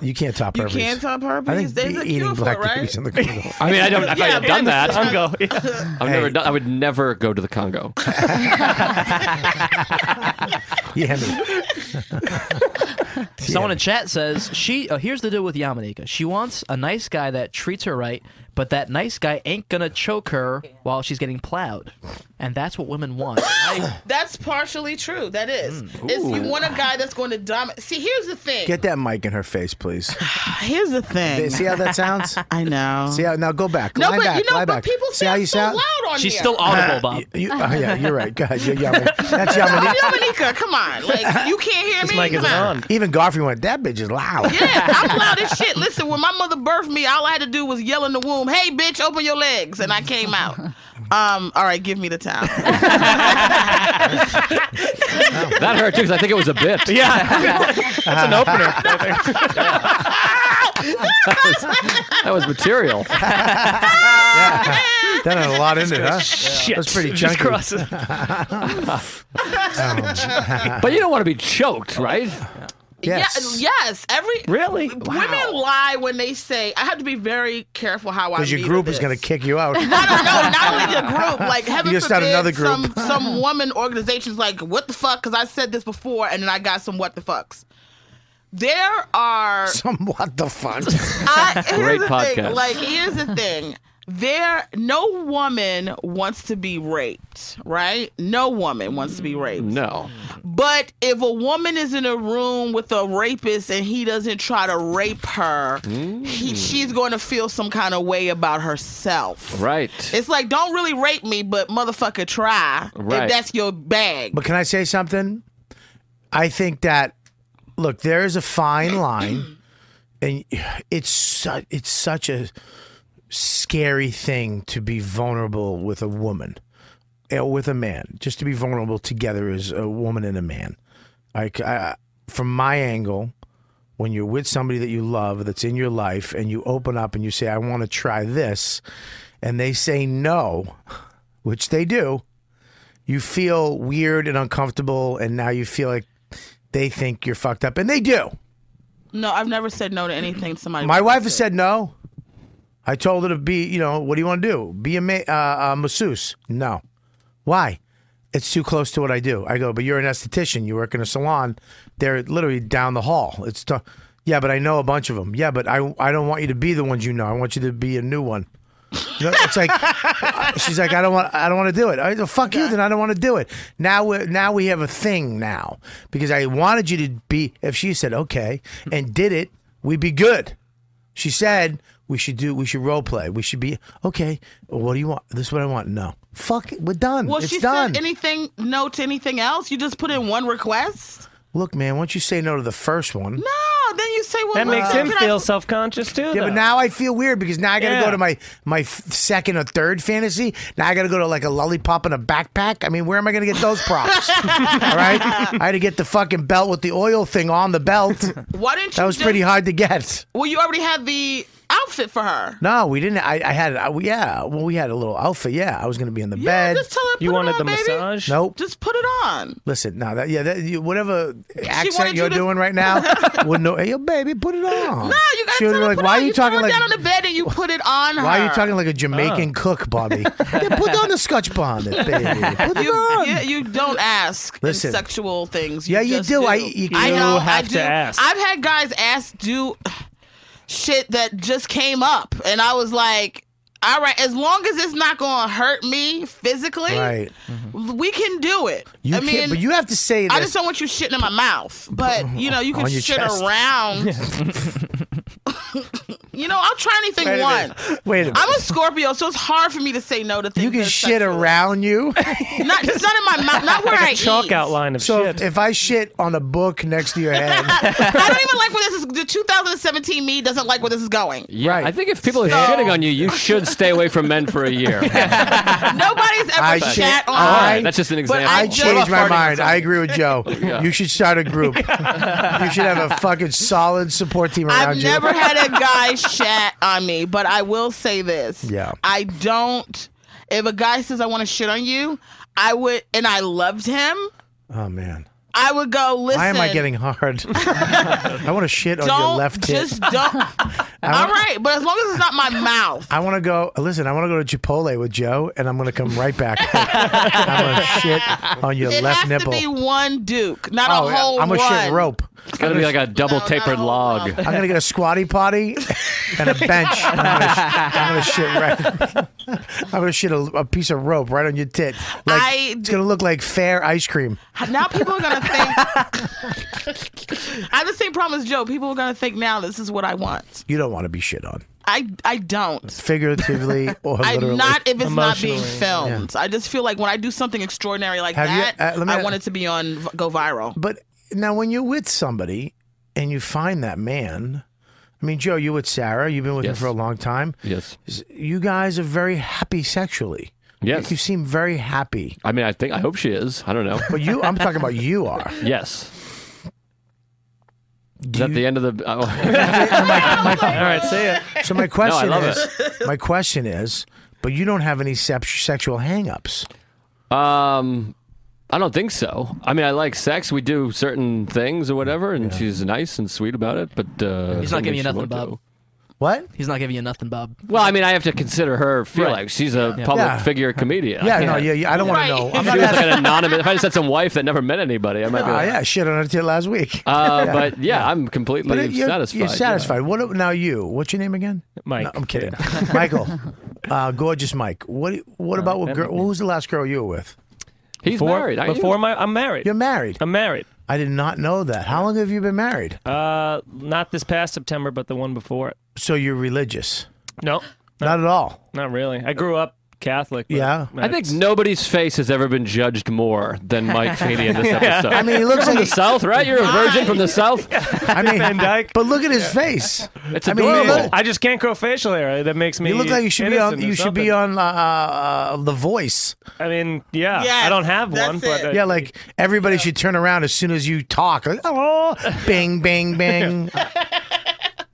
Speaker 4: You can't top
Speaker 11: You can't top herpes.
Speaker 9: I think
Speaker 4: E-
Speaker 11: There's
Speaker 9: be-
Speaker 11: a
Speaker 9: eating
Speaker 11: cure for
Speaker 9: black
Speaker 11: it, right?
Speaker 4: babies in the Congo.
Speaker 9: I mean, I don't. If I
Speaker 11: Yeah,
Speaker 9: have done that,
Speaker 11: but- Congo,
Speaker 9: I've never done, I would never go to the Congo.
Speaker 4: yeah.
Speaker 6: Someone in chat says she. Uh, here's the deal with Yamanika. She wants a nice guy that treats her right, but that nice guy ain't gonna choke her while she's getting plowed, and that's what women want.
Speaker 11: That's partially true. That is.
Speaker 4: Mm.
Speaker 11: It's, you
Speaker 4: Ooh.
Speaker 11: want a guy that's going to dominate. See, here's the thing.
Speaker 4: Get that mic in her face, please.
Speaker 11: Here's the thing.
Speaker 4: See how that sounds?
Speaker 11: I know.
Speaker 4: See how now go back.
Speaker 11: No,
Speaker 4: Lie
Speaker 11: but
Speaker 4: back,
Speaker 11: you know,
Speaker 4: lie
Speaker 11: but
Speaker 4: back.
Speaker 11: people
Speaker 4: See how you
Speaker 11: so
Speaker 4: sound?
Speaker 11: loud on She's here. still audible,
Speaker 4: Uh,
Speaker 11: Bob.
Speaker 4: you- you- oh, yeah, you're right. God, you're yummy. That's yummy.
Speaker 11: I'm Dominica, come on. Like, you can't hear me? Come on.
Speaker 4: Even Garfield went. That bitch is loud.
Speaker 11: Yeah, I'm loud as shit. Listen, when my mother birthed me, all I had to do was yell in the womb, "Hey, bitch, open your legs," and I came out. Um, all right, give me the towel.
Speaker 9: That hurt too because I think it was a bit.
Speaker 11: Yeah.
Speaker 9: that's an opener. that, was, that was material.
Speaker 4: That had a lot in it, huh?
Speaker 9: Shit.
Speaker 4: That's pretty
Speaker 9: Just
Speaker 4: chunky.
Speaker 9: cross but you don't want to be choked, right?
Speaker 11: Yeah, yes. Every
Speaker 9: Really?
Speaker 11: women
Speaker 9: Wow.
Speaker 11: lie when they say. I have to be very careful how I.
Speaker 4: Because your
Speaker 11: lead
Speaker 4: group
Speaker 11: with
Speaker 4: is
Speaker 11: this.
Speaker 4: going to kick you out.
Speaker 11: the group. Like heaven
Speaker 4: You just started
Speaker 11: forbid,
Speaker 4: another
Speaker 11: some
Speaker 4: group.
Speaker 11: some woman organizations like what the fuck? Because I said this before, and then I got some what the fucks. There are
Speaker 4: some what the fuck.
Speaker 11: I, here's
Speaker 4: Great
Speaker 11: the Thing,
Speaker 4: podcast.
Speaker 11: like here's the thing. There, no woman wants to be raped, right? No woman wants to be raped.
Speaker 9: No.
Speaker 11: But if a woman is in a room with a rapist and he doesn't try to rape her,
Speaker 4: Mm.
Speaker 11: he, she's going to feel some kind of way about herself.
Speaker 9: Right.
Speaker 11: It's like don't really rape me, but motherfucker try
Speaker 4: Right.
Speaker 11: if that's your bag.
Speaker 4: But can I say something? I think that look, there is a fine line, and it's su- it's such a scary thing to be vulnerable with a woman or with a man. Just to be vulnerable together as a woman and a man. Like I, from my angle, when you're with somebody that you love that's in your life, and you open up and you say, "I want to try this," and they say no, which they do you feel weird and uncomfortable, and now you feel like they think you're fucked up, and they do.
Speaker 11: No, I've never said no to anything. Somebody.
Speaker 4: My wife has said no. I told her to be, you know, what do you want to do? Be a ma- uh, uh, masseuse? No. Why? It's too close to what I do. I go, but you're an esthetician. You work in a salon. They're literally down the hall. It's t- yeah, but I know a bunch of them. Yeah, but I I don't want you to be the ones you know. I want you to be a new one. You know, it's like she's like, I don't want, I don't want to do it. I go, fuck you, then I don't want to do it. Now we now we have a thing now because I wanted you to be. If she said okay and did it, we'd be good. She said we should do, we should role play, we should be okay. What do you want? This is what I want. No, fuck it, we're done.
Speaker 11: Well,
Speaker 4: it's
Speaker 11: she
Speaker 4: done.
Speaker 11: said anything no to anything else. You just put in one request.
Speaker 4: Look, man, once you say no to the first one,
Speaker 11: No, then you say well.
Speaker 15: That makes
Speaker 11: listen,
Speaker 15: him
Speaker 11: can I-
Speaker 15: feel self conscious too.
Speaker 4: Yeah, but
Speaker 15: though.
Speaker 4: now I feel weird because now I got to
Speaker 15: Yeah.
Speaker 4: go to my my f- second or third fantasy. Now I got to go to like a lollipop and a backpack. I mean, where am I going to get those props? All right, I had to get the fucking belt with the oil thing on the belt.
Speaker 11: Why didn't
Speaker 4: That
Speaker 11: you
Speaker 4: was
Speaker 11: just-
Speaker 4: pretty hard to get.
Speaker 11: Well, you already had the outfit for her.
Speaker 4: No, we didn't. I, I had, I, yeah. Well, we had a little outfit. Yeah, I was going to be in the bed.
Speaker 11: just tell her, You put it wanted on, the baby. massage?
Speaker 4: Nope.
Speaker 11: Just put it on.
Speaker 4: Listen, now that yeah, that, you, whatever accent
Speaker 11: wanted
Speaker 4: you're
Speaker 11: you to-
Speaker 4: doing right now, would know. Hey, yo, baby, put it on.
Speaker 11: No, you gotta
Speaker 4: She would
Speaker 11: tell
Speaker 4: be
Speaker 11: her,
Speaker 4: like,
Speaker 11: put it
Speaker 4: why
Speaker 11: on.
Speaker 4: are you
Speaker 11: You
Speaker 4: talking
Speaker 11: throw it
Speaker 4: like
Speaker 11: down on the bed and you put it on her.
Speaker 4: Why are you talking like a Jamaican cook, Bobby? Oh. yeah, put on the scotch bonnet, baby. Put it
Speaker 11: you,
Speaker 4: on.
Speaker 11: Yeah, you don't ask in
Speaker 4: Listen.
Speaker 11: sexual things.
Speaker 4: Yeah, you
Speaker 11: just
Speaker 4: do. I- you
Speaker 11: I
Speaker 4: do
Speaker 11: know, I
Speaker 4: have to
Speaker 11: do.
Speaker 4: ask.
Speaker 11: I've had guys ask do shit that just came up, and I was like, "All right, as long as it's not going to hurt me physically,
Speaker 4: Right.
Speaker 11: we can do it."
Speaker 4: You
Speaker 11: I
Speaker 4: can't-
Speaker 11: mean,
Speaker 4: but you have to say
Speaker 11: I
Speaker 4: this-
Speaker 11: just don't want you shitting in my mouth. But you know, you can
Speaker 4: On your
Speaker 11: shit
Speaker 4: chest.
Speaker 11: around. You know, I'll try anything
Speaker 4: Wait a minute.
Speaker 11: once.
Speaker 4: Wait a minute.
Speaker 11: I'm a Scorpio, so it's hard for me to say no to things.
Speaker 4: You can shit around you.
Speaker 11: Not just not in my mouth, not where
Speaker 4: Like a
Speaker 11: I eat.
Speaker 4: outline of so shit. If I shit on a book next to your head,
Speaker 11: I don't even like where this is. The 2017 me doesn't like where this is going.
Speaker 9: Yeah, I think if people are shitting on you, you should stay away from men for a year.
Speaker 11: Nobody's ever
Speaker 9: I
Speaker 11: shat
Speaker 9: shit-
Speaker 11: on.
Speaker 9: I- That's just an example.
Speaker 4: I
Speaker 9: What
Speaker 4: changed my
Speaker 9: about farting on
Speaker 4: mind. I
Speaker 9: something?
Speaker 4: agree with Joe.
Speaker 9: Yeah.
Speaker 4: You should start a group. you should have a fucking solid support team around
Speaker 11: I've
Speaker 4: you.
Speaker 11: never had a guy shat on me, but I will say this.
Speaker 4: Yeah.
Speaker 11: I don't. If a guy says I want to shit on you, I would, and I loved him.
Speaker 4: Oh man.
Speaker 11: I would go listen.
Speaker 4: Why am I getting hard? I want to shit on your
Speaker 11: Don't
Speaker 4: left hip.
Speaker 11: just don't. All right, but as long as it's not my mouth.
Speaker 4: I want to go. Listen, I want to go to Chipotle with Joe, and I'm going to come right back. I'm going to shit on your
Speaker 11: it
Speaker 4: left
Speaker 11: has
Speaker 4: nipple.
Speaker 11: to be one Duke, not
Speaker 4: Oh,
Speaker 11: a
Speaker 4: yeah,
Speaker 11: whole
Speaker 4: I'm
Speaker 11: run.
Speaker 4: gonna shit rope. It's
Speaker 9: gonna be like a double tapered log.
Speaker 4: I'm going to get a squatty potty and a bench. and I'm going to shit right. I'm going to shit a, a piece of rope right on your tit. Like,
Speaker 11: I-
Speaker 4: it's going to look like fair ice cream.
Speaker 11: Now people are gonna think. I have the same problem as Joe. People are gonna think now this is what I want.
Speaker 4: You don't want to be shit on,
Speaker 11: I I don't.
Speaker 4: figuratively or literally.
Speaker 11: I'm not if it's not being
Speaker 4: Emotionally,
Speaker 11: filmed. I just feel like when I do something extraordinary like
Speaker 4: Have you-
Speaker 11: that,
Speaker 4: uh, let me-
Speaker 11: I want it to be on v- go viral.
Speaker 4: But now, when you're with somebody and you find that man, I mean, Joe, you with Sarah, you've been with
Speaker 9: Yes.
Speaker 4: her for a long time.
Speaker 9: Yes.
Speaker 4: You guys are very happy sexually.
Speaker 9: Yes.
Speaker 4: You seem very happy.
Speaker 9: I mean, I think I hope she is. I don't know.
Speaker 4: But you, I'm talking about you are.
Speaker 9: Yes. Is that the end of the? Oh. All right, say it.
Speaker 4: So my question
Speaker 9: no, I love
Speaker 4: is,
Speaker 9: it.
Speaker 4: my question is, but you don't have any sep- sexual hangups.
Speaker 9: Um, I don't think so. I mean, I like sex. We do certain things or whatever, and she's nice and sweet about it. But uh,
Speaker 6: He's not giving you
Speaker 9: she
Speaker 6: nothing,
Speaker 9: won't
Speaker 6: Bob.
Speaker 9: do.
Speaker 4: What?
Speaker 6: He's not giving you nothing, Bob.
Speaker 9: Well, I mean, I have to consider her feelings.
Speaker 6: Right.
Speaker 9: She's a
Speaker 6: Yeah.
Speaker 9: public
Speaker 6: Yeah.
Speaker 9: figure comedian.
Speaker 4: Yeah,
Speaker 9: I
Speaker 4: no,
Speaker 9: can't.
Speaker 4: yeah, yeah, I don't wanna Right. know. I'm
Speaker 9: If
Speaker 4: not
Speaker 9: she was like an
Speaker 4: asking-
Speaker 9: anonymous. If I just had some wife that never met anybody, I might be.
Speaker 4: Ah,
Speaker 9: Like,
Speaker 4: yeah, shit on her till last week.
Speaker 9: Uh, But yeah, I'm completely
Speaker 4: But it- you're
Speaker 9: satisfied.
Speaker 4: You're
Speaker 9: yeah.
Speaker 4: satisfied. What now? You? What's your name again? Mike. I'm kidding. Michael, uh, gorgeous Mike. What?
Speaker 9: Uh,
Speaker 4: What about what
Speaker 15: that
Speaker 4: girl? Who was the last girl you were with?
Speaker 9: He's
Speaker 15: Before- married, aren't you? before my- I'm married.
Speaker 4: You're married.
Speaker 9: Uh,
Speaker 15: I'm married.
Speaker 4: I did not know that. How long have you been married?
Speaker 15: Uh, not this past September, but the one before it.
Speaker 4: So you're religious?
Speaker 15: No,
Speaker 9: Uh,
Speaker 4: not at all.
Speaker 15: Not really. I grew up Catholic. but
Speaker 9: I think nobody's face has ever been judged more than Mike Feeney in this
Speaker 15: Yeah.
Speaker 9: episode.
Speaker 15: I mean, he
Speaker 9: You're
Speaker 15: looks
Speaker 9: from
Speaker 15: like
Speaker 9: the South, right? You're a virgin from the South.
Speaker 4: I mean,
Speaker 15: Van Dyke.
Speaker 4: But look at his face.
Speaker 9: It's
Speaker 4: I mean, you
Speaker 15: adorable.
Speaker 4: look-
Speaker 15: I just can't grow facial hair. That makes me.
Speaker 4: you look like you should be on.
Speaker 15: innocent or
Speaker 4: You should be
Speaker 15: something.
Speaker 4: on uh, uh, The Voice.
Speaker 15: I mean, yeah.
Speaker 4: Yes,
Speaker 15: I don't have one, but uh,
Speaker 4: yeah, like everybody should turn around as soon as you talk. Like, oh, bing, bing, bing.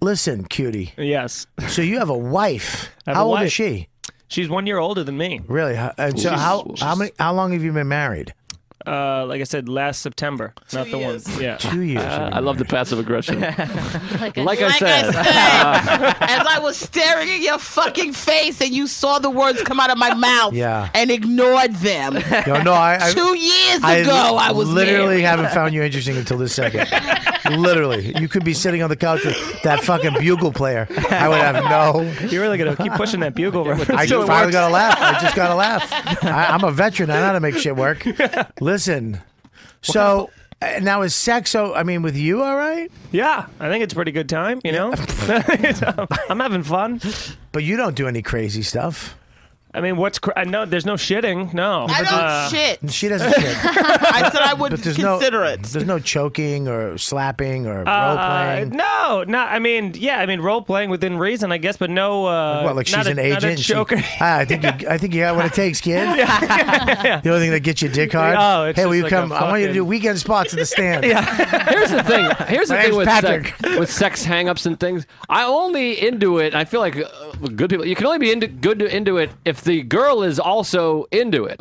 Speaker 4: Listen, cutie.
Speaker 15: Yes.
Speaker 4: So you have a wife.
Speaker 15: I have
Speaker 4: how
Speaker 15: a
Speaker 4: old
Speaker 15: wife.
Speaker 4: is she?
Speaker 15: She's one year older than me.
Speaker 4: Really? How- And so
Speaker 15: She's-
Speaker 4: how how many how long have you been married?
Speaker 15: Uh, like I said, last September, not the one. Yeah,
Speaker 4: Two years.
Speaker 15: Uh,
Speaker 9: I love the passive aggression.
Speaker 15: like,
Speaker 9: Like I said,
Speaker 11: As I was staring at your fucking face and you saw the words come out of my mouth
Speaker 4: Yeah.
Speaker 11: and ignored them.
Speaker 4: Yo, no, I, I
Speaker 11: Two years ago, I was
Speaker 4: literally
Speaker 11: married.
Speaker 4: haven't found you interesting until this second. literally, you could be sitting on the couch with that fucking bugle player. I would have no.
Speaker 15: You're really gonna keep pushing that bugle. Right?
Speaker 4: I
Speaker 15: Until
Speaker 4: just
Speaker 15: it
Speaker 4: finally
Speaker 15: works.
Speaker 4: got to laugh. I just got to laugh. I, I'm a veteran. I know how to make shit work. Listen, so uh, now is sex? So I mean, with you, all right?
Speaker 15: Yeah, I think it's a pretty good time. You know, I'm having fun.
Speaker 4: But you don't do any crazy stuff.
Speaker 15: I mean, what's cr- I know there's no shitting. No,
Speaker 11: I don't
Speaker 15: Uh,
Speaker 11: shit.
Speaker 4: She doesn't shit.
Speaker 11: I said I would
Speaker 4: But there's
Speaker 11: consider
Speaker 4: no,
Speaker 11: it.
Speaker 4: There's no choking or slapping or role
Speaker 15: Uh,
Speaker 4: playing.
Speaker 15: no, no. I mean, yeah. I mean, role playing within reason, I guess, but no. Uh,
Speaker 4: What, like she's
Speaker 15: not a-
Speaker 4: an
Speaker 15: not a
Speaker 4: agent? and she-
Speaker 15: choker.
Speaker 4: Ah, I think you, I think you got what it takes, kid. The only thing that gets you dick hard.
Speaker 15: Oh, it's
Speaker 4: hey,
Speaker 15: just
Speaker 4: will you
Speaker 15: like a
Speaker 4: come? I want you to do
Speaker 15: fucking-
Speaker 4: weekend spots at the stand.
Speaker 9: Here's the thing. Here's the
Speaker 4: My
Speaker 9: thing
Speaker 4: name's
Speaker 9: with
Speaker 4: Patrick.
Speaker 9: sex, with sex hangups and things. I only into it. I feel like uh, good people. You can only be into good into it if the girl is also into it.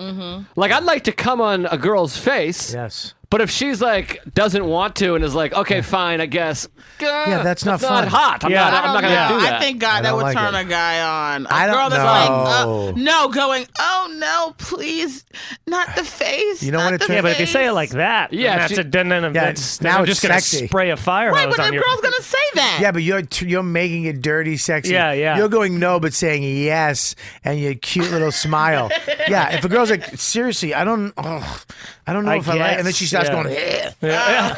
Speaker 9: Like I'd like to come on a girl's face.
Speaker 4: Mm-hmm. Yes.
Speaker 9: But if she's like doesn't want to and is like, okay, fine, I guess.
Speaker 4: Yeah, that's not
Speaker 9: not
Speaker 4: fun.
Speaker 9: hot. I'm not. I'm not gonna
Speaker 11: Yeah,
Speaker 9: do that.
Speaker 11: I think God, that would turn a guy on. A
Speaker 4: I don't
Speaker 11: girl that's
Speaker 4: know.
Speaker 11: like, uh, no, going, oh no, please, not the face.
Speaker 4: You know
Speaker 11: not
Speaker 4: what it
Speaker 11: the
Speaker 4: turns-
Speaker 15: yeah, but if you
Speaker 11: face."
Speaker 15: say it like that,
Speaker 4: Yeah,
Speaker 15: yeah, that's
Speaker 4: she-
Speaker 15: a, then, then,
Speaker 4: Yeah,
Speaker 15: that's, then
Speaker 4: now
Speaker 15: I'm
Speaker 4: it's
Speaker 15: just gonna
Speaker 4: sexy.
Speaker 15: spray a fire
Speaker 11: Right,
Speaker 15: hose
Speaker 11: but
Speaker 15: on
Speaker 11: a
Speaker 15: your.
Speaker 11: girl's gonna say that.
Speaker 4: Yeah, but you're t- you're making it dirty, sexy.
Speaker 15: Yeah, yeah.
Speaker 4: You're going no, but saying yes, and your cute little smile. Yeah, if a girl's like, seriously, I don't, ugh, I don't know
Speaker 15: I
Speaker 4: if I like.
Speaker 15: guess,
Speaker 4: And then she starts
Speaker 15: yeah.
Speaker 4: going. "Eh."
Speaker 15: Yeah.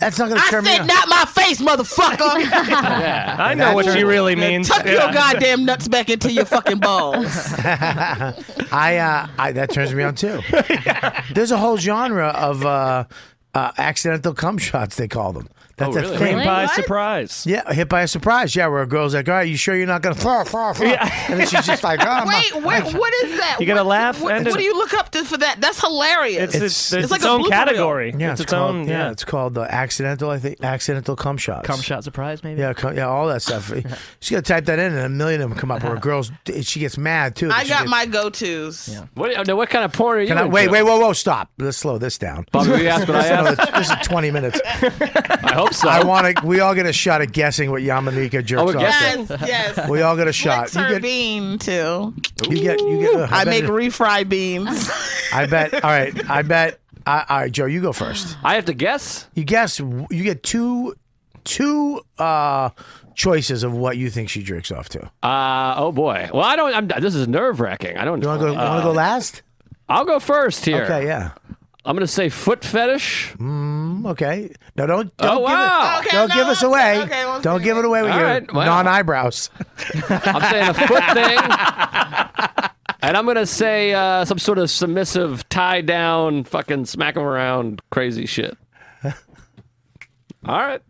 Speaker 4: That's not going to
Speaker 11: I
Speaker 4: turn me
Speaker 11: said,
Speaker 4: on.
Speaker 11: not my face, motherfucker. yeah.
Speaker 15: I know what she really means.
Speaker 11: Tuck your
Speaker 15: Yeah.
Speaker 11: goddamn nuts back into your fucking balls.
Speaker 4: I, uh, I that turns me on too. There's a whole genre of uh, uh, accidental cum shots. They call them. That's
Speaker 15: Oh,
Speaker 4: a
Speaker 15: really?
Speaker 4: thing.
Speaker 15: Hit by What? surprise.
Speaker 4: Yeah, hit by a surprise. Yeah, where a girl's like, "All right, you sure you're not gonna fall, fall, fall?" And then she's just like, "Oh, my-
Speaker 11: Wait, what, what is that?
Speaker 4: You gotta
Speaker 11: What-
Speaker 4: laugh
Speaker 11: What,
Speaker 4: and-
Speaker 11: what do you look up to for that? That's hilarious.
Speaker 4: It's- it's- it's
Speaker 11: like
Speaker 4: its
Speaker 11: a
Speaker 4: own
Speaker 11: blooper
Speaker 15: category.
Speaker 11: reel.
Speaker 4: Yeah,
Speaker 15: It's
Speaker 4: it's,
Speaker 15: its
Speaker 4: called,
Speaker 15: own-
Speaker 4: Yeah.
Speaker 15: yeah.
Speaker 4: it's called the accidental. I think accidental cum shots.
Speaker 6: Cum shot surprise, maybe.
Speaker 4: Yeah, cum, yeah, all that stuff. She's gonna type that in, and a million of them come up. Where girls, she gets mad too.
Speaker 11: I
Speaker 4: She
Speaker 11: got
Speaker 4: gets-
Speaker 11: my go-tos.
Speaker 9: What, uh, now what kind of porn are you?
Speaker 4: Can I,
Speaker 9: into?
Speaker 4: wait, wait, whoa, whoa, stop. Let's slow this down.
Speaker 9: Bobby, you asked what I
Speaker 4: This is another-
Speaker 9: asked?
Speaker 4: This is 20 minutes.
Speaker 9: I hope so.
Speaker 4: I want to. We all get a shot at guessing what Yamanika jerks
Speaker 9: Oh, we're
Speaker 4: off.
Speaker 11: Yes,
Speaker 4: to.
Speaker 11: yes.
Speaker 4: We all get a shot. You
Speaker 11: Sir
Speaker 4: get,
Speaker 11: bean too.
Speaker 4: you get. You get. ugh,
Speaker 11: I
Speaker 4: bet
Speaker 11: make
Speaker 4: it-
Speaker 11: refried beans.
Speaker 4: I bet. All right. I bet. I, all right, Joe, you go first.
Speaker 9: I have to guess.
Speaker 4: You guess. You get two, two uh, choices of what you think she jerks off to.
Speaker 9: Uh, oh boy. Well, I don't. I'm, this is nerve wracking. I don't. You want to
Speaker 4: You want to go last?
Speaker 9: I'll go first here.
Speaker 4: Okay. Yeah.
Speaker 9: I'm gonna say foot fetish.
Speaker 4: Mm, okay. No, don't.
Speaker 9: Oh,
Speaker 4: don't give
Speaker 9: wow.
Speaker 4: It,
Speaker 9: Okay,
Speaker 4: don't
Speaker 9: no,
Speaker 4: give us
Speaker 9: okay,
Speaker 4: away.
Speaker 9: okay, well,
Speaker 4: don't give it away with
Speaker 9: All
Speaker 4: your
Speaker 9: right, wow.
Speaker 4: non-eyebrows.
Speaker 9: I'm saying a foot thing. And I'm gonna say uh, some sort of submissive tie down, fucking smack him around, crazy shit. All right.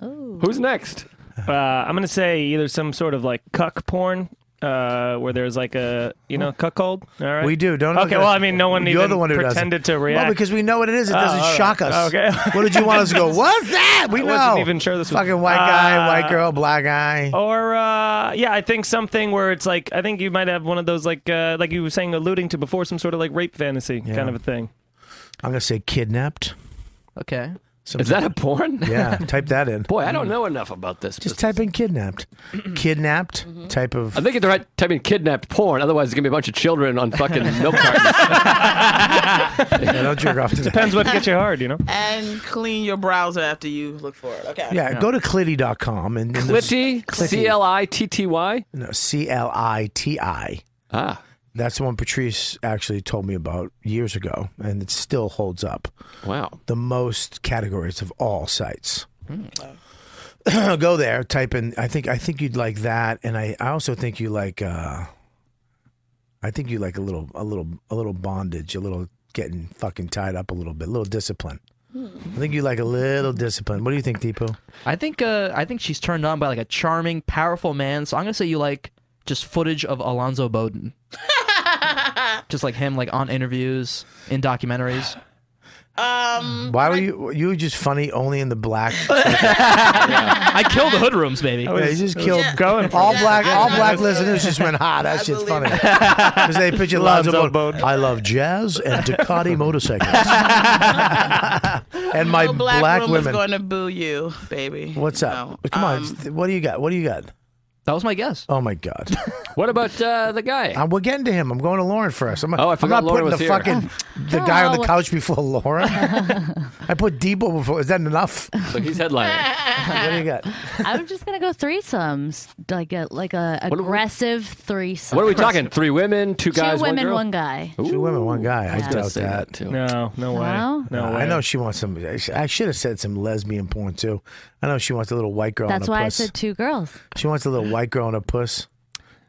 Speaker 9: Who's next?
Speaker 15: Uh, I'm gonna say either some sort of like cuck porn. Uh, where there's like a you know cuckold. All right,
Speaker 4: We do, don't
Speaker 15: Okay, well I mean no one
Speaker 4: You're
Speaker 15: even
Speaker 4: the one who doesn't.
Speaker 15: pretended to react.
Speaker 4: Well, because we know what it is. It
Speaker 15: Oh,
Speaker 4: doesn't
Speaker 15: all right.
Speaker 4: shock us.
Speaker 15: Okay.
Speaker 4: what did you want us to go? What's that? We
Speaker 15: I
Speaker 4: know.
Speaker 15: wasn't even sure this was-
Speaker 4: fucking white guy,
Speaker 15: Uh,
Speaker 4: white girl, black guy.
Speaker 15: Or uh, yeah, I think something where it's like I think you might have one of those like uh, like you were saying alluding to before, some sort of like rape fantasy kind of a thing.
Speaker 4: I'm gonna say kidnapped.
Speaker 6: Okay.
Speaker 4: Some-
Speaker 9: Is that a porn?
Speaker 4: Yeah, type that in.
Speaker 9: Boy, I don't know enough about this.
Speaker 4: Just type in kidnapped. kidnapped type of.
Speaker 9: I think it's the right type in kidnapped porn. Otherwise, it's gonna be a bunch of children on fucking milk cartons.
Speaker 4: Yeah, don't jerk off to that.
Speaker 15: Depends what gets you hard, you know.
Speaker 11: and clean your browser after you look for it. Okay.
Speaker 4: Yeah, go to clitty.com and, and
Speaker 9: Clitty, C L I T T Y.
Speaker 4: No, C L I T I.
Speaker 9: Ah.
Speaker 4: That's the one Patrice actually told me about years ago, and it still holds up.
Speaker 9: Wow.
Speaker 4: The most categories of all sites. Go there, type in. I think I think you'd like that, and I, I also think you like. Uh, I think you like a little a little a little bondage, a little getting fucking tied up a little bit, a little discipline. I think you like a little discipline. What do you think, Deepu?
Speaker 6: I think uh, I think she's turned on by like a charming, powerful man. So I'm gonna say you like just footage of Alonzo Bowden, just like him, like on interviews, in documentaries.
Speaker 11: Um,
Speaker 4: Why were you you were just funny only in the black?
Speaker 6: I killed the hood rooms, baby.
Speaker 4: Yeah, you just killed
Speaker 11: Oh,
Speaker 15: going for
Speaker 4: all
Speaker 15: it.
Speaker 4: black.
Speaker 15: Yeah,
Speaker 4: all
Speaker 15: I-
Speaker 4: black
Speaker 15: I-
Speaker 4: listeners just went, "Ha, that shit's funny." Because they picture Lonzo
Speaker 15: Lonzo
Speaker 4: Bone. I love jazz and Ducati motorcycles and my
Speaker 11: no
Speaker 4: black,
Speaker 11: black, room
Speaker 4: women.
Speaker 11: is going to boo you, baby. um,
Speaker 4: What's up? Come on, what do you got? What do you got?
Speaker 6: That was my guess.
Speaker 4: Oh my god,
Speaker 9: What about uh, the guy?
Speaker 4: I'm, we're getting to him. I'm going to Lauren first. I'm,
Speaker 9: Oh, I
Speaker 4: I'm
Speaker 9: forgot
Speaker 4: not
Speaker 9: Lauren
Speaker 4: putting
Speaker 9: was
Speaker 4: the
Speaker 9: here.
Speaker 4: fucking the guy on the couch before Lauren. I put Debo before. Is that enough?
Speaker 9: Look, he's headlining.
Speaker 4: What do you got?
Speaker 10: I'm just gonna go threesomes, like a like a
Speaker 9: What are we-
Speaker 10: aggressive threesome.
Speaker 9: What are we talking? Three women, two
Speaker 10: Two
Speaker 9: guys,
Speaker 10: women,
Speaker 9: one girl.
Speaker 10: one guy.
Speaker 4: Two women, one guy. I,
Speaker 9: I was gonna
Speaker 4: doubt
Speaker 9: say
Speaker 4: that.
Speaker 9: that too.
Speaker 15: No, no way,
Speaker 10: No?
Speaker 15: no,
Speaker 4: Uh,
Speaker 15: way.
Speaker 4: I know she wants some. I sh- I should have said some lesbian porn too. I know she wants a little white girl.
Speaker 10: That's
Speaker 4: on a
Speaker 10: why I
Speaker 4: puss.
Speaker 10: said two girls.
Speaker 4: she wants a little white girl on a puss.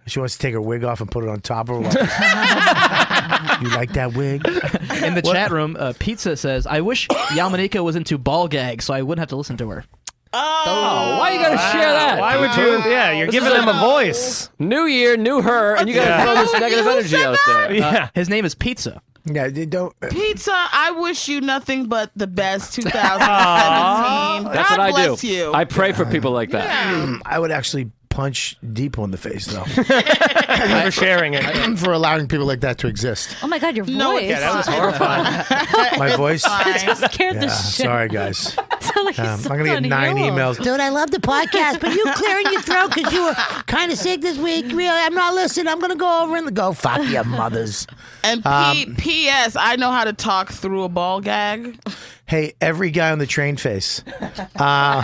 Speaker 4: She wants to take her wig off and put it on top of her. Like, you like that wig?
Speaker 6: In the chat room, uh, Pizza says, "I wish Yamanika was into ball gags, so I wouldn't have to listen to her."
Speaker 9: Oh, why you gotta share that?
Speaker 15: Why would you? Yeah, you're
Speaker 9: This
Speaker 15: giving
Speaker 9: is
Speaker 15: them a voice.
Speaker 9: New year, new her, and you gotta
Speaker 15: Yeah.
Speaker 9: throw this negative energy out there.
Speaker 6: Uh,
Speaker 15: Yeah.
Speaker 6: his name is Pizza.
Speaker 4: Yeah, they don't.
Speaker 11: Pizza, I wish you nothing but the best 2017.
Speaker 9: That's
Speaker 11: God
Speaker 9: what I do.
Speaker 11: bless you.
Speaker 9: I pray for people like that.
Speaker 4: I would actually punch deep in the face though
Speaker 15: Never sharing it.
Speaker 4: for allowing people like that to exist.
Speaker 10: Oh my god, your
Speaker 11: No,
Speaker 10: voice!
Speaker 11: it's
Speaker 15: That was horrifying.
Speaker 4: My voice.
Speaker 10: It scared
Speaker 4: Yeah,
Speaker 10: the shit.
Speaker 4: sorry guys.
Speaker 10: out of you.
Speaker 4: Um, I'm gonna get nine emails.
Speaker 16: Dude, I love the podcast, but you clearing your throat because you were kind of sick this week. Really, I'm not listening. I'm gonna go over and go fuck your mothers.
Speaker 4: Um,
Speaker 11: and P- P.S. I know how to talk through a ball gag.
Speaker 4: Hey, every guy on the train face. Uh,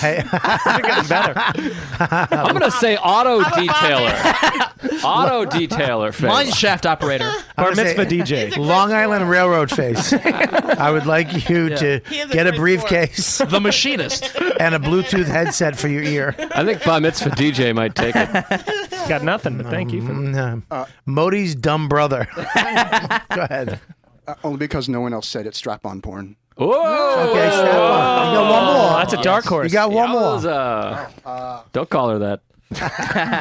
Speaker 4: hey. getting better.
Speaker 9: I'm gonna say auto detailer. auto detailer. Face.
Speaker 6: Mine shaft operator.
Speaker 4: I'm gonna say Long Island Railroad face. I would like you to get a briefcase,
Speaker 6: the machinist,
Speaker 4: and a Bluetooth headset for your ear.
Speaker 9: I think Bar Mitzvah DJ might take it.
Speaker 15: Got nothing, but thank you for
Speaker 4: that. um, Modi's dumb brother. Go ahead.
Speaker 12: Uh, only because no one else said it. Strap on porn.
Speaker 9: Whoa!
Speaker 4: Okay, strap on. You got one more.
Speaker 9: Oh, That's a dark horse.
Speaker 4: You got one more. Uh,
Speaker 9: more. Don't call her that.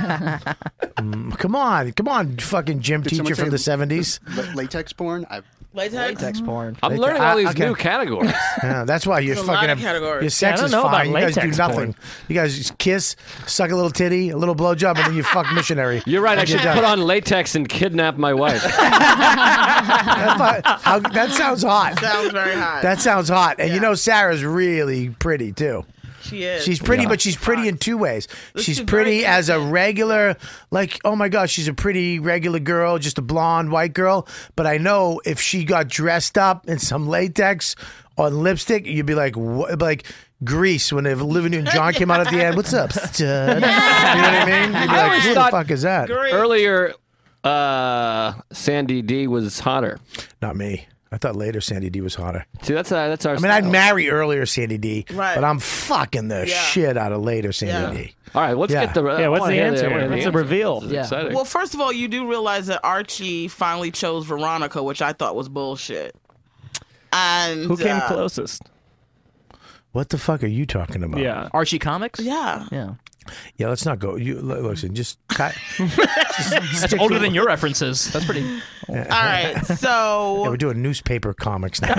Speaker 4: Mm, come on, come on, fucking gym
Speaker 12: Did
Speaker 4: teacher
Speaker 12: someone
Speaker 4: from the
Speaker 12: say
Speaker 4: seventies.
Speaker 12: la- latex porn. I've
Speaker 11: Latex.
Speaker 6: Latex porn.
Speaker 9: I'm learning all these new categories.
Speaker 4: Yeah, that's why you're
Speaker 12: There's a lot
Speaker 4: fucking.
Speaker 12: of categories.
Speaker 4: Your sex
Speaker 12: Yeah, I
Speaker 4: is
Speaker 12: don't know about
Speaker 4: fine. you guys do
Speaker 12: latex
Speaker 4: nothing.
Speaker 12: porn.
Speaker 4: You guys just kiss, suck a little titty, a little blowjob, and then you fuck missionary.
Speaker 9: You're right. I
Speaker 4: And you're
Speaker 9: should
Speaker 4: done.
Speaker 9: put on latex and kidnap my wife.
Speaker 4: That's not- how- that sounds hot.
Speaker 11: Sounds very hot.
Speaker 4: That sounds hot. And you know, Sarah's really pretty too.
Speaker 11: She is.
Speaker 4: She's pretty, but she's pretty in two ways. she's pretty as a regular, like, oh my gosh, she's a pretty regular girl, just a blonde white girl. But I know if she got dressed up in some latex on lipstick, you'd be like, what? Like, Grease when Olivia Newton John came out at the end. What's up, stud? You know what I mean? You'd be
Speaker 9: I
Speaker 4: like,
Speaker 9: always
Speaker 4: who the
Speaker 9: thought-
Speaker 4: fuck is that?
Speaker 9: Earlier, uh, Sandy D was hotter.
Speaker 4: Not me. I thought later Sandy D was hotter.
Speaker 9: See, that's uh, that's our.
Speaker 4: I mean, I'd
Speaker 9: style.
Speaker 4: marry earlier Sandy D,
Speaker 9: Right.
Speaker 4: but I'm fucking the shit out of later Sandy D.
Speaker 9: All right, let's
Speaker 4: Yeah.
Speaker 9: get the.
Speaker 4: Yeah, what's the answer? What's the reveal?
Speaker 9: Yeah. Exciting.
Speaker 11: Well, first of all, you do realize that Archie finally chose Veronica, which I thought was bullshit. And
Speaker 15: Who came
Speaker 11: uh,
Speaker 15: closest?
Speaker 4: What the fuck are you talking about?
Speaker 15: Yeah.
Speaker 6: Archie Comics?
Speaker 11: Yeah.
Speaker 6: Yeah.
Speaker 4: Yeah, let's not go. You li- listen, just cut.
Speaker 6: That's older than your references. That's pretty.
Speaker 4: All
Speaker 11: All right, so
Speaker 4: Yeah, we're doing newspaper comics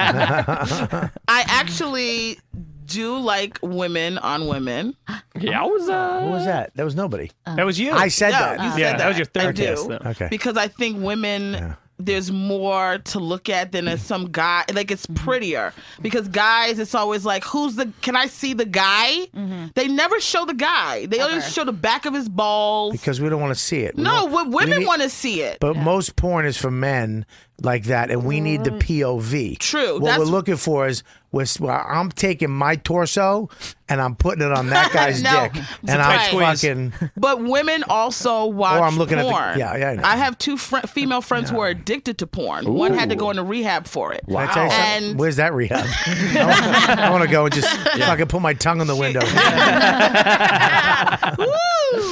Speaker 4: now.
Speaker 11: I actually do like women on women.
Speaker 9: Yeah, what was that?
Speaker 4: What was uh, that? That was nobody.
Speaker 15: That was you.
Speaker 4: I said
Speaker 11: No,
Speaker 4: that.
Speaker 11: you said I do.
Speaker 4: Okay.
Speaker 11: Oh. Because I think women. There's more to look at than as some guy. Like it's prettier because guys, it's always like, who's the? Can I see the guy? They never show the guy. They always show the back of his balls.
Speaker 4: because we don't want to see it. We
Speaker 11: no,
Speaker 4: don't-
Speaker 11: what
Speaker 4: we
Speaker 11: women
Speaker 4: need-
Speaker 11: want to see it.
Speaker 4: But most porn is for men like that, and we need the POV.
Speaker 11: True,
Speaker 4: What
Speaker 11: that's-
Speaker 4: we're looking for is we're, s- well, I'm taking my torso and I'm putting it on that guy's
Speaker 11: No,
Speaker 4: dick,
Speaker 11: it's
Speaker 4: and
Speaker 11: a
Speaker 4: I'm
Speaker 11: tight squeeze.
Speaker 4: fucking.
Speaker 11: But women also watch
Speaker 4: Oh, I'm looking at the-
Speaker 11: porn.
Speaker 4: yeah, yeah, I know.
Speaker 11: have two fr- female friends who are addicted to porn. One had to
Speaker 4: Ooh.
Speaker 11: go into rehab for it.
Speaker 4: Can I tell you something?
Speaker 11: And
Speaker 4: Where's that rehab? I want to go and just fucking put my tongue on the window.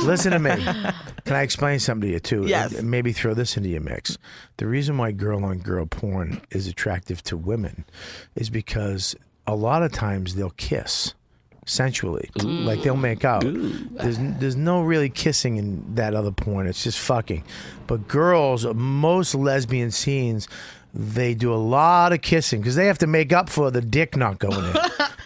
Speaker 4: Listen to me. Can I explain something to you too?
Speaker 11: Yes.
Speaker 4: And Maybe throw this into your mix. The reason why girl on girl porn is attractive to women is because a lot of times they'll kiss sensually, like they'll make out. There's there's no really kissing in that other porn. It's just fucking. But girls, most lesbian scenes. They do a lot of kissing because they have to make up for the dick not going in.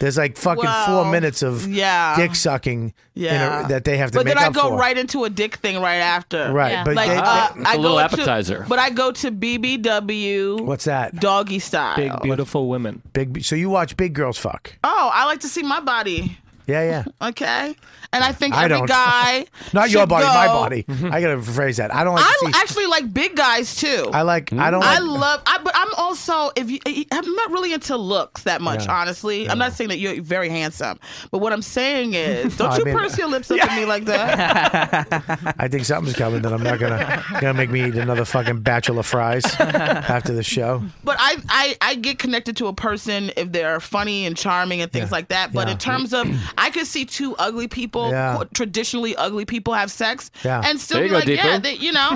Speaker 4: There's like fucking
Speaker 11: Well,
Speaker 4: four minutes of
Speaker 11: yeah.
Speaker 4: dick sucking in a-
Speaker 11: yeah,
Speaker 4: that they have to
Speaker 11: But
Speaker 4: make
Speaker 11: then I
Speaker 4: up
Speaker 11: go
Speaker 4: for.
Speaker 11: right into a dick thing right after. uh,
Speaker 4: Right, Yeah. but they- they- It's a
Speaker 11: go
Speaker 4: little
Speaker 11: to-
Speaker 4: appetizer.
Speaker 11: but I go to BBW.
Speaker 4: What's that?
Speaker 11: Doggy style.
Speaker 4: beautiful women. Big. So you watch big girls fuck.
Speaker 11: Oh, I like to see my body.
Speaker 4: Yeah, yeah.
Speaker 11: Okay, and I think
Speaker 4: I
Speaker 11: every
Speaker 4: don't.
Speaker 11: guy.
Speaker 4: Not your
Speaker 11: should
Speaker 4: body, my
Speaker 11: go- Mm-hmm.
Speaker 4: body. I gotta rephrase that. I don't like.
Speaker 11: I
Speaker 4: to see,
Speaker 11: actually like big guys too.
Speaker 4: I like. I don't.
Speaker 11: I
Speaker 4: like,
Speaker 11: love. I but I'm also if you, eh, I'm not really into looks that much.
Speaker 4: Yeah.
Speaker 11: Honestly, I'm not saying that you're very handsome, but what I'm saying is, don't
Speaker 4: I
Speaker 11: you
Speaker 4: mean-
Speaker 11: purse your lips up at me like that.
Speaker 4: I think something's coming that I'm not gonna gonna make me eat another fucking bachelor fries after the show.
Speaker 11: But I, I I get connected to a person if they're funny and charming and things like that. But
Speaker 4: Yeah.
Speaker 11: in terms of, I could see two ugly people,
Speaker 4: Yeah.
Speaker 11: quote, traditionally ugly people, have sex
Speaker 4: Yeah.
Speaker 11: and still
Speaker 4: There
Speaker 11: be
Speaker 4: you go,
Speaker 11: like, yeah,
Speaker 4: Deepu.
Speaker 11: they, you know,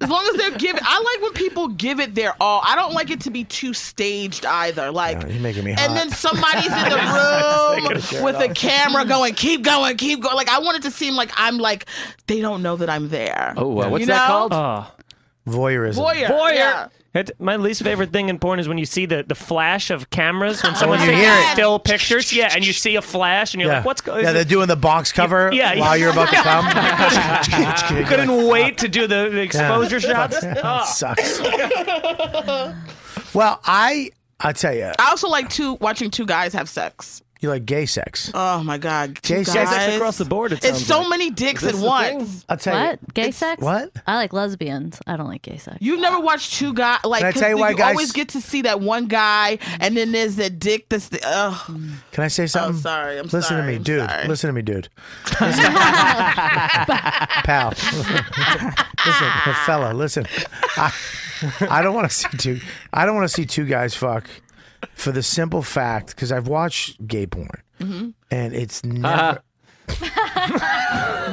Speaker 11: as long as they're giving. I like when people give it their all. I don't like it to be too staged either. Like.
Speaker 4: You're making me.
Speaker 11: and
Speaker 4: hot.
Speaker 11: then somebody's
Speaker 4: Taking
Speaker 11: in
Speaker 4: a
Speaker 11: the
Speaker 4: shirt
Speaker 11: room with a
Speaker 4: off.
Speaker 11: camera going, keep going, keep going. Like I want it to seem like I'm like they don't know that I'm there.
Speaker 15: uh,
Speaker 11: You know?
Speaker 15: Oh.
Speaker 4: Voyeurism.
Speaker 11: Voyeur, Voyeur. Oh, yeah.
Speaker 15: It- my least favorite thing in porn is when you see the, the flash of cameras when someone's
Speaker 4: you
Speaker 15: taking
Speaker 4: hear it.
Speaker 15: still pictures. Yeah, and you see a flash and you're
Speaker 4: yeah.
Speaker 15: like, what's going
Speaker 4: Yeah, they're doing the box cover
Speaker 15: yeah, yeah.
Speaker 4: while you're about to come.
Speaker 15: You couldn't wait to do the, the exposure shots. Oh.
Speaker 4: That sucks. Well, I I tell you,
Speaker 11: I also like two watching two guys have sex.
Speaker 4: You like gay sex?
Speaker 11: Oh my God!
Speaker 4: Gay
Speaker 11: Guys,
Speaker 4: sex
Speaker 11: it's so many dicks at once.
Speaker 4: I'll tell
Speaker 10: what?
Speaker 4: you.
Speaker 10: Gay sex?
Speaker 4: What?
Speaker 10: I like lesbians. I don't like gay sex.
Speaker 11: You never watched two guys like
Speaker 10: Can I
Speaker 11: 'cause
Speaker 10: tell you
Speaker 11: you,
Speaker 10: why guys-
Speaker 11: always get to see that one guy, and then there's that dick that's the. Ugh.
Speaker 4: Can I say something?
Speaker 11: Oh, sorry, I'm
Speaker 4: listen
Speaker 11: sorry,
Speaker 4: to me,
Speaker 11: I'm
Speaker 4: dude.
Speaker 11: sorry.
Speaker 4: Listen to me, dude. Pal. listen, fella. Listen, I, I don't want to see two. I don't want to see two guys fuck for the simple fact because I've watched gay porn and it's never.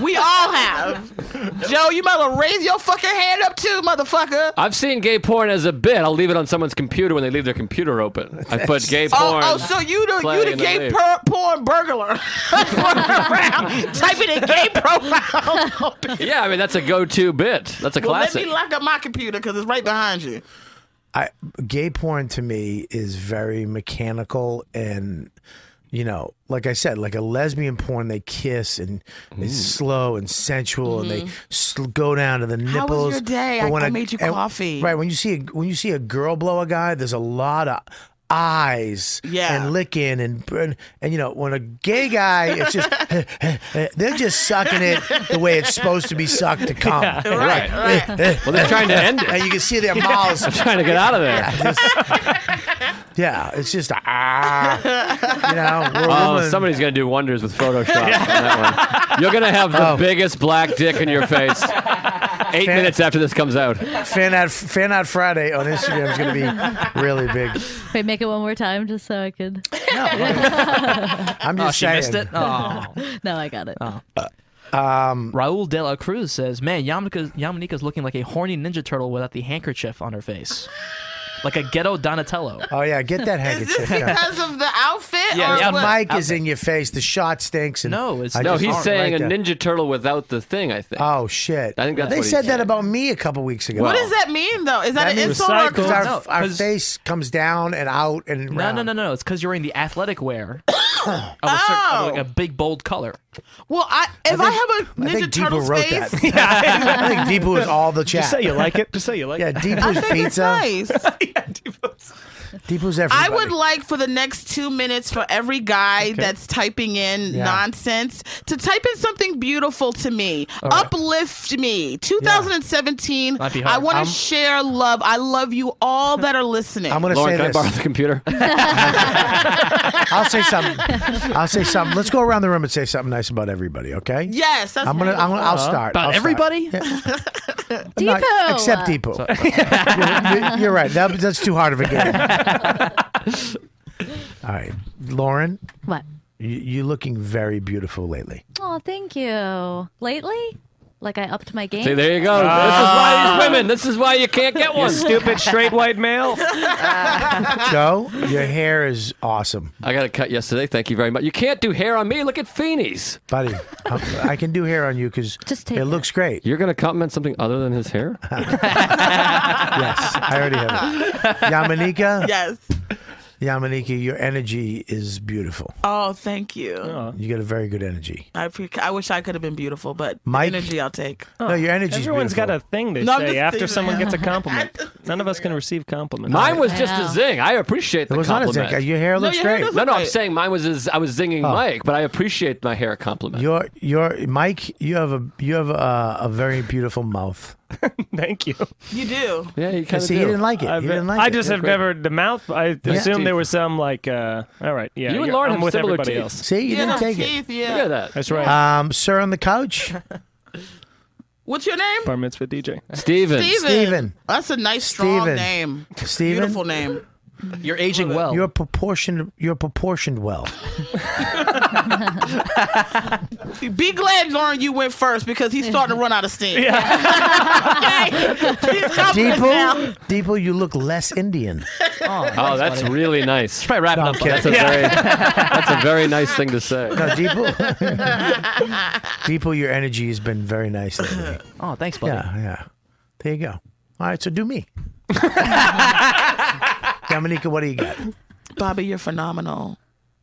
Speaker 11: We all have. Joe, you might well raise your fucking hand up too, motherfucker.
Speaker 9: I've seen gay porn as a bit. I'll leave it on someone's computer when they leave their computer open. I put gay porn.
Speaker 11: Oh, oh, so you the
Speaker 9: play
Speaker 11: you the
Speaker 9: and then
Speaker 11: gay
Speaker 9: leave.
Speaker 11: por- porn burglar? Around, typing in gay profile.
Speaker 9: Yeah, I mean that's a go-to bit. That's a
Speaker 11: well, let
Speaker 9: classic.
Speaker 11: me lock up my computer because it's right behind you.
Speaker 4: I gay porn to me is very mechanical and you know, like I said, like a lesbian porn, they kiss and it's
Speaker 11: Mm.
Speaker 4: slow and sensual, and they sl- go down to the nipples.
Speaker 11: Mm-hmm. How was your day?
Speaker 4: But
Speaker 11: I-
Speaker 4: when
Speaker 11: I
Speaker 4: a-
Speaker 11: made you
Speaker 4: and-
Speaker 11: coffee.
Speaker 4: Right when you see a, when you see a girl blow a guy, there's a lot of eyes
Speaker 11: Yeah.
Speaker 4: and licking and, and and you know when a gay guy it's just they're just sucking it the way it's supposed to be sucked to come
Speaker 9: Yeah, right, right. Well, they're trying to end it.
Speaker 4: and you can see their mouths
Speaker 9: I'm trying to get out of there.
Speaker 4: yeah, it's just a, ah. You know, we're
Speaker 9: Oh,
Speaker 4: women.
Speaker 9: somebody's gonna do wonders with Photoshop. on that one. You're gonna have the
Speaker 4: Oh.
Speaker 9: biggest black dick in your face. Eight minutes after this comes out.
Speaker 4: Fan out, fan out Friday on Instagram is going to be really big.
Speaker 10: Wait, make it one more time just so I could.
Speaker 4: I'm just
Speaker 6: oh, she
Speaker 4: saying.
Speaker 6: missed it. Oh.
Speaker 10: no, I got it.
Speaker 4: Um,
Speaker 6: Raul de la Cruz says, "Man, Yamanika, Yamanika's looking like a horny ninja turtle without the handkerchief on her face, like a ghetto Donatello."
Speaker 4: Oh yeah, get that handkerchief.
Speaker 11: Because of the outfit,
Speaker 6: Yeah,
Speaker 11: or
Speaker 6: the
Speaker 11: what?
Speaker 6: outfit.
Speaker 4: Mike is in your face. The shot stinks. And no, it's
Speaker 9: no, he's saying a Ninja Turtle without the thing. I think.
Speaker 4: Oh shit!
Speaker 9: I think that's
Speaker 4: they
Speaker 9: what he
Speaker 4: said that about me a couple weeks ago.
Speaker 11: What does that mean though? Is that,
Speaker 4: That
Speaker 11: an
Speaker 4: means
Speaker 11: insult? Or a
Speaker 4: Because our,
Speaker 11: compliment?
Speaker 4: our face comes down and out and
Speaker 6: No,
Speaker 4: round.
Speaker 6: no, no, no. It's because you're wearing the athletic wear of, a certain,
Speaker 4: Oh.
Speaker 6: of like a big bold color.
Speaker 11: Well, I if I,
Speaker 4: I
Speaker 11: have a
Speaker 4: think
Speaker 11: Ninja Turtle
Speaker 4: Deepu wrote
Speaker 11: face,
Speaker 4: that. I think Deepu is all the chat.
Speaker 15: Just say you like it. Just say you like
Speaker 4: Yeah,
Speaker 15: it.
Speaker 11: I
Speaker 4: Deepu's
Speaker 11: think it's
Speaker 4: pizza.
Speaker 11: nice.
Speaker 4: Deepu's everybody.
Speaker 11: I would like for the next two minutes for every guy that's typing in
Speaker 4: Yeah.
Speaker 11: nonsense to type in something beautiful to me.
Speaker 6: All right.
Speaker 11: Uplift me. 2017.
Speaker 6: Might be hard.
Speaker 11: I want
Speaker 6: I'm-
Speaker 11: to share love. I love you all that are listening.
Speaker 4: I'm going to
Speaker 9: Lauren,
Speaker 4: say
Speaker 9: can I
Speaker 4: this.
Speaker 9: borrow the computer?
Speaker 4: I'll say something. I'll say something. Let's go around the room and say something nice about everybody. Okay?
Speaker 11: Yes, that's
Speaker 4: I'm gonna. I'm gonna I'll
Speaker 11: beautiful.
Speaker 4: start.
Speaker 6: About
Speaker 4: I'll start.
Speaker 6: everybody?
Speaker 4: Not-
Speaker 11: Depot.
Speaker 4: except Depot. you're, you're- you're right. That, that's too hard of a game. All right, Lauren.
Speaker 10: What?
Speaker 4: You, you're looking very beautiful lately.
Speaker 10: Oh, thank you. Lately, like I upped my game.
Speaker 9: See, there you go. this is why these women. This is why you can't get
Speaker 15: You
Speaker 9: one.
Speaker 15: stupid straight white male.
Speaker 4: Joe, your hair is awesome,
Speaker 9: I got a cut yesterday. Thank you very much. You can't do hair on me. Look at Feeney's.
Speaker 4: buddy. I'm- I can do hair on you because
Speaker 10: Just
Speaker 4: it,
Speaker 10: take it.
Speaker 4: looks great.
Speaker 9: You're gonna compliment something other than his hair?
Speaker 4: Yes, I already have it. Yamanika,
Speaker 11: Yes.
Speaker 4: Yamanika, your energy is beautiful.
Speaker 11: Oh, thank you.
Speaker 4: You got a very good energy.
Speaker 11: I pre- I wish I could have been beautiful, but the
Speaker 4: Mike?
Speaker 11: energy I'll take.
Speaker 4: No, your energy.
Speaker 15: Everyone's got a thing they
Speaker 11: No, I'm
Speaker 15: say
Speaker 11: just
Speaker 15: after
Speaker 11: teasing.
Speaker 15: someone gets a compliment. None of us can receive compliments.
Speaker 9: Mine was just a zing. I appreciate the
Speaker 4: It was not a
Speaker 9: compliment.
Speaker 4: zing. Your hair
Speaker 11: No,
Speaker 4: looks
Speaker 11: your hair
Speaker 4: great.
Speaker 11: does
Speaker 9: No,
Speaker 11: look
Speaker 9: no, I'm
Speaker 11: great. Oh.
Speaker 9: saying mine was as I was zinging Mike, but I appreciate my hair compliment.
Speaker 4: Your your Mike, you have a you have a, a very beautiful mouth.
Speaker 15: Thank you.
Speaker 11: You do.
Speaker 9: Yeah, you
Speaker 4: See, he didn't like it.
Speaker 15: I,
Speaker 4: he didn't like
Speaker 15: I
Speaker 4: it.
Speaker 15: just have never the mouth. I
Speaker 4: Yeah.
Speaker 15: assume there was some like. Uh, all right, yeah.
Speaker 9: You and
Speaker 15: you're-
Speaker 9: Lauren
Speaker 15: I'm
Speaker 9: have
Speaker 15: with
Speaker 9: similar
Speaker 15: everybody
Speaker 9: teeth.
Speaker 15: else.
Speaker 4: See, you
Speaker 11: Yeah,
Speaker 4: didn't
Speaker 11: no,
Speaker 4: take
Speaker 11: teeth, yeah.
Speaker 9: Look at that.
Speaker 15: That's
Speaker 4: it.
Speaker 15: right.
Speaker 4: Um, sir on the couch,
Speaker 11: What's your name?
Speaker 15: Bar mitzvah DJ.
Speaker 9: Steven.
Speaker 11: Steven.
Speaker 4: Steven.
Speaker 11: That's a nice, strong
Speaker 4: Steven.
Speaker 11: name.
Speaker 4: Steven?
Speaker 11: Beautiful name.
Speaker 6: You're aging well.
Speaker 4: you're proportioned. You're proportioned well.
Speaker 11: Be glad, Lauren, you went first because he's starting to run out of steam. okay? He's confident now.
Speaker 4: Deepu, Deepu, you look less Indian.
Speaker 9: Oh, that's really nice.
Speaker 6: Probably wrapping
Speaker 4: No, I'm
Speaker 6: up.
Speaker 4: kidding.
Speaker 9: That's a very that's a very nice thing to say.
Speaker 4: No, Deepu, Deepu, your energy has been very nice lately.
Speaker 6: Oh, thanks, buddy.
Speaker 4: Yeah, yeah. There you go. All right, so do me. Dominica, what do you got?
Speaker 11: Bobby, you're phenomenal.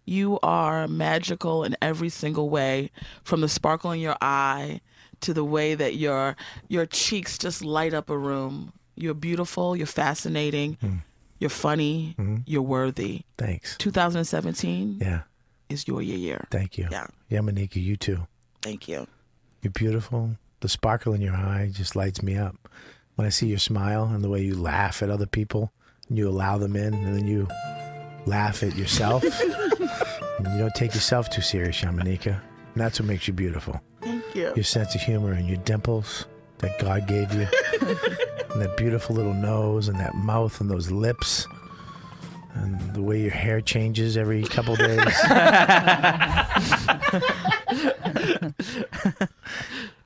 Speaker 11: You are magical in every single way, from the sparkle in your eye to the way that your your cheeks just light up a room. You're beautiful. You're fascinating. You're funny. You're worthy.
Speaker 4: Thanks.
Speaker 11: 2017.
Speaker 4: Yeah.
Speaker 11: is your year year.
Speaker 4: Thank you.
Speaker 11: Yeah.
Speaker 4: Yeah, Monika, you too.
Speaker 11: Thank you.
Speaker 4: You're beautiful. The sparkle in your eye just lights me up. When I see your smile and the way you laugh at other people and you allow them in and then you laugh at yourself. and you don't take yourself too serious, Yamanika. And that's what makes you beautiful.
Speaker 11: Thank you.
Speaker 4: Your sense of humor and your dimples that God gave you. and that beautiful little nose and that mouth and those lips. And the way your hair changes every couple days.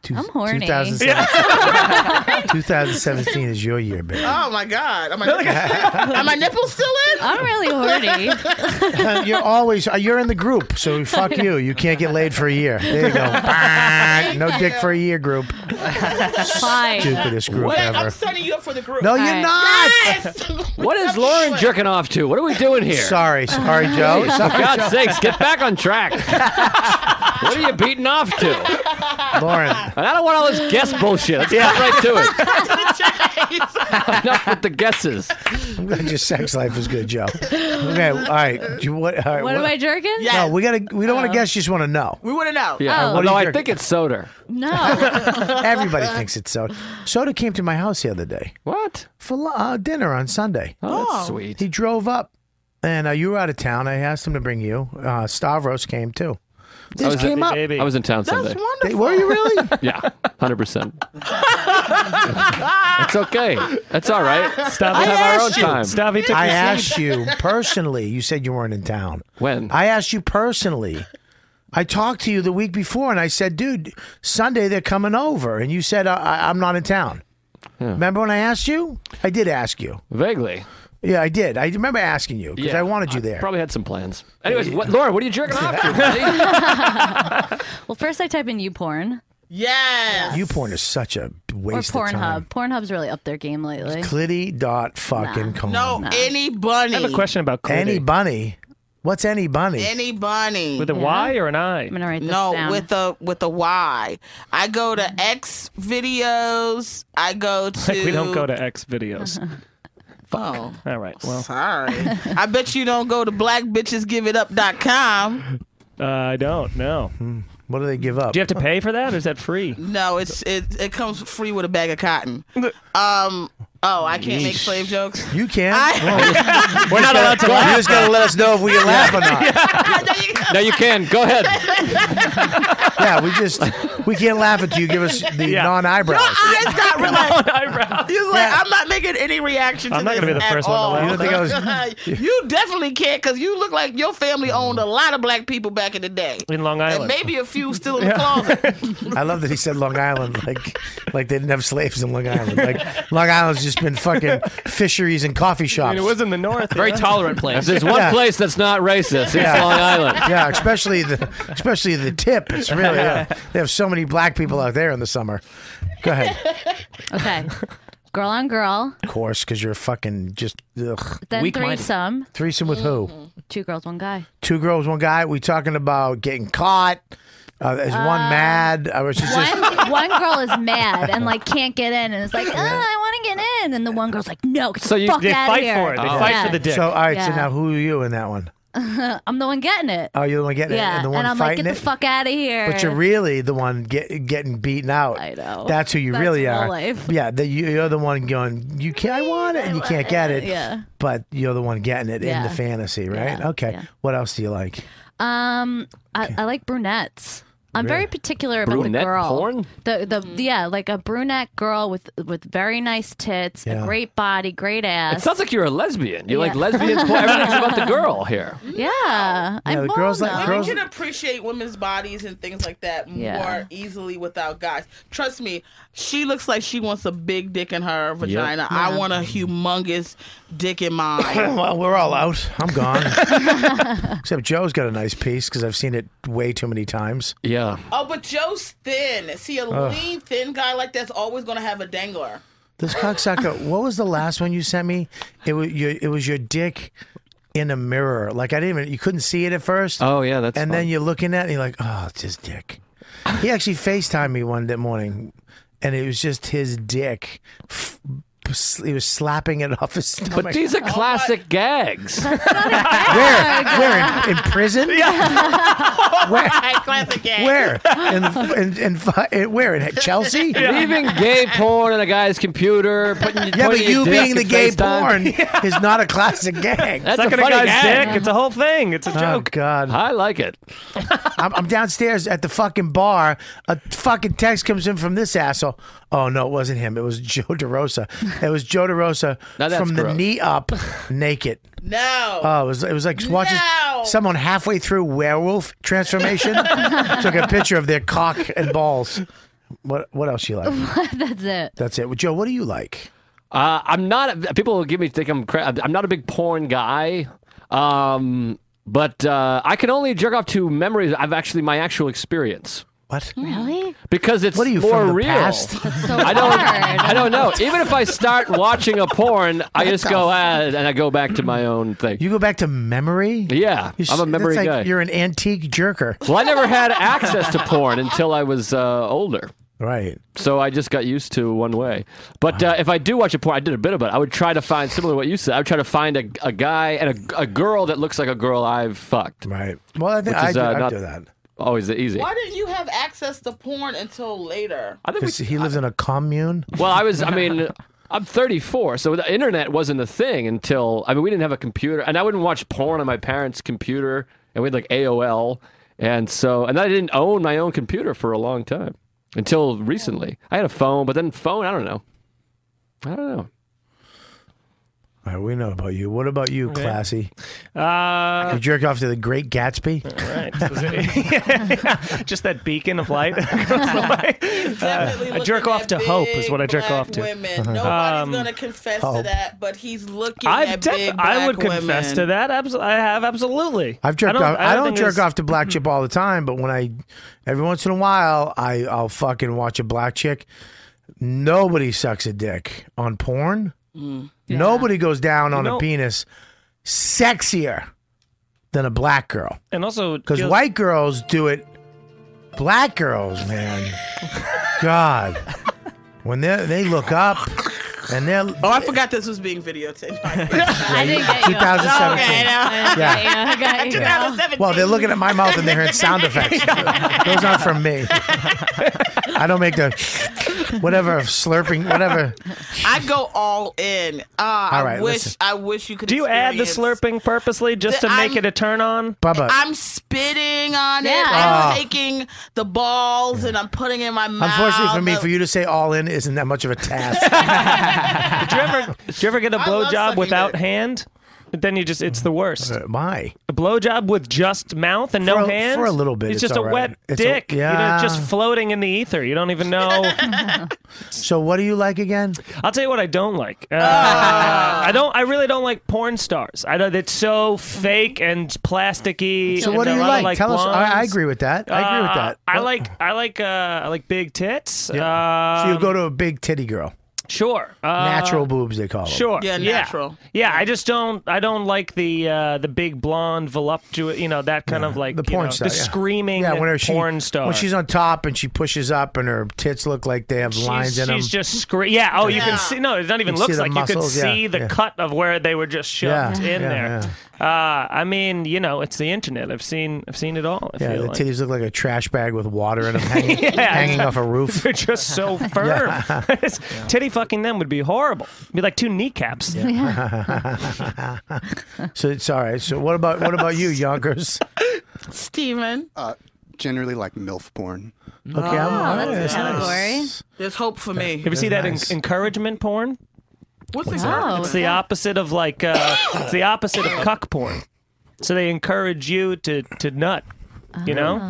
Speaker 4: Two-
Speaker 7: I'm horny.
Speaker 4: 2017, 2017 is your year, baby.
Speaker 11: Oh my God! Are my nipples still, are my nipples still in?
Speaker 7: I'm really horny.
Speaker 4: you're always uh, you're in the group, so fuck you. You can't get laid for a year. There you go. Bang. no dick for a year group.
Speaker 11: Fine.
Speaker 4: Stupidest group
Speaker 11: Wait,
Speaker 4: ever.
Speaker 11: I'm setting you up for the group.
Speaker 4: No, you're All right. not.
Speaker 11: Yes.
Speaker 9: What is Lauren jerking off to? What are we doing here?
Speaker 4: Sorry, sorry, Joe.
Speaker 9: Jeez,
Speaker 4: Sorry,
Speaker 9: for God's
Speaker 4: Joe.
Speaker 9: sakes, get back on track. what are you beating off to?
Speaker 4: Lauren.
Speaker 9: And I don't want all this guess bullshit. Let's get right to it. Enough with the guesses.
Speaker 4: I'm glad your sex life is good, Joe. Okay, all right. Do you, what, all right,
Speaker 7: What am I jerking?
Speaker 4: No, we gotta. We don't want to guess. You just want to know.
Speaker 11: We want to know.
Speaker 9: Yeah.
Speaker 4: Oh.
Speaker 9: Although
Speaker 4: What are you
Speaker 9: I think it's soda.
Speaker 7: No.
Speaker 4: Everybody thinks it's soda. Soda came to my house the other day.
Speaker 9: What?
Speaker 4: For lu- uh, dinner on Sunday.
Speaker 9: Oh, that's sweet.
Speaker 4: He drove up, and uh, you were out of town. I asked him to bring you. Uh, Stavros came too.
Speaker 11: Oh,
Speaker 4: They
Speaker 9: I
Speaker 4: Just
Speaker 9: was
Speaker 4: came
Speaker 9: in,
Speaker 4: up.
Speaker 9: I was in town Sunday.
Speaker 4: They- were you really?
Speaker 9: Yeah, hundred percent. It's okay. That's all right.
Speaker 15: Stop
Speaker 9: we
Speaker 15: it.
Speaker 9: have
Speaker 15: I
Speaker 9: our own
Speaker 15: asked you.
Speaker 9: time.
Speaker 15: Stop it. Took
Speaker 4: I
Speaker 15: your
Speaker 4: asked
Speaker 15: seat.
Speaker 4: you personally. You said you weren't in town.
Speaker 9: When?
Speaker 4: I asked you personally. I talked to you the week before, and I said, "Dude, Sunday they're coming over," and you said, I- I- "I'm not in town." Remember when I asked you? I did ask you.
Speaker 9: Vaguely.
Speaker 4: Yeah, I did. I remember asking you because
Speaker 9: Yeah,
Speaker 4: I wanted you there.
Speaker 9: Probably had some plans. Anyways, what, Lauren, what are you jerking off to? buddy?
Speaker 7: well, first I type in you porn
Speaker 11: Yes.
Speaker 4: You porn is such a
Speaker 7: or
Speaker 4: waste of time.
Speaker 7: Pornhub. Pornhub's really up their game lately.
Speaker 4: Clitty dot fucking com.
Speaker 11: No, any bunny.
Speaker 15: I have a question about Clitty.
Speaker 4: Any bunny? What's any bunny?
Speaker 11: Any bunny.
Speaker 15: With a Y or an I?
Speaker 7: gonna write this
Speaker 11: no,
Speaker 7: down.
Speaker 11: with a with a Y. I go to X videos. I go to.
Speaker 15: Mm-hmm. Like we don't go to X videos.
Speaker 11: Oh,
Speaker 15: All right. Well,
Speaker 11: sorry. I bet you don't go to blackbitchesgiveitup.com.
Speaker 15: uh, I don't know. Do
Speaker 4: What do they give up?
Speaker 15: you have to pay for that, or is that free?
Speaker 11: No, it's it. It comes free with a bag of cotton. Um. Oh, I can't make slave jokes.
Speaker 4: You can.
Speaker 11: I-
Speaker 4: We're not allowed to laugh. You just gotta let us know if we can laugh or not.
Speaker 9: no, you can. Go ahead.
Speaker 4: Yeah, we just we can't laugh at you. Give us the
Speaker 11: Your
Speaker 4: non-eyebrows.
Speaker 11: eyes got really. You're like, I'm not making any reaction to
Speaker 15: I'm not
Speaker 11: this
Speaker 15: gonna be the
Speaker 11: at
Speaker 15: first one to
Speaker 11: all.
Speaker 15: laugh. You
Speaker 4: don't think
Speaker 11: you definitely can't because you look like your family owned a
Speaker 15: Mm.
Speaker 11: lot of black people back in the day.
Speaker 15: In Long
Speaker 11: And
Speaker 15: Island.
Speaker 11: maybe a few still in the closet.
Speaker 4: I love that he said Long Island, like like they didn't have slaves in Long Island. Like Long Island's just been fucking fisheries and coffee
Speaker 15: I
Speaker 4: shops.
Speaker 15: mean, it was in the north.
Speaker 6: Very
Speaker 15: yeah.
Speaker 6: tolerant
Speaker 9: If
Speaker 6: place.
Speaker 9: there's one
Speaker 4: Yeah.
Speaker 9: place that's not racist, it's
Speaker 4: Yeah.
Speaker 9: Long Island.
Speaker 4: yeah, especially the especially the tip. It's really yeah. they have so many black people out there in the summer. Go ahead,
Speaker 7: Okay. Girl on girl,
Speaker 4: of course, because you're fucking just ugh.
Speaker 7: then
Speaker 6: Weak-minded.
Speaker 7: threesome,
Speaker 4: threesome with who?
Speaker 7: two girls, one guy.
Speaker 4: Two girls, one guy. We talking about getting caught? Uh, is one mad? I was just.
Speaker 7: One one girl is mad and like can't get in, and it's like, oh, I want to get in, and the one girl's like, no, get the
Speaker 9: So you-
Speaker 7: fuck
Speaker 15: They
Speaker 7: out
Speaker 15: fight
Speaker 7: here. Oh,
Speaker 15: for it. They fight
Speaker 7: Yeah.
Speaker 15: for the dick.
Speaker 4: So all right, so
Speaker 7: Yeah.
Speaker 4: now who are you in that one?
Speaker 7: I'm the one getting it.
Speaker 4: Oh, you're the one getting it,
Speaker 7: yeah,
Speaker 4: and the one
Speaker 7: I'm like,
Speaker 4: fighting
Speaker 7: get the
Speaker 4: it.
Speaker 7: fuck out of here.
Speaker 4: But you're really the one get, getting beaten out.
Speaker 7: I know.
Speaker 4: That's who you really
Speaker 7: my
Speaker 4: are.
Speaker 7: life.
Speaker 4: Yeah, the, you- you're the one going. You can't. I want it, and you can't get it.
Speaker 7: Yeah.
Speaker 4: But you're the one getting it in
Speaker 7: Yeah.
Speaker 4: the fantasy, right? okay. What else do you like?
Speaker 7: Um, I, I like brunettes. I'm very particular about
Speaker 9: Brunette
Speaker 7: the girl.
Speaker 9: porn?
Speaker 7: The the yeah, like a brunette girl with with very nice tits,
Speaker 9: Yeah.
Speaker 7: a great body, great
Speaker 9: It
Speaker 7: ass.
Speaker 9: sounds like you're a lesbian. You like
Speaker 7: Yeah.
Speaker 9: lesbian porn. Everything's about the girl here.
Speaker 7: yeah, I'm
Speaker 4: the girls
Speaker 7: bummed
Speaker 4: like-
Speaker 7: out.
Speaker 4: girls-
Speaker 11: You can appreciate women's bodies and things like that more
Speaker 7: Yeah.
Speaker 11: easily without guys. Trust me, she looks like she wants a big dick in her vagina. I want a humongous dick in mine.
Speaker 4: well, we're all out. I'm gone. Except Joe's got a nice piece because I've seen it way too many times.
Speaker 9: Yeah.
Speaker 11: oh, but Joe's thin. See, a
Speaker 4: Ugh.
Speaker 11: lean, thin guy like that's always going to have a dangler.
Speaker 4: This cocksucker. what was the last one you sent me? It was your. It was your dick in a mirror. Like I didn't even. You couldn't see it at first.
Speaker 9: Oh yeah, that's.
Speaker 4: and
Speaker 9: fun.
Speaker 4: then you're looking at it and you're like, oh, it's his dick. He actually FaceTimed me one that morning and it was just his dick f- s- he was slapping it off his stomach.
Speaker 9: But these are classic gags.
Speaker 4: Where? Where? In, in prison? Where?
Speaker 11: Classic gag.
Speaker 4: Where? In, in, in, fi- in- where? In Chelsea?
Speaker 9: Leaving gay porn on a guy's computer, putting
Speaker 4: Yeah, but
Speaker 9: putting
Speaker 4: you
Speaker 9: your dick
Speaker 4: being the
Speaker 9: in
Speaker 4: gay
Speaker 9: FaceTime.
Speaker 4: porn is not a classic gag.
Speaker 9: That's Sucking a a funny guy's gag. dick, it's a
Speaker 4: whole thing. It's a
Speaker 9: joke.
Speaker 4: Oh God,
Speaker 9: I like it.
Speaker 4: I'm, I'm downstairs at the fucking bar. A fucking text comes in from this asshole. Oh no, it wasn't him. It was Joe DeRosa. It was Joe DeRosa
Speaker 9: Now that's
Speaker 4: from the
Speaker 9: gross.
Speaker 4: knee up, naked.
Speaker 11: No.
Speaker 4: Oh, it was it was like watching someone halfway through werewolf transformation took a picture of their cock and balls. What what else you like?
Speaker 10: That's it.
Speaker 4: That's it. Well, Joe, what do you like?
Speaker 9: Uh, I'm not. People will give me think I'm. Cra- I'm not a big porn guy. Um, but uh, I can only jerk off to memories. I've actually my actual experience.
Speaker 4: What?
Speaker 10: Really?
Speaker 9: Because it's
Speaker 4: What are you,
Speaker 9: more
Speaker 4: from the
Speaker 9: real.
Speaker 4: past? That's
Speaker 10: so
Speaker 9: I don't.
Speaker 10: hard.
Speaker 9: I don't know. Even if I start watching a porn, I
Speaker 4: What
Speaker 9: just
Speaker 4: the
Speaker 9: go ah, and I go back to my own thing.
Speaker 4: You go back to memory.
Speaker 9: Yeah,
Speaker 4: You
Speaker 9: I'm a
Speaker 4: s-
Speaker 9: memory
Speaker 4: that's
Speaker 9: guy.
Speaker 4: like You're an antique jerker.
Speaker 9: Well, I never had access to porn until I was uh, older.
Speaker 4: Right.
Speaker 9: So I just got used to one way. But uh, if I do watch a porn, I did a bit of it. I would try to find similar to what you said. I would try to find a, a guy and a, a girl that looks like a girl I've fucked.
Speaker 4: Right. Well, I think
Speaker 9: Which
Speaker 4: I
Speaker 9: is,
Speaker 4: do-
Speaker 9: uh,
Speaker 4: I
Speaker 9: not
Speaker 4: do that.
Speaker 9: Always easy.
Speaker 11: Why didn't you have access to porn until later?
Speaker 9: I think we-
Speaker 4: Because he lives in a commune.
Speaker 9: Well, I was. I mean, I'm 34, so the internet wasn't a thing until. I mean, we didn't have a computer, and I wouldn't watch porn on my parents' computer, and we had like AOL, and so, and I didn't own my own computer for a long time until recently. I had a phone, but then phone, I don't know. I don't know.
Speaker 4: All right, we know about you. What about you,
Speaker 15: Okay.
Speaker 4: classy?
Speaker 15: Uh,
Speaker 4: you jerk off to the Great Gatsby.
Speaker 15: Right. Just that beacon of light. Uh, I jerk off to hope is what I jerk off to.
Speaker 11: Women.
Speaker 15: Uh-huh.
Speaker 11: Nobody's
Speaker 15: Um,
Speaker 11: gonna confess to
Speaker 4: Oh.
Speaker 15: hope.
Speaker 11: that, but he's looking
Speaker 15: I've
Speaker 11: at
Speaker 15: def-
Speaker 11: big black
Speaker 15: I would confess
Speaker 11: women.
Speaker 15: to that. Abso- I have absolutely.
Speaker 4: I've jerked
Speaker 15: I don't-
Speaker 4: off.
Speaker 15: I don't
Speaker 4: I don't
Speaker 15: think
Speaker 4: jerk
Speaker 15: there's-
Speaker 4: off to black chip all the time, but when I, every once in a while, I I'll fucking watch a black chick. Nobody sucks a dick on porn. Nobody goes down on a
Speaker 15: Mm, know-
Speaker 4: penis sexier than a black girl
Speaker 15: And also,
Speaker 4: because
Speaker 15: just-
Speaker 4: white girls do it. Black girls, man, God, when they they look up and they're
Speaker 11: Oh, I forgot this was being videotaped.
Speaker 4: I didn't get you. 2017.
Speaker 11: Okay,
Speaker 4: I
Speaker 11: no.
Speaker 4: got you, I
Speaker 10: got you.
Speaker 11: 2017.
Speaker 4: Well, they're looking at my mouth and they're hearing sound effects. Those aren't from me. I don't make the whatever slurping, whatever.
Speaker 11: I go all in. Uh, I
Speaker 4: right,
Speaker 11: wish
Speaker 4: listen.
Speaker 11: I wish you could.
Speaker 15: do you add the
Speaker 11: experience-
Speaker 15: slurping purposely just to
Speaker 11: Th-
Speaker 15: make
Speaker 11: I'm-
Speaker 15: it a turn on?
Speaker 4: Bubba,
Speaker 11: I'm spitting on
Speaker 10: Yeah.
Speaker 11: it. I'm
Speaker 4: Ah.
Speaker 11: taking the balls and I'm putting it in my mouth. Uh,
Speaker 4: unfortunately for me,
Speaker 11: The-
Speaker 4: for you to say all in isn't that much of a task.
Speaker 15: Did you ever? Did you ever get a
Speaker 11: I love
Speaker 15: blowjob
Speaker 11: sucking
Speaker 15: without
Speaker 11: dick.
Speaker 15: hand? Then you just—it's the worst.
Speaker 4: My.
Speaker 15: A blowjob with just mouth and
Speaker 4: For
Speaker 15: no
Speaker 4: a-
Speaker 15: hand
Speaker 4: for a little bit,
Speaker 15: It's
Speaker 4: it's
Speaker 15: just a
Speaker 4: all right.
Speaker 15: wet
Speaker 4: It's a-
Speaker 15: dick. You know,
Speaker 4: yeah.
Speaker 15: just floating in the ether. You don't even know.
Speaker 4: So what do you like again?
Speaker 15: I'll tell you what I don't like. Uh,
Speaker 11: Ah.
Speaker 15: I don't. I really don't like porn stars. I know it's so fake and plasticky.
Speaker 4: So what do
Speaker 15: and
Speaker 4: you
Speaker 15: a lot
Speaker 4: like?
Speaker 15: of, like?
Speaker 4: Tell us. I, I
Speaker 15: blondes.
Speaker 4: agree with that. I agree with
Speaker 15: Uh,
Speaker 4: that.
Speaker 15: I like. I like. Uh, I like big tits.
Speaker 4: So you
Speaker 15: Um,
Speaker 4: go to a big titty girl,
Speaker 15: sure. Uh,
Speaker 4: natural boobs they call them.
Speaker 15: Sure.
Speaker 11: Yeah, natural.
Speaker 15: Yeah, I just don't. I don't like the uh, the big blonde voluptuous. You know that kind of like
Speaker 4: the
Speaker 15: you
Speaker 4: porn
Speaker 15: know,
Speaker 4: star,
Speaker 15: the
Speaker 4: yeah.
Speaker 15: screaming
Speaker 4: Yeah, whenever she
Speaker 15: porn star.
Speaker 4: when she's on top and she pushes up and her tits look like they have
Speaker 15: She's-
Speaker 4: lines in
Speaker 15: she's
Speaker 4: them.
Speaker 15: just screaming. Yeah. Oh, you
Speaker 11: Yeah.
Speaker 15: can see. No, it not even
Speaker 4: You see
Speaker 15: looks
Speaker 4: the
Speaker 15: like
Speaker 4: muscles,
Speaker 15: you
Speaker 4: yeah,
Speaker 15: could see the
Speaker 4: yeah.
Speaker 15: cut of where they were just shoved
Speaker 4: Yeah,
Speaker 15: in
Speaker 4: yeah,
Speaker 15: there. Uh, I mean, you know, it's the internet. I've seen. I've seen it all. I
Speaker 4: yeah,
Speaker 15: feel
Speaker 4: the
Speaker 15: like.
Speaker 4: titties look like a trash bag with water in them hanging,
Speaker 15: Yeah.
Speaker 4: hanging off a roof.
Speaker 15: They're just so firm. Titty fucking them would be horrible. It'd be like two kneecaps.
Speaker 4: so it's all right. So what about what about you, Yonkers?
Speaker 11: Steven,
Speaker 4: Ah.
Speaker 12: Uh, generally like MILF porn.
Speaker 4: Okay, I'm all right.
Speaker 10: That's a category.
Speaker 11: there's hope for me.
Speaker 15: Have you seen that en-
Speaker 4: Nice.
Speaker 15: encouragement porn?
Speaker 11: What's the
Speaker 10: Wow.
Speaker 15: It's the opposite of like uh, it's the opposite of cuck porn. So they encourage you to to nut. You know,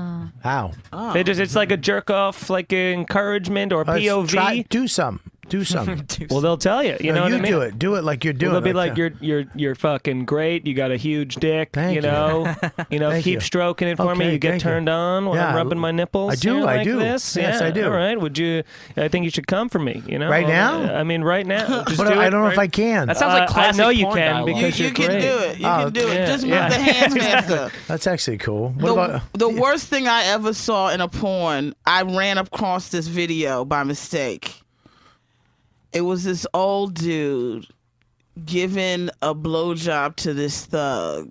Speaker 4: How?
Speaker 11: Ah.
Speaker 15: they just it's like a jerk off, like encouragement or
Speaker 4: Let's
Speaker 15: POV.
Speaker 4: try- do some. Do some.
Speaker 15: well, they'll tell you. You
Speaker 4: No,
Speaker 15: know
Speaker 4: you
Speaker 15: what I mean?
Speaker 4: do it. Do it like you're doing.
Speaker 15: Well, they'll be like,
Speaker 4: that.
Speaker 15: you're you're you're fucking great. You got a huge dick.
Speaker 4: Thank you.
Speaker 15: you know, you know,
Speaker 4: Thank
Speaker 15: keep
Speaker 4: you.
Speaker 15: stroking it for
Speaker 4: Okay,
Speaker 15: me. You get
Speaker 4: thank you.
Speaker 15: turned on when
Speaker 4: Yeah, I-
Speaker 15: I'm rubbing my nipples.
Speaker 4: I do,
Speaker 15: here
Speaker 4: I
Speaker 15: like
Speaker 4: do.
Speaker 15: This.
Speaker 4: Yes,
Speaker 15: yeah.
Speaker 4: I do.
Speaker 15: All right. Would you? I think you should come for me. You know,
Speaker 4: Right now?
Speaker 15: I mean, right now. Just
Speaker 4: But
Speaker 15: do
Speaker 4: I
Speaker 15: it
Speaker 4: don't know if
Speaker 15: right-
Speaker 4: I can.
Speaker 6: That sounds like
Speaker 15: Uh,
Speaker 6: classic
Speaker 15: I know you
Speaker 6: porn
Speaker 15: can
Speaker 6: dialogue.
Speaker 11: You,
Speaker 15: because
Speaker 11: you
Speaker 15: are
Speaker 11: can
Speaker 15: great.
Speaker 11: do it. You
Speaker 4: Oh,
Speaker 11: can do
Speaker 15: yeah,
Speaker 11: it. Just move
Speaker 15: yeah.
Speaker 11: the hands faster.
Speaker 4: That's actually cool. What
Speaker 11: the,
Speaker 4: about
Speaker 11: the worst thing I ever saw in a porn, I ran across this video by mistake. It was this old dude giving a blowjob to this thug.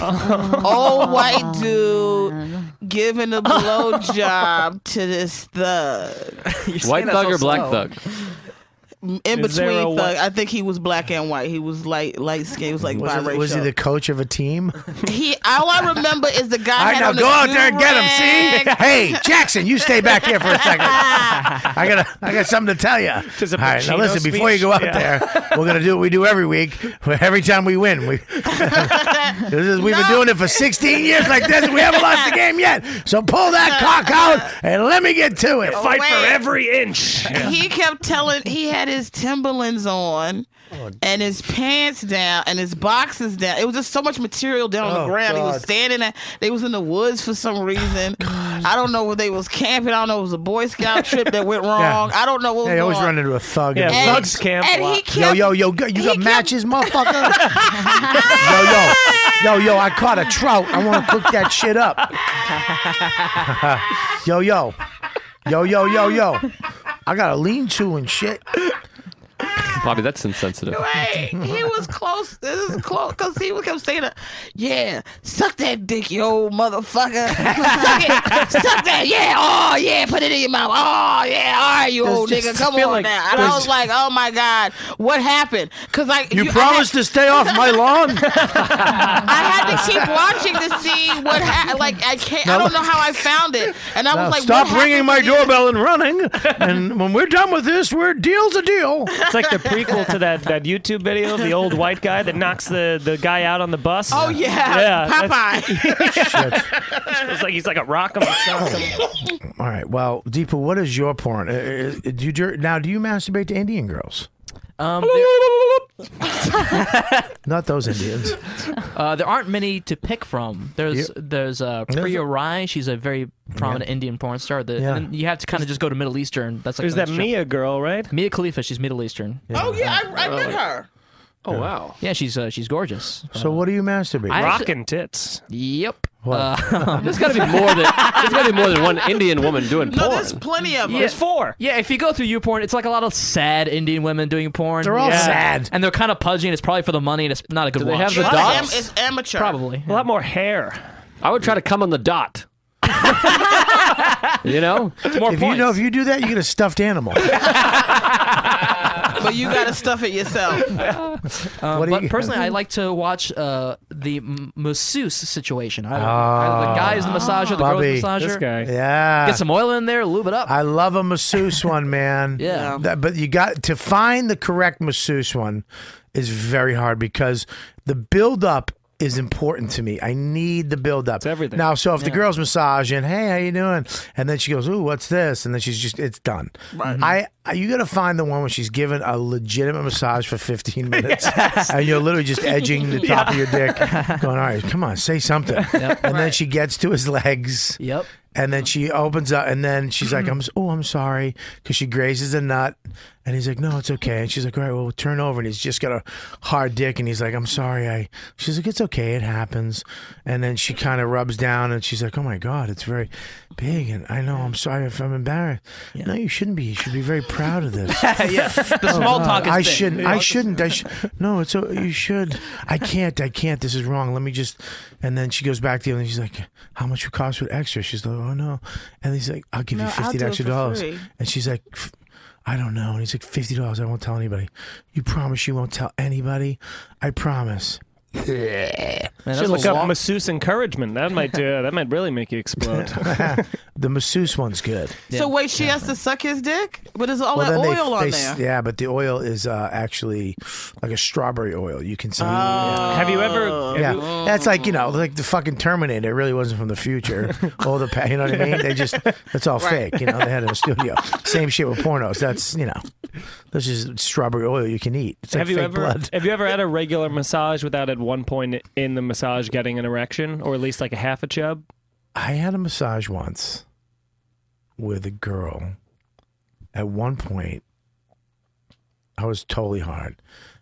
Speaker 11: old white
Speaker 4: Oh,
Speaker 11: dude giving a blowjob to this thug.
Speaker 9: White thug or black thug?
Speaker 11: In
Speaker 4: Is there
Speaker 11: between
Speaker 4: a
Speaker 11: thug,
Speaker 4: white-
Speaker 11: I think he was black and white. He was light, light skin. He was like
Speaker 4: Was,
Speaker 11: biracial.
Speaker 4: he, was he the coach of a team?
Speaker 11: He all I remember is the guy.
Speaker 4: All right,
Speaker 11: had
Speaker 4: now
Speaker 11: on
Speaker 4: go
Speaker 11: the
Speaker 4: out there and get him. See,
Speaker 11: do-rag.
Speaker 4: hey Jackson, you stay back here for a second. I got I got something to tell you. All right, now
Speaker 15: Pacino
Speaker 4: listen. Before you go out
Speaker 15: speech? Yeah.
Speaker 4: there, we're gonna do what we do every week. Every time we win, we this is, we've been doing it for 16 years like this. and We haven't lost the game yet. So pull that cock out and let me get to it.
Speaker 11: Fight for Wait. every
Speaker 4: inch.
Speaker 11: He kept telling he had his Timberlands on and his pants down and his boxes down. It was just so much material down on
Speaker 17: Oh,
Speaker 11: the ground. He was
Speaker 17: God.
Speaker 11: standing at they was in the woods for some reason. I don't know where they was camping. I don't know if it was a Boy Scout trip that went wrong. I don't know what was
Speaker 4: They always
Speaker 11: going on.
Speaker 4: run into a thug.
Speaker 11: Yeah,
Speaker 4: in the
Speaker 11: thugs
Speaker 4: woods.
Speaker 11: camp and a lot. he
Speaker 4: yo,
Speaker 11: kept-
Speaker 4: yo, yo, go- you got matches, motherfucker. yo, yo, yo, yo, I caught a trout. I want to cook that shit up. yo, yo, yo, yo, yo, yo. I got a lean-to and shit.
Speaker 9: Bobby, that's insensitive.
Speaker 11: Wait, he was close. This is close because he was kept saying, that, "Yeah, suck that dick, you old motherfucker. suck it, suck that. Yeah, oh yeah, put it in your mouth. Oh yeah, all right, you
Speaker 4: There's
Speaker 11: old
Speaker 4: just
Speaker 11: nigga, come on
Speaker 4: feeling-
Speaker 11: now." And I
Speaker 4: there's-
Speaker 11: was like, "Oh my god, what happened?" Because like
Speaker 4: You,
Speaker 11: I
Speaker 4: promised to stay off my lawn.
Speaker 11: had, I had to keep watching to see what. Ha- like I can't. I
Speaker 4: No.
Speaker 11: don't know how I found it, and I
Speaker 4: Now
Speaker 11: was like,
Speaker 4: stop
Speaker 11: what
Speaker 4: ringing
Speaker 11: happened
Speaker 4: my
Speaker 11: to you?"
Speaker 4: doorbell and running. and when we're done with this, we're deal's a deal.
Speaker 15: It's like the prequel to that, that YouTube video of the old white guy that knocks the, the guy out on the bus.
Speaker 11: Oh yeah, Popeye.
Speaker 15: It's like he's like a rock him.
Speaker 4: Oh,
Speaker 15: sock him.
Speaker 4: All right. Well, Deepa, what is your porn? Uh, Uh, uh, do you dur- now? Do you masturbate to Indian girls?
Speaker 6: Um, there,
Speaker 4: Not those Indians.
Speaker 6: uh, there aren't many to pick from. There's there's uh, Priya Rai. She's a very prominent Indian porn star. That,
Speaker 15: Yeah.
Speaker 6: and then you have to kind of just go to Middle Eastern. That's like
Speaker 15: There's
Speaker 6: the
Speaker 15: that
Speaker 6: next
Speaker 15: Mia girl, right?
Speaker 6: jump. Mia Khalifa. She's Middle Eastern.
Speaker 11: Oh yeah, I, I met
Speaker 6: Really?
Speaker 11: her.
Speaker 6: Oh wow. Yeah, she's uh, she's gorgeous.
Speaker 4: So what do you masturbate?
Speaker 6: I actually-
Speaker 15: Rockin' tits.
Speaker 6: Yep.
Speaker 9: Uh, there's got to be more than there's got to be more than one Indian woman doing porn.
Speaker 11: plenty of
Speaker 6: Yeah.
Speaker 15: There's four.
Speaker 6: Yeah, if you go through YouPorn, it's like a lot of sad Indian women doing porn.
Speaker 15: They're all
Speaker 6: Yeah.
Speaker 15: sad.
Speaker 6: and they're kind of pudgy, and it's probably for the money, and it's not a good. Do
Speaker 9: they have the
Speaker 11: It's am-
Speaker 9: dots?
Speaker 11: It's amateur.
Speaker 6: Probably.
Speaker 15: A lot more hair.
Speaker 9: I would try to come on the dot. you know,
Speaker 4: if you know if you do that, you get a stuffed animal.
Speaker 11: but you gotta stuff it yourself.
Speaker 6: Um,
Speaker 4: What do
Speaker 6: but
Speaker 4: you-
Speaker 6: personally, I like to watch uh, the m- masseuse situation. I, I- the guy is the massager, the girl
Speaker 4: Ah. Bobby.
Speaker 6: is the massager.
Speaker 4: Yeah.
Speaker 6: Get some oil in there, lube it up.
Speaker 4: I love a masseuse one, man.
Speaker 6: Yeah.
Speaker 4: That- but you got to find the correct masseuse one is very hard because the build up is important to me. I need the build up. It's everything. Now, so if the girl's massaging, hey, how you doing? And then she goes, ooh, what's this? And then she's just, it's done. I, I you got to find the one where she's given a legitimate massage for 15 minutes, and you're literally just edging the top of your dick, going, all right, come on, say something. And then she gets to his legs.
Speaker 6: Yep.
Speaker 4: And then she opens up, and then she's like, "I'm s- oh, I'm sorry," because she grazes a nut, and he's like, "No, it's okay." And she's like, "All right, well, turn over," and he's just got a hard dick, and he's like, "I'm sorry." I she's like, "It's okay, it happens," and then she kind of rubs down, and she's like, "Oh my god, it's very big," and I know I'm sorry if I'm embarrassed. No, you shouldn't be. You should be very proud of this.
Speaker 6: yeah, the small
Speaker 4: oh God,
Speaker 6: talk is
Speaker 4: I
Speaker 6: big.
Speaker 4: shouldn't. I shouldn't. I sh- no, it's a, you should. I can't. I can't. This is wrong. Let me just. And then she goes back to him and she's like, "How much it cost with extra?" She's like, "Oh no." And he's like, "I'll give
Speaker 11: No,
Speaker 4: you
Speaker 11: I'll
Speaker 4: fifty
Speaker 11: do it
Speaker 4: extra
Speaker 11: for
Speaker 4: dollars."
Speaker 11: free.
Speaker 4: And she's like, "F- "I don't know." And he's like, 50 dollars. I won't tell anybody. You promise you won't tell anybody? I promise."
Speaker 15: Should look up masseuse encouragement. That might uh, that might really make you explode.
Speaker 4: Oh. the masseuse one's good.
Speaker 11: So wait, she has to suck his dick, but there's all
Speaker 4: Well,
Speaker 11: that
Speaker 4: then they-
Speaker 11: oil on
Speaker 4: they-
Speaker 11: there.
Speaker 4: Yeah, but the oil is uh, actually like a strawberry oil. You can see.
Speaker 11: Oh.
Speaker 15: Have you ever?
Speaker 4: Yeah,
Speaker 15: have you-
Speaker 4: that's like you know, like the fucking Terminator. It really wasn't from the future. All the, pa- you know what I mean? They just that's all
Speaker 15: Right.
Speaker 4: fake. You know, they had it in a studio. Same shit with pornos. That's you know, this is strawberry oil you can eat. It's like
Speaker 15: have you
Speaker 4: fake
Speaker 15: ever
Speaker 4: blood.
Speaker 15: have you ever had a regular massage without at one point in the massage getting an erection or at least like a half a chub?
Speaker 4: I had a massage once with a girl. At one point, I was totally hard,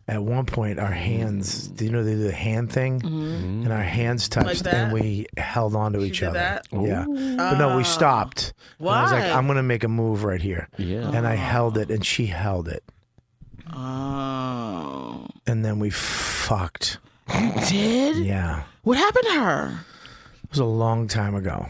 Speaker 4: at one point our hands. Do you know they do the hand thing? Mm-hmm.
Speaker 11: Mhm.
Speaker 4: And our hands
Speaker 11: Mm. Like
Speaker 4: touched,
Speaker 11: that?
Speaker 4: and we held on to each
Speaker 11: did
Speaker 4: other.
Speaker 11: that?
Speaker 4: Yeah,
Speaker 11: Ooh. Ah.
Speaker 4: but no, we stopped. And I was like,
Speaker 11: Why?
Speaker 4: I'm gonna make a move right here.
Speaker 9: Yeah,
Speaker 4: and I held it, and she held it,
Speaker 11: Oh.
Speaker 4: and then we fucked.
Speaker 11: You did?
Speaker 4: Yeah,
Speaker 11: What happened to her?
Speaker 4: it was a long time ago.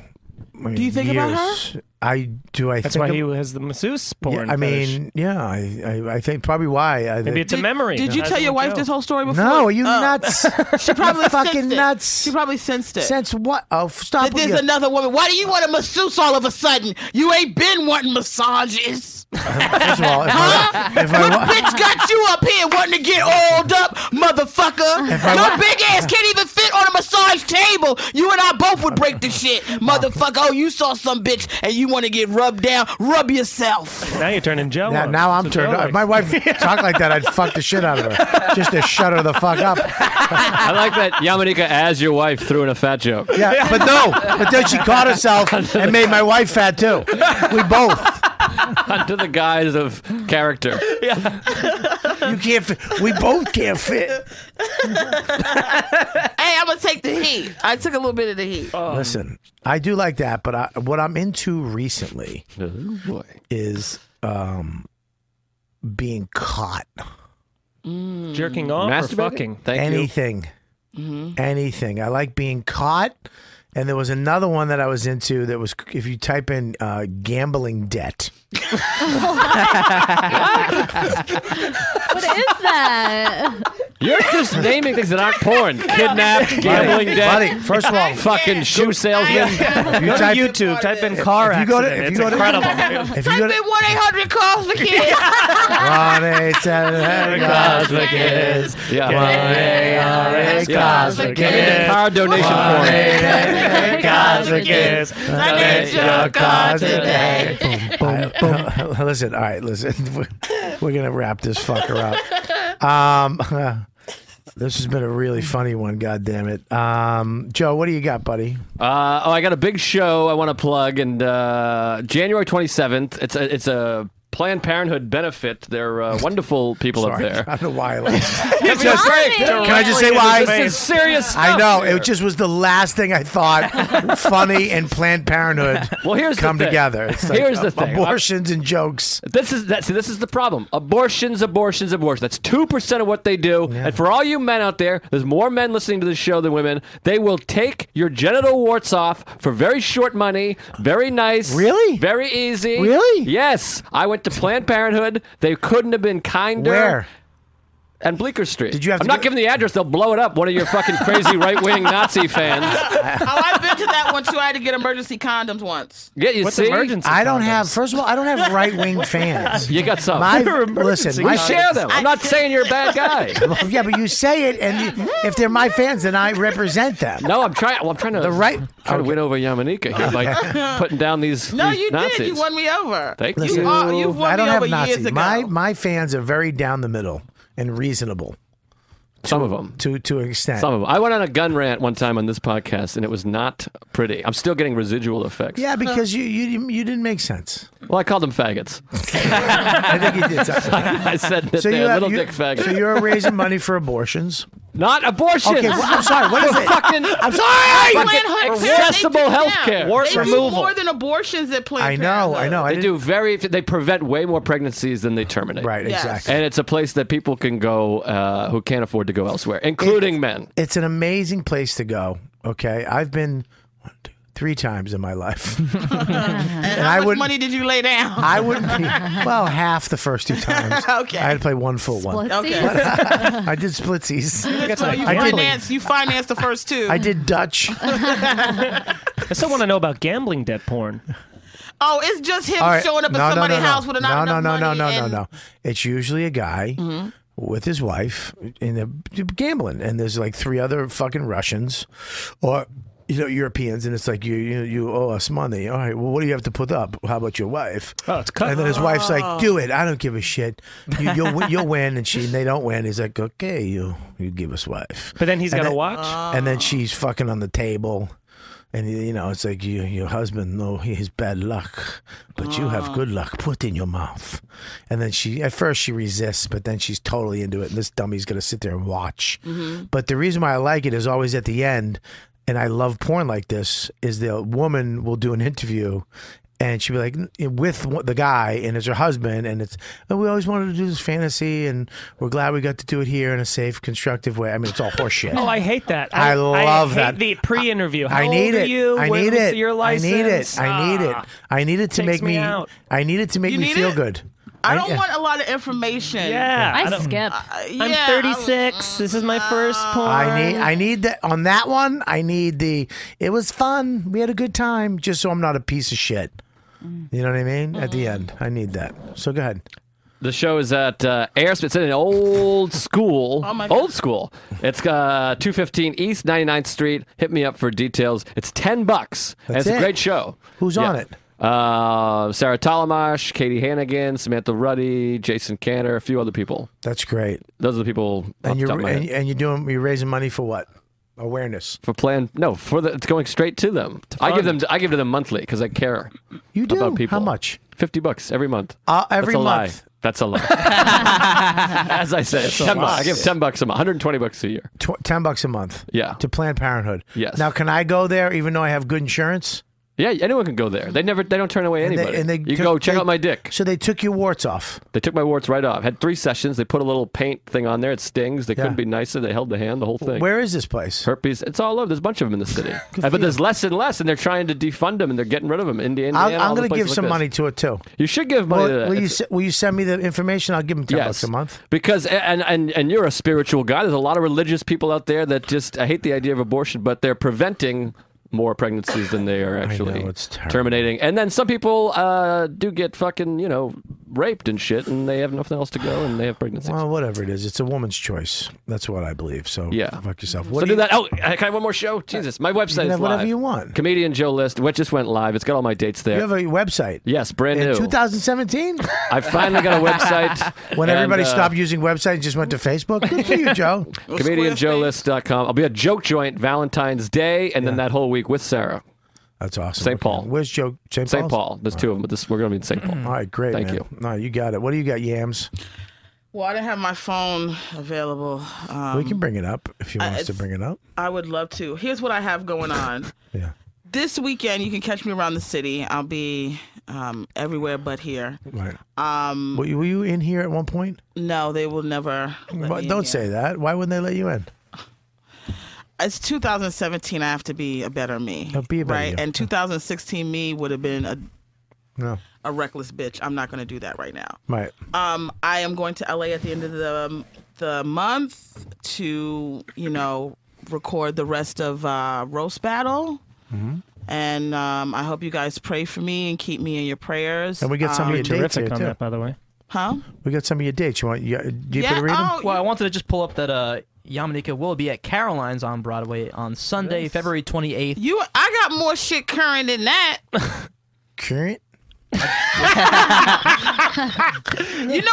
Speaker 4: I mean,
Speaker 11: Do you think about her?
Speaker 4: years. I do. I
Speaker 15: That's
Speaker 4: think
Speaker 15: why
Speaker 4: ab-
Speaker 15: he has the masseuse
Speaker 4: Yeah,
Speaker 15: porn.
Speaker 4: I
Speaker 15: fetish.
Speaker 4: mean, yeah, I, I, I think probably why. I,
Speaker 15: Maybe it's a Did- memory.
Speaker 11: Did you tell your wife this whole story before?
Speaker 4: No, are you nuts?
Speaker 11: She probably
Speaker 4: You're fucking
Speaker 11: sensed it.
Speaker 4: nuts.
Speaker 11: She probably sensed it.
Speaker 4: Sense what? Oh, f- stop.
Speaker 11: that
Speaker 4: with
Speaker 11: there's
Speaker 4: your-
Speaker 11: another woman. Why do you want a masseuse all of a sudden? You ain't been wanting massages.
Speaker 4: First of all, if I, if I,
Speaker 11: My bitch got you up here wanting to get oiled up, motherfucker.
Speaker 4: If I
Speaker 11: Your
Speaker 4: wa-
Speaker 11: big ass can't even fit on a massage table. You and I both would break the shit, motherfucker. Oh, you saw some bitch and you want to get rubbed down. Rub yourself.
Speaker 15: now you're turning Joe.
Speaker 4: Yeah,
Speaker 15: on.
Speaker 4: now I'm
Speaker 15: That's what
Speaker 4: turned
Speaker 15: Joe
Speaker 4: on. If my
Speaker 15: likes.
Speaker 4: wife talked like that, I'd fuck the shit out of her just to shut her the fuck up.
Speaker 9: I like that Yamanika as your wife threw in a fat joke.
Speaker 4: Yeah, but no. But then she caught herself and made my wife fat too. We both.
Speaker 9: Under the guise of character.
Speaker 4: You can't. Fit. We both can't fit.
Speaker 11: Hey, I'm gonna take the heat. I took a little bit of the heat.
Speaker 4: Listen, I do like that, but I, what I'm into recently
Speaker 9: boy.
Speaker 4: is um, being caught.
Speaker 15: Mm. jerking off or fucking.
Speaker 4: anything. Anything. I like being caught. And there was another one that I was into that was if you type in uh, gambling debt.
Speaker 7: What is that?
Speaker 9: You're just naming things that aren't porn. Kidnapped, gambling
Speaker 4: Buddy,
Speaker 9: debt.
Speaker 4: buddy, first of all-
Speaker 9: fucking shoe salesman.
Speaker 15: If you Go to type- YouTube, type in car
Speaker 4: if you go to-
Speaker 15: accident.
Speaker 4: if you
Speaker 15: It's
Speaker 4: go to-
Speaker 15: incredible.
Speaker 4: If you go to
Speaker 11: one eight hundred calls Oh, for kids.
Speaker 4: one eight seven eight calls for kids.
Speaker 9: Yeah.
Speaker 4: One eight all eight calls for kids.
Speaker 9: Car donation
Speaker 4: One
Speaker 9: porn.
Speaker 4: eight eight eight calls for kids. Donate your car today. Boom, boom, boom. Listen, all right, listen. We're, we're gonna wrap this fucker up. Um, this has been a really funny one. God damn it, um, Joe. What do you got, buddy?
Speaker 9: Uh, oh, I got a big show I want to plug, and uh, January 27th. It's a it's a Planned Parenthood benefit. They're uh, wonderful people up
Speaker 4: Sorry,
Speaker 9: there.
Speaker 4: I don't know why I laughed.
Speaker 9: It's
Speaker 4: just-
Speaker 9: great.
Speaker 4: Can I just say why?
Speaker 9: This is serious.
Speaker 4: I
Speaker 9: stuff
Speaker 4: know.
Speaker 9: here.
Speaker 4: It just was the last thing I thought. Funny and Planned Parenthood
Speaker 9: Well, here's the
Speaker 4: come
Speaker 9: thing.
Speaker 4: together. It's like
Speaker 9: Here's the thing.
Speaker 4: Abortions and jokes.
Speaker 9: This is that. See, this is the problem. Abortions, abortions, abortions. That's two percent of what they do. And for all you men out there, there's more men listening to this show than women. They will take your genital warts off for very short money, very nice, really, very easy, really. Yes, I went to Planned Parenthood. They couldn't have been kinder.
Speaker 4: Where?
Speaker 9: And Bleecker Street. Did
Speaker 4: you have
Speaker 9: I'm
Speaker 4: to
Speaker 9: not
Speaker 4: go-
Speaker 9: giving the address. They'll blow it up. One of your fucking crazy right-wing Nazi fans.
Speaker 11: oh, I've been to that one too. I had to get emergency condoms once.
Speaker 9: Yeah, you see.
Speaker 4: I don't have. First of all, I don't have right wing fans.
Speaker 9: You got some.
Speaker 4: My, listen, my
Speaker 9: we share them. I'm not saying you're a bad guy.
Speaker 4: Well, yeah, but you say it, and you, if they're my fans, then I represent them.
Speaker 9: No, I'm trying. Well, I'm trying to
Speaker 4: The right-
Speaker 9: trying to win over Yamanika here by putting down these.
Speaker 11: No,
Speaker 9: these
Speaker 11: you
Speaker 9: Nazis.
Speaker 11: did. You won me over.
Speaker 9: Thank
Speaker 11: you.
Speaker 9: you. uh,
Speaker 11: are- you've won
Speaker 4: I don't
Speaker 11: me
Speaker 4: have
Speaker 11: over years
Speaker 4: Nazis.
Speaker 11: ago.
Speaker 4: My my fans are very down the middle and reasonable
Speaker 9: Some of them.
Speaker 4: to to an extent.
Speaker 9: Some of them. I went on a gun rant one time on this podcast, and it was not pretty. I'm still getting residual effects.
Speaker 4: Yeah, because you you you didn't make sense.
Speaker 9: Well, I called them faggots.
Speaker 4: I think you did. Something.
Speaker 9: I said that they're
Speaker 4: have-
Speaker 9: little dick faggots.
Speaker 4: So you're raising money for abortions.
Speaker 9: not abortion.
Speaker 4: Okay, well, I'm sorry. What is
Speaker 9: For
Speaker 4: it?
Speaker 9: Fucking.
Speaker 4: I'm sorry.
Speaker 11: Planned Parenthood, they do-
Speaker 9: accessible
Speaker 11: yeah,
Speaker 9: health care.
Speaker 11: They do more than abortions at Planned
Speaker 9: I know, I know.
Speaker 4: I
Speaker 9: they do very. They prevent way more pregnancies than they terminate. Right,
Speaker 11: Yes. exactly.
Speaker 9: And it's a place that people can go uh, who can't afford to go elsewhere, including men.
Speaker 4: It's an amazing place to go. Okay, I've been one, two, three times in my life.
Speaker 11: And,
Speaker 4: And
Speaker 11: how
Speaker 4: I
Speaker 11: much
Speaker 4: would-
Speaker 11: money did you lay down?
Speaker 4: I wouldn't be well half the first two times.
Speaker 11: Okay.
Speaker 4: I had to play one full one.
Speaker 11: Okay.
Speaker 4: But I, I did splitsies.
Speaker 11: You, just- you
Speaker 4: I did.
Speaker 11: financed. You financed the first two.
Speaker 4: I did Dutch.
Speaker 15: I still want to know about gambling debt porn.
Speaker 11: Oh, it's just him
Speaker 4: All right.
Speaker 11: showing up at
Speaker 4: No, no,
Speaker 11: somebody's
Speaker 4: no, no.
Speaker 11: house with not
Speaker 4: no,
Speaker 11: enough
Speaker 4: no,
Speaker 11: money.
Speaker 4: no, no, no,
Speaker 11: and-
Speaker 4: no, no. It's usually a guy
Speaker 11: Mhm.
Speaker 4: with his wife in the gambling, and there's like three other fucking Russians, or you know Europeans, and it's like you you you owe us money. All right, well, what do you have to put up? How about your wife?
Speaker 15: Oh, it's cut.
Speaker 4: And then his wife's
Speaker 15: Oh.
Speaker 4: like, "Do it. I don't give a shit. You, you'll win- you'll win." And she and they don't win. He's like, "Okay, you you give us wife."
Speaker 15: But then he's
Speaker 4: And
Speaker 15: gotta
Speaker 4: then- oh.
Speaker 15: watch?
Speaker 4: And then she's fucking on the table. And you know, it's like you, your husband, no, he has bad luck, but you have good luck. Put in your mouth. And then she, at first, she resists, but then she's totally into it. And this dummy's going to sit there and watch.
Speaker 17: Mhm.
Speaker 4: But the reason why I like it is always at the end, and I love porn like this, is the woman will do an interview. And she'd be like, with what- the guy, and it's her husband, and it's, "Oh, we always wanted to do this fantasy, and we're glad we got to do it here in a safe, constructive way. I mean, it's all horseshit.
Speaker 15: Oh, I hate that.
Speaker 4: I love
Speaker 15: hate
Speaker 4: that.
Speaker 15: The pre-interview. How
Speaker 4: I need
Speaker 15: old Are
Speaker 4: it.
Speaker 15: you?
Speaker 4: I
Speaker 15: When
Speaker 4: need
Speaker 15: was
Speaker 4: it.
Speaker 15: Your
Speaker 4: I
Speaker 15: license?
Speaker 4: need it. I need it.
Speaker 15: Ah.
Speaker 4: I need it to
Speaker 15: Takes
Speaker 4: make
Speaker 15: me
Speaker 4: me.
Speaker 15: out.
Speaker 4: I need it to make
Speaker 11: You
Speaker 4: me
Speaker 11: need
Speaker 4: feel
Speaker 11: it?
Speaker 4: good.
Speaker 11: I don't
Speaker 4: yeah.
Speaker 11: want a lot of information. Uh,
Speaker 15: Yeah, I I don't-
Speaker 11: skip.
Speaker 15: I'm 36.
Speaker 11: Mm-hmm.
Speaker 15: this is my first porn.
Speaker 4: I need. I need that on that one. I need the. It was fun. We had a good time. Just so I'm not a piece of shit. You know what I mean? At the end, I need that. So go ahead.
Speaker 9: The show is at uh, Airspace. It's in an old school.
Speaker 11: Oh, my God.
Speaker 9: old school. It's uh, 215 East 99th Street. Hit me up for details. It's 10 bucks. and
Speaker 4: That's
Speaker 9: it's
Speaker 4: it.
Speaker 9: a great show.
Speaker 4: Who's on it?
Speaker 9: Uh, Sarah Talamash, Katie Hannigan, Samantha Ruddy, Jason Cantor, a few other people.
Speaker 4: That's great.
Speaker 9: Those are the people off
Speaker 4: And
Speaker 9: the
Speaker 4: you're
Speaker 9: top of my
Speaker 4: and,
Speaker 9: head.
Speaker 4: and you're doing. You're raising money for what? Awareness.
Speaker 9: for plan. No, for the, it's going straight to them. I give them. I give to them monthly because I care.
Speaker 4: You do?
Speaker 9: about people.
Speaker 4: How much?
Speaker 9: Fifty bucks every month.
Speaker 4: Uh, every
Speaker 9: That's a
Speaker 4: month.
Speaker 9: Lie. That's a lie. As I said,
Speaker 4: That's a
Speaker 9: ten bucks.
Speaker 4: lie.
Speaker 9: I give ten bucks a month. One hundred twenty bucks a year.
Speaker 4: Tw- Ten bucks a month.
Speaker 9: Yeah.
Speaker 4: To Planned Parenthood.
Speaker 9: Yes.
Speaker 4: Now, can I go there even though I have good insurance?
Speaker 9: Yeah, anyone can go there. They never. They don't turn away
Speaker 4: And they-
Speaker 9: anybody.
Speaker 4: and they
Speaker 9: you
Speaker 4: took-
Speaker 9: go check
Speaker 4: they-
Speaker 9: out my dick.
Speaker 4: So they took your warts off.
Speaker 9: They took my warts right off. Had three sessions. They put a little paint thing on there. It stings. They
Speaker 4: Yeah.
Speaker 9: couldn't be nicer. They held the hand. The whole thing.
Speaker 4: Where is this place?
Speaker 9: Herpes. It's all over. There's a bunch of them in the city, Uh, but there's less and less, and they're trying to defund them, and they're getting rid of them. Indiana.
Speaker 4: I'll, I'm
Speaker 9: all the
Speaker 4: going to
Speaker 9: places
Speaker 4: give
Speaker 9: like
Speaker 4: some
Speaker 9: this.
Speaker 4: money to it too.
Speaker 9: You should give money. to
Speaker 4: Will,
Speaker 9: that.
Speaker 4: will you
Speaker 9: It's-
Speaker 4: se- will you send me the information? I'll give them ten bucks a month.
Speaker 9: Because and and and you're a spiritual guy. There's a lot of religious people out there that just I hate the idea of abortion, but they're preventing more pregnancies than they are actually terminating. And then some people uh, do get fucking you know raped and shit, and they have nothing else to go, and they have pregnancies.
Speaker 4: Well, whatever it is, it's a woman's choice. That's what I believe. So
Speaker 9: Yeah.
Speaker 4: fuck yourself.
Speaker 9: so
Speaker 4: do
Speaker 9: do
Speaker 4: you-
Speaker 9: that. Oh, can I have one more show? Jesus, my website
Speaker 4: can
Speaker 9: is
Speaker 4: have whatever
Speaker 9: live.
Speaker 4: you want.
Speaker 9: Comedian Joe List, what just went live. It's got all my dates there.
Speaker 4: You have a website.
Speaker 9: yes, brand
Speaker 4: In
Speaker 9: new.
Speaker 4: 2017,
Speaker 9: I finally got a website.
Speaker 4: when
Speaker 9: and,
Speaker 4: everybody
Speaker 9: uh,
Speaker 4: stopped using websites and just went to Facebook. Good for you, Joe.
Speaker 9: ComedianJoeList.com. I'll be at Joke Joint Valentine's Day and then that whole week with Sarah.
Speaker 4: That's awesome.
Speaker 9: St. Paul.
Speaker 4: Where's Joe? St.
Speaker 9: St.
Speaker 4: Paul's?
Speaker 9: Paul. There's two of them, but this, we're going to be in St. Paul.
Speaker 15: Mm.
Speaker 4: All right, great.
Speaker 9: Thank
Speaker 4: man.
Speaker 9: you.
Speaker 4: No, you got it. What do you got, Yams?
Speaker 11: Well, I didn't have my phone available. Um,
Speaker 4: we can bring it up if you
Speaker 11: I-
Speaker 4: want us to bring it up.
Speaker 11: I would love to. Here's what I have going on.
Speaker 4: Yeah.
Speaker 11: This weekend, you can catch me around the city. I'll be um, everywhere but here.
Speaker 4: Right.
Speaker 11: Um,
Speaker 4: Were you, were you in here at one point?
Speaker 11: no, they will never. let
Speaker 4: But
Speaker 11: me in
Speaker 4: don't
Speaker 11: here.
Speaker 4: say that. Why wouldn't they let you in?
Speaker 11: It's 2017. I have to be a better me.
Speaker 4: Oh, be a better
Speaker 11: right.
Speaker 4: you.
Speaker 11: And 2016 me would have been a,
Speaker 4: No.
Speaker 11: a reckless bitch. I'm not going to do that right now.
Speaker 4: Right.
Speaker 11: Um, I am going to LA at the end of the the month to you know record the rest of uh, roast battle,
Speaker 4: Mm-hmm.
Speaker 11: and um, I hope you guys pray for me and keep me in your prayers.
Speaker 4: And we get some
Speaker 11: um,
Speaker 4: of your dates here,
Speaker 15: terrific on
Speaker 4: too.
Speaker 15: that, by the way.
Speaker 11: huh?
Speaker 4: We got some of your dates. You want you, do you
Speaker 11: Yeah,
Speaker 4: to read them?
Speaker 11: oh,
Speaker 6: Well, I wanted to just pull up that uh, Yamanika will be at Caroline's on Broadway on Sunday, February 28th.
Speaker 11: You, I got more shit current than that.
Speaker 4: Current.
Speaker 11: you know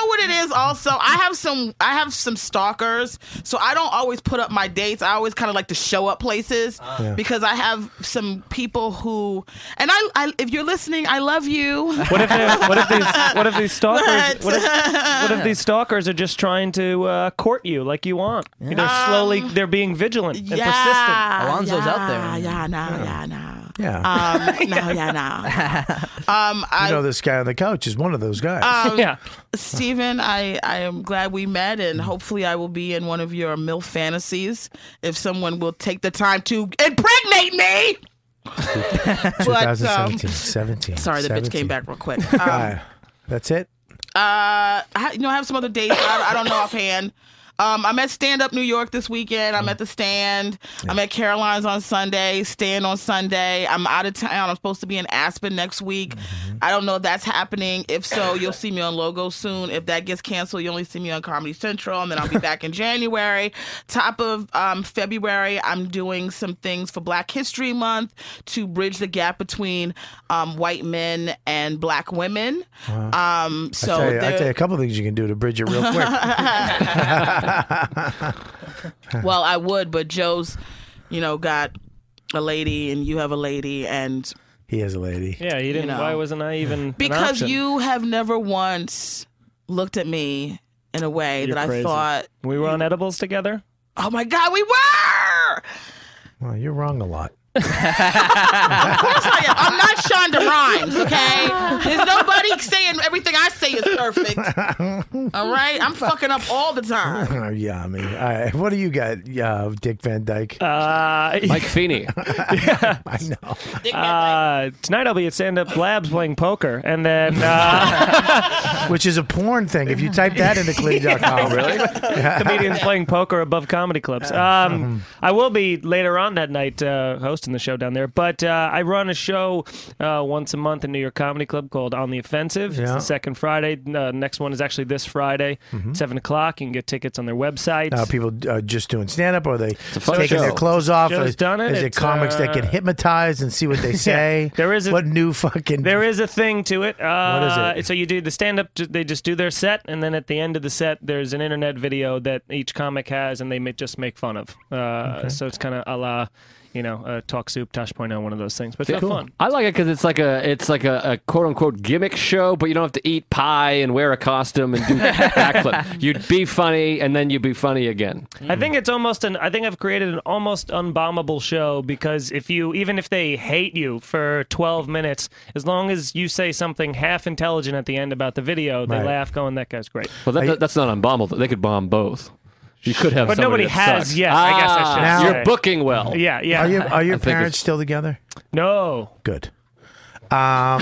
Speaker 11: what it is also i have some i have some stalkers so i don't always put up my dates i always kind of like to show up places
Speaker 4: Yeah.
Speaker 11: because i have some people who and I, I if you're listening i love you
Speaker 15: What if they, what if these what if these
Speaker 11: But-
Speaker 15: stalkers what if, what if these stalkers are just trying to uh, court you like you want? You know, slowly they're being vigilant and
Speaker 11: Um, yeah,
Speaker 15: persistent.
Speaker 11: yeah, Ah, Yeah, nah, yeah, nah.
Speaker 4: Yeah.
Speaker 11: Um, no, yeah, nah. Um, I,
Speaker 4: you know this guy on the couch is one of those guys.
Speaker 11: Um, Steven, I, I am glad we met, and hopefully, I will be in one of your MILF fantasies if someone will take the time to impregnate me. but, um,
Speaker 4: 2017. 17.
Speaker 11: sorry, the bitch
Speaker 4: 17.
Speaker 11: came back real quick.
Speaker 4: All
Speaker 11: Um,
Speaker 4: right. That's it.
Speaker 11: uh, I- you know, I have some other dates. I, I don't know offhand. Um, I'm at Stand Up New York this weekend. I'm at the Stand. I'm at Caroline's on Sunday. Stand on Sunday. I'm out of town. I'm supposed to be in Aspen next week. I don't know if that's happening. If so, you'll see me on Logo soon. If that gets canceled, you only see me on Comedy Central, and then I'll be back in January. Top of um, February, I'm doing some things for Black History Month to bridge the gap between um, white men and Black women. Um, so
Speaker 4: I, tell you, I
Speaker 11: there-
Speaker 4: tell you a couple things you can do to bridge it real quick.
Speaker 11: well, I would, but Joe's, you know, got a lady and you have a lady and
Speaker 4: He is a lady.
Speaker 15: Yeah, he didn't.
Speaker 11: know.
Speaker 15: Why wasn't I even? an
Speaker 11: because
Speaker 15: option?
Speaker 11: you have never once looked at me in a way
Speaker 15: You're
Speaker 11: that I
Speaker 15: crazy.
Speaker 11: thought
Speaker 15: we were on edibles together.
Speaker 11: Oh my God, we were!
Speaker 17: Well, you're wrong a lot.
Speaker 11: Of course I am. I'm not Shonda Rhimes, okay? There's nobody saying everything I say is perfect. All right? I'm fucking up all the time.
Speaker 4: Yummy. All right. What do you got, uh, Dick Van Dyke?
Speaker 15: Uh, Mike
Speaker 9: Feeney.
Speaker 4: I know.
Speaker 15: Uh, tonight I'll be at Stand Up Labs playing poker, and then uh,
Speaker 4: which is a porn thing. If you type that into Cleve.com.
Speaker 15: Comedians playing poker above comedy clubs.
Speaker 4: Uh-huh.
Speaker 15: Um, I will be later on that night uh, hosting the show down there, but uh, I run a show uh, once a month in New York Comedy Club called On the Offensive. It's
Speaker 4: Yeah.
Speaker 15: the second Friday. Uh, next one is actually this Friday,
Speaker 9: Mm-hmm.
Speaker 15: seven o'clock. You can get tickets on their website.
Speaker 4: Uh, people uh, just doing stand up, or are they
Speaker 15: fun
Speaker 4: taking
Speaker 15: show.
Speaker 4: their clothes off?
Speaker 15: Joe's
Speaker 4: is,
Speaker 15: done it.
Speaker 4: is it
Speaker 15: It's,
Speaker 4: comics that get
Speaker 15: uh,
Speaker 4: hypnotized and see what they say?
Speaker 15: There is a,
Speaker 4: what new fucking
Speaker 15: There is a thing to it. Uh,
Speaker 4: What is it?
Speaker 15: So you do the stand up. They just do their set, and then at the end of the set, there's an internet video that each comic has, and they ma- just make fun of. Uh, So it's kind of a la, you know, uh, talk soup, Tosh.0, one of those things. But it's
Speaker 9: Cool.
Speaker 15: fun.
Speaker 9: I like it because it's like a it's like a, a quote unquote gimmick show, but you don't have to eat pie and wear a costume and do backflip. You'd be funny and then you'd be funny again.
Speaker 15: I
Speaker 4: Mm.
Speaker 15: think it's almost an. I think I've created an almost unbombable show because if you, even if they hate you for 12 minutes, as long as you say something half intelligent at the end about the video, they
Speaker 9: Right.
Speaker 15: laugh, going, "That guy's great."
Speaker 9: Well, that, that's not unbombable. though. They could bomb both. You could have,
Speaker 15: But nobody
Speaker 9: somebody that
Speaker 15: has
Speaker 9: sucks.
Speaker 15: yet, I guess I
Speaker 9: Ah,
Speaker 15: should
Speaker 9: now-
Speaker 15: say.
Speaker 9: You're booking well.
Speaker 15: Yeah, yeah.
Speaker 4: Are, you, are
Speaker 15: I
Speaker 4: your
Speaker 15: think
Speaker 4: parents
Speaker 15: it's-
Speaker 4: still together?
Speaker 15: No.
Speaker 4: Good. Um,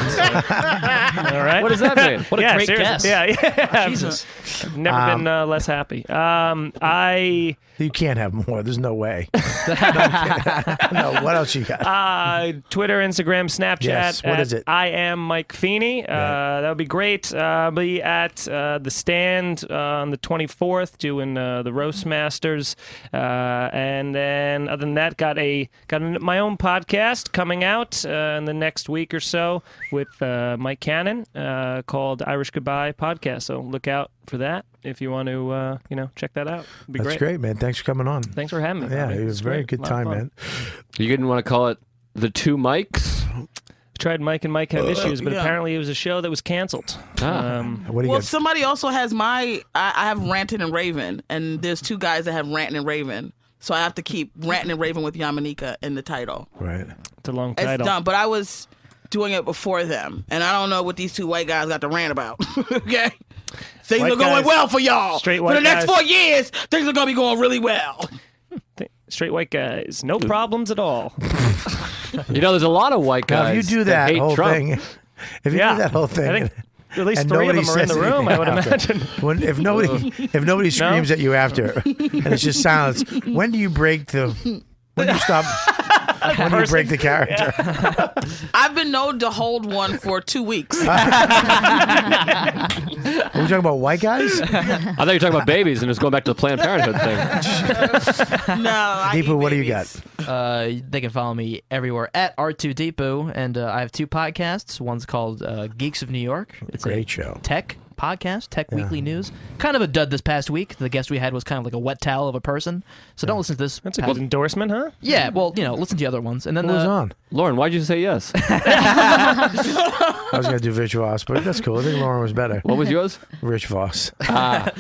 Speaker 15: All right.
Speaker 4: What does that mean? What a
Speaker 15: yeah,
Speaker 4: great
Speaker 15: seriously.
Speaker 4: guess.
Speaker 15: Yeah, yeah.
Speaker 4: Jesus.
Speaker 15: I've never
Speaker 4: Um,
Speaker 15: been uh, less happy. Um, I.
Speaker 4: You can't have more. There's no way. no, I'm kidding. No, what else you got?
Speaker 15: Uh, Twitter, Instagram, Snapchat.
Speaker 4: Yes, what
Speaker 15: at
Speaker 4: is it?
Speaker 15: I am Mike Feeney. Uh, that would be great. Uh, I'll be at uh, the stand uh, on the 24th doing uh, the Roast Masters, uh, and then other than that, got a got an- my own podcast coming out uh, in the next week or so with uh, Mike Cannon uh, called Irish Goodbye Podcast. So look out for that if you want to uh, you know check that out. It'd be
Speaker 4: That's great. man. Thanks for coming on.
Speaker 15: Thanks for having me.
Speaker 4: Yeah,
Speaker 15: Bobby.
Speaker 4: it was
Speaker 15: It's
Speaker 4: a very
Speaker 15: great.
Speaker 4: good
Speaker 15: Lot of
Speaker 4: time,
Speaker 15: fun.
Speaker 4: man.
Speaker 9: You didn't want to call it the two mics.
Speaker 15: Tried Mike and Mike have issues, but
Speaker 11: Uh, yeah. Ah.
Speaker 15: apparently it was a show that was canceled. Um,
Speaker 4: what
Speaker 11: Well, somebody also has my. I, I have ranting and Raven, and there's two guys that have ranting and Raven, so I have to keep ranting and Raven with Yamanika in the title.
Speaker 4: Right.
Speaker 15: It's a long
Speaker 11: It's
Speaker 15: title.
Speaker 11: dumb, but I was doing it before them, and I don't know what these two white guys got to rant about. okay, things
Speaker 15: White
Speaker 11: are going
Speaker 15: guys-
Speaker 11: well for y'all.
Speaker 15: straight
Speaker 11: for
Speaker 15: white
Speaker 11: the next
Speaker 15: guys.
Speaker 11: four years, things are gonna be going really well.
Speaker 15: Straight white guys, uh, no problems at all.
Speaker 9: You know, there's a lot of white
Speaker 4: Now,
Speaker 9: guys.
Speaker 4: if you do
Speaker 9: that,
Speaker 4: that
Speaker 9: hate
Speaker 4: whole
Speaker 9: Trump.
Speaker 4: thing, if you
Speaker 9: Yeah.
Speaker 4: do that whole
Speaker 9: I
Speaker 4: thing,
Speaker 9: think
Speaker 15: at least
Speaker 4: and
Speaker 15: three of
Speaker 4: nobody
Speaker 15: them are in
Speaker 4: says
Speaker 15: the room,
Speaker 4: anything
Speaker 15: I would
Speaker 4: after,
Speaker 15: imagine.
Speaker 4: When, if nobody, if nobody screams at you after, and it's just silence. When do you break the? When do you stop? when do you break the character?
Speaker 11: I've been known to hold one for two weeks.
Speaker 4: Are we talking about white guys?
Speaker 9: I thought you were talking about babies and it's going back to the Planned Parenthood thing.
Speaker 11: no.
Speaker 4: Deepu, what do you got?
Speaker 6: Uh, they can follow me everywhere at R2 Depot, and uh, I have two podcasts. One's called uh, Geeks of New York. It's
Speaker 4: Great
Speaker 6: a
Speaker 4: show.
Speaker 6: Tech podcast, Tech Weekly News. Kind of a dud this past week. The guest we had was kind of like a wet towel of a person. So don't listen to this. That's
Speaker 15: a good endorsement, huh?
Speaker 6: Yeah. Well, you know, listen to the other ones, and then
Speaker 4: What was
Speaker 15: Uh,
Speaker 6: the,
Speaker 4: on?
Speaker 9: Lauren, why'd you say yes?
Speaker 4: I was gonna do Rich Voss, but that's cool. I think Lauren was better.
Speaker 9: What was yours?
Speaker 4: Rich Voss.
Speaker 15: uh,
Speaker 9: Ah.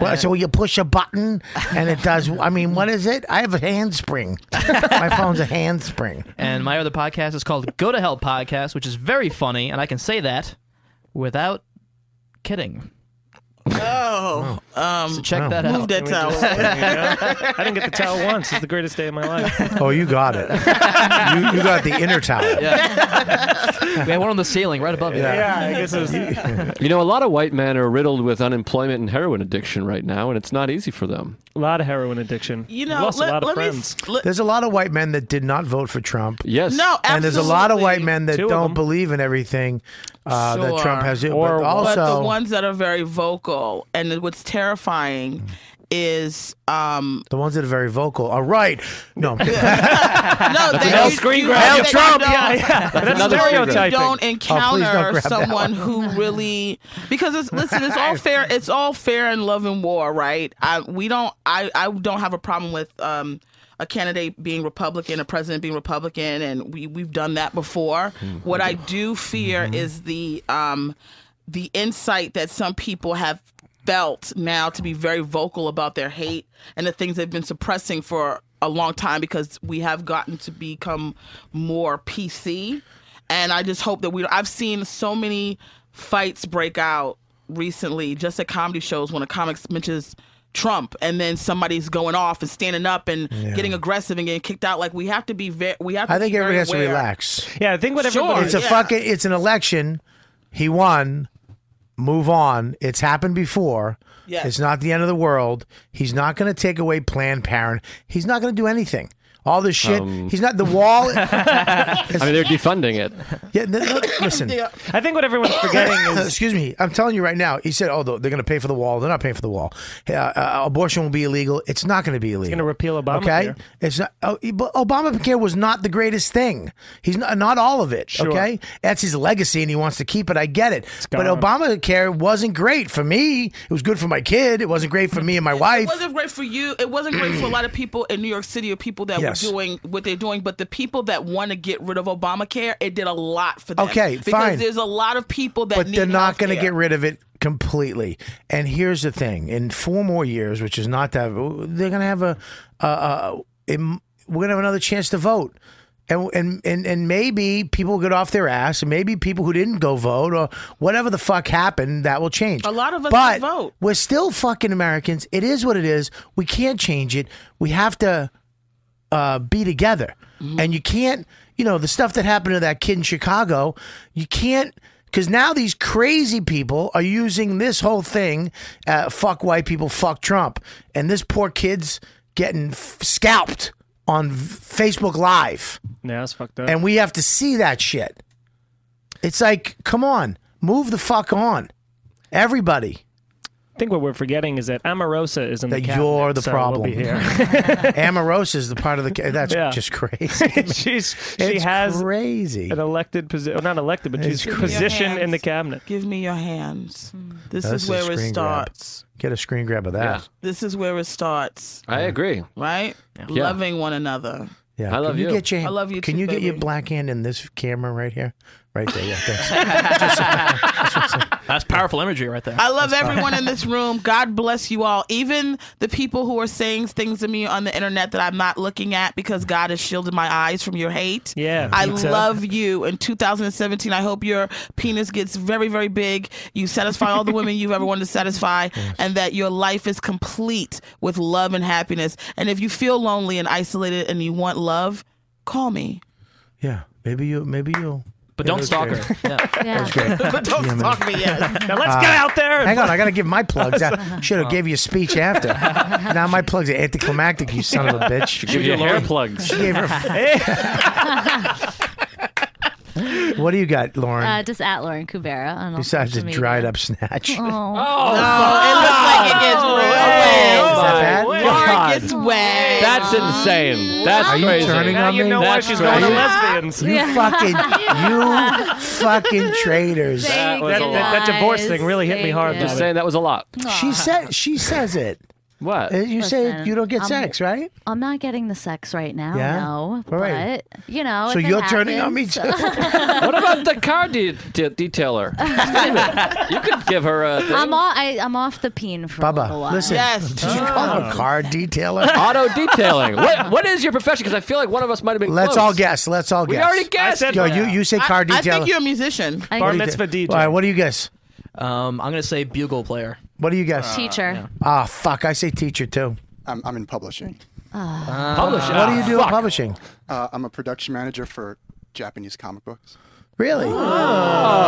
Speaker 4: well, so you push a button and it does. I mean, what is it? I have a handspring. My phone's a handspring.
Speaker 6: And my other podcast is called Go to Hell Podcast, which is very funny, and I can say that without kidding.
Speaker 11: Oh, um,
Speaker 6: check Wow. that out.
Speaker 11: Move
Speaker 6: Can
Speaker 11: that
Speaker 6: we just-
Speaker 11: towel.
Speaker 15: I didn't get the towel once. It's the greatest day of my life.
Speaker 4: Oh, you got it. You, you got the inner towel.
Speaker 6: We had one on the ceiling right above you.
Speaker 15: Yeah, I guess it was. a
Speaker 9: You know, a lot of white men are riddled with unemployment and heroin addiction right now, and it's not easy for them.
Speaker 15: lot of heroin addiction.
Speaker 11: You know,
Speaker 15: lost
Speaker 11: let-
Speaker 15: a lot of
Speaker 11: let me
Speaker 15: friends.
Speaker 11: s- let-
Speaker 4: There's a lot of white men that did not vote for Trump.
Speaker 9: Yes.
Speaker 11: No,
Speaker 4: And there's a lot of white
Speaker 11: absolutely.
Speaker 4: men that
Speaker 11: Two of
Speaker 4: don't
Speaker 11: them.
Speaker 4: believe in everything uh, that Trump
Speaker 11: Sure.
Speaker 4: has. but also,
Speaker 11: But the ones that are very vocal, and what's terrifying is um
Speaker 4: the ones that are very vocal are right. No, I'm kidding.
Speaker 11: no
Speaker 4: That's
Speaker 11: they
Speaker 4: another
Speaker 11: you-
Speaker 4: screen
Speaker 11: you
Speaker 4: grab.
Speaker 11: know
Speaker 4: Hell,
Speaker 11: that you
Speaker 4: Trump.
Speaker 11: don't-
Speaker 4: Yeah, yeah. That's
Speaker 11: you
Speaker 4: another
Speaker 11: don't-
Speaker 4: screen grab.
Speaker 11: you don't
Speaker 4: Oh, please don't
Speaker 11: encounter
Speaker 4: grab that
Speaker 11: someone
Speaker 4: one.
Speaker 11: who really because it's listen it's all fair it's all fair in love and war right i we don't i i don't have a problem with um a candidate being Republican, a president being Republican, and we we've done that before.
Speaker 4: Hmm.
Speaker 11: What I do fear
Speaker 4: Mm-hmm.
Speaker 11: is the um, the insight that some people have felt now to be very vocal about their hate and the things they've been suppressing for a long time because we have gotten to become more PC. And I just hope that we. I've seen so many fights break out recently, just at comedy shows when a comic mentions Trump, and then somebody's going off and standing up and
Speaker 4: Yeah.
Speaker 11: getting aggressive and getting kicked out. Like we have to be very. We have. To
Speaker 4: I think
Speaker 11: be
Speaker 4: everybody
Speaker 11: very
Speaker 4: has to
Speaker 11: aware.
Speaker 4: relax.
Speaker 15: Yeah, I think what Sure, everybody-
Speaker 4: It's a
Speaker 11: yeah.
Speaker 4: fucking. It's an election. He won. Move on. It's happened before.
Speaker 11: Yes.
Speaker 4: It's not the end of the world. He's not going to take away Planned Parent. He's not going to do anything. All this shit.
Speaker 9: Um.
Speaker 4: He's not the wall.
Speaker 9: I mean, they're defunding it.
Speaker 4: Yeah, no, no, listen.
Speaker 15: I think what everyone's forgetting is-
Speaker 4: Excuse me. I'm telling you right now. He said, "Oh, they're going to pay for the wall. They're not paying for the wall. Uh, uh, abortion will be illegal. It's not going to be illegal. It's going to
Speaker 15: repeal Obamacare.
Speaker 4: Okay. It's not. Oh, but Obamacare was not the greatest thing. He's not not all of it.
Speaker 15: Sure.
Speaker 4: Okay. That's his legacy, and he wants to keep it. I get it. But
Speaker 15: gone.
Speaker 4: Obamacare wasn't great for me. It was good for my kid. It wasn't great for me and my
Speaker 11: It
Speaker 4: wife.
Speaker 11: wasn't great for you. It wasn't great for a lot of people in New York City or people that
Speaker 4: Yes.
Speaker 11: were doing what they're doing. But the people that want to get rid of Obamacare, it did a lot for them.
Speaker 4: Okay,
Speaker 11: because
Speaker 4: fine.
Speaker 11: there's a lot of people that
Speaker 4: but
Speaker 11: need
Speaker 4: they're not going to
Speaker 11: healthcare.
Speaker 4: get rid of it completely. And here's the thing: in four more years, which is not that, they're going to have a, a, a, a we're going to have another chance to vote. And, and, and, and maybe people get off their ass, and maybe people who didn't go vote, or whatever the fuck happened, that will change.
Speaker 11: A lot of us
Speaker 4: but
Speaker 11: don't vote.
Speaker 4: We're still fucking Americans. It is what it is. We can't change it. We have to uh, be together.
Speaker 11: Mm-hmm.
Speaker 4: And you can't, you know, the stuff that happened to that kid in Chicago, you can't, because now these crazy people are using this whole thing uh, fuck white people, fuck Trump. And this poor kid's getting f- scalped on v- Facebook Live.
Speaker 15: Yeah, that's fucked up.
Speaker 4: And we have to see that shit. It's like, come on, move the fuck on. Everybody.
Speaker 15: I think what we're forgetting is that Amorosa is in the
Speaker 4: That
Speaker 15: cabinet,
Speaker 4: you're the
Speaker 15: so
Speaker 4: problem.
Speaker 15: We'll be here.
Speaker 4: Amorosa is the part of the. ca- That's
Speaker 15: Yeah.
Speaker 4: just crazy.
Speaker 15: she's she
Speaker 4: It's
Speaker 15: has
Speaker 4: crazy
Speaker 15: an elected position, not elected, but she's
Speaker 4: It's crazy.
Speaker 15: positioned in the cabinet.
Speaker 11: Give me your hands. This
Speaker 4: Now,
Speaker 11: is
Speaker 4: a
Speaker 11: where it
Speaker 4: screen grab.
Speaker 11: starts.
Speaker 4: Get a screen grab of that.
Speaker 11: This is where it starts.
Speaker 9: I agree.
Speaker 11: Right?
Speaker 9: Yeah.
Speaker 11: Loving one another.
Speaker 4: Yeah.
Speaker 9: I love
Speaker 4: can you.
Speaker 9: you.
Speaker 4: Get your,
Speaker 11: I love you
Speaker 4: Can
Speaker 11: too,
Speaker 4: you get your
Speaker 11: baby.
Speaker 4: black hand in this camera right here? Right there. Yeah. Thanks.
Speaker 6: That's powerful imagery right there.
Speaker 11: I love everyone in this room. God bless you all. Even the people who are saying things to me on the internet that I'm not looking at because God has shielded my eyes from your hate.
Speaker 15: Yeah,
Speaker 11: I
Speaker 15: me too.
Speaker 11: love you. In 2017, I hope your penis gets very, very big. You satisfy all the women you've ever wanted to satisfy, and that your life is complete with love and happiness. And if you feel lonely and isolated and you want love, call me.
Speaker 4: yeah. Maybe you. Maybe you. yeah,
Speaker 6: But don't
Speaker 4: that's
Speaker 6: stalk
Speaker 4: great.
Speaker 6: her. Yeah.
Speaker 4: That's great.
Speaker 11: But don't
Speaker 4: Yeah, man.
Speaker 11: stalk me yet.
Speaker 15: Now let's get
Speaker 4: Uh,
Speaker 15: out there. Oh. and-
Speaker 4: Hang on, I gotta give my plugs. I should have gave you a speech after. now my plugs are anticlimactic. You son of a bitch.
Speaker 9: Give you hair plugs.
Speaker 4: She gave her. What do you got, Lauren?
Speaker 10: Uh, just at Lauren Kubera on all
Speaker 4: besides a
Speaker 10: social media.
Speaker 4: dried up snatch.
Speaker 10: Oh,
Speaker 11: it looks like it gets
Speaker 9: Oh,
Speaker 11: real
Speaker 9: my
Speaker 11: wet. Lauren
Speaker 9: God.
Speaker 11: gets wet.
Speaker 9: That's insane. That's
Speaker 4: Are you
Speaker 9: crazy.
Speaker 4: turning
Speaker 15: Now
Speaker 4: on
Speaker 15: you
Speaker 4: me?
Speaker 15: know why
Speaker 9: That's
Speaker 15: she's
Speaker 9: crazy.
Speaker 15: going to lesbians.
Speaker 4: You fucking, you fucking traitors.
Speaker 15: That, was a
Speaker 9: you,
Speaker 15: lot. that, that divorce thing really hit me hard.
Speaker 9: Just saying that was a lot.
Speaker 4: She said, she says it.
Speaker 9: What?
Speaker 4: Uh, You say
Speaker 10: Listen,
Speaker 4: you don't get
Speaker 10: I'm-
Speaker 4: sex, right?
Speaker 10: I'm not getting the sex right now.
Speaker 4: Yeah?
Speaker 10: No,
Speaker 4: All right.
Speaker 10: but you know.
Speaker 4: So
Speaker 10: if it
Speaker 4: you're turning on me
Speaker 10: happens-
Speaker 9: what about the car de- de- detailer? Steven, you could give her a. Thing.
Speaker 10: I'm all, I, I'm off the peen for a little
Speaker 4: Bubba,
Speaker 10: while.
Speaker 4: listen. Did you call him a car detailer?
Speaker 9: Auto detailing. What, what is your profession? Because I feel like one of us might have been.
Speaker 4: Let's
Speaker 9: close.
Speaker 4: all guess. Let's all
Speaker 9: We
Speaker 4: guess.
Speaker 9: already guessed. I said
Speaker 4: Yo,
Speaker 9: bar-
Speaker 4: you, you say
Speaker 11: I-
Speaker 4: car
Speaker 11: I,
Speaker 4: detailer.
Speaker 11: think you're a musician.
Speaker 10: I-
Speaker 4: What do you
Speaker 6: Bar mitzvah
Speaker 4: think?
Speaker 6: DJ.
Speaker 4: All right, what do you guess?
Speaker 6: Um, I'm gonna say bugle player.
Speaker 4: What do you guess?
Speaker 10: Teacher.
Speaker 4: Ah, fuck. I say teacher too.
Speaker 12: I'm, I'm in publishing.
Speaker 9: Publishing.
Speaker 4: What do you do in publishing?
Speaker 12: Uh, I'm a production manager for Japanese comic books.
Speaker 4: Really?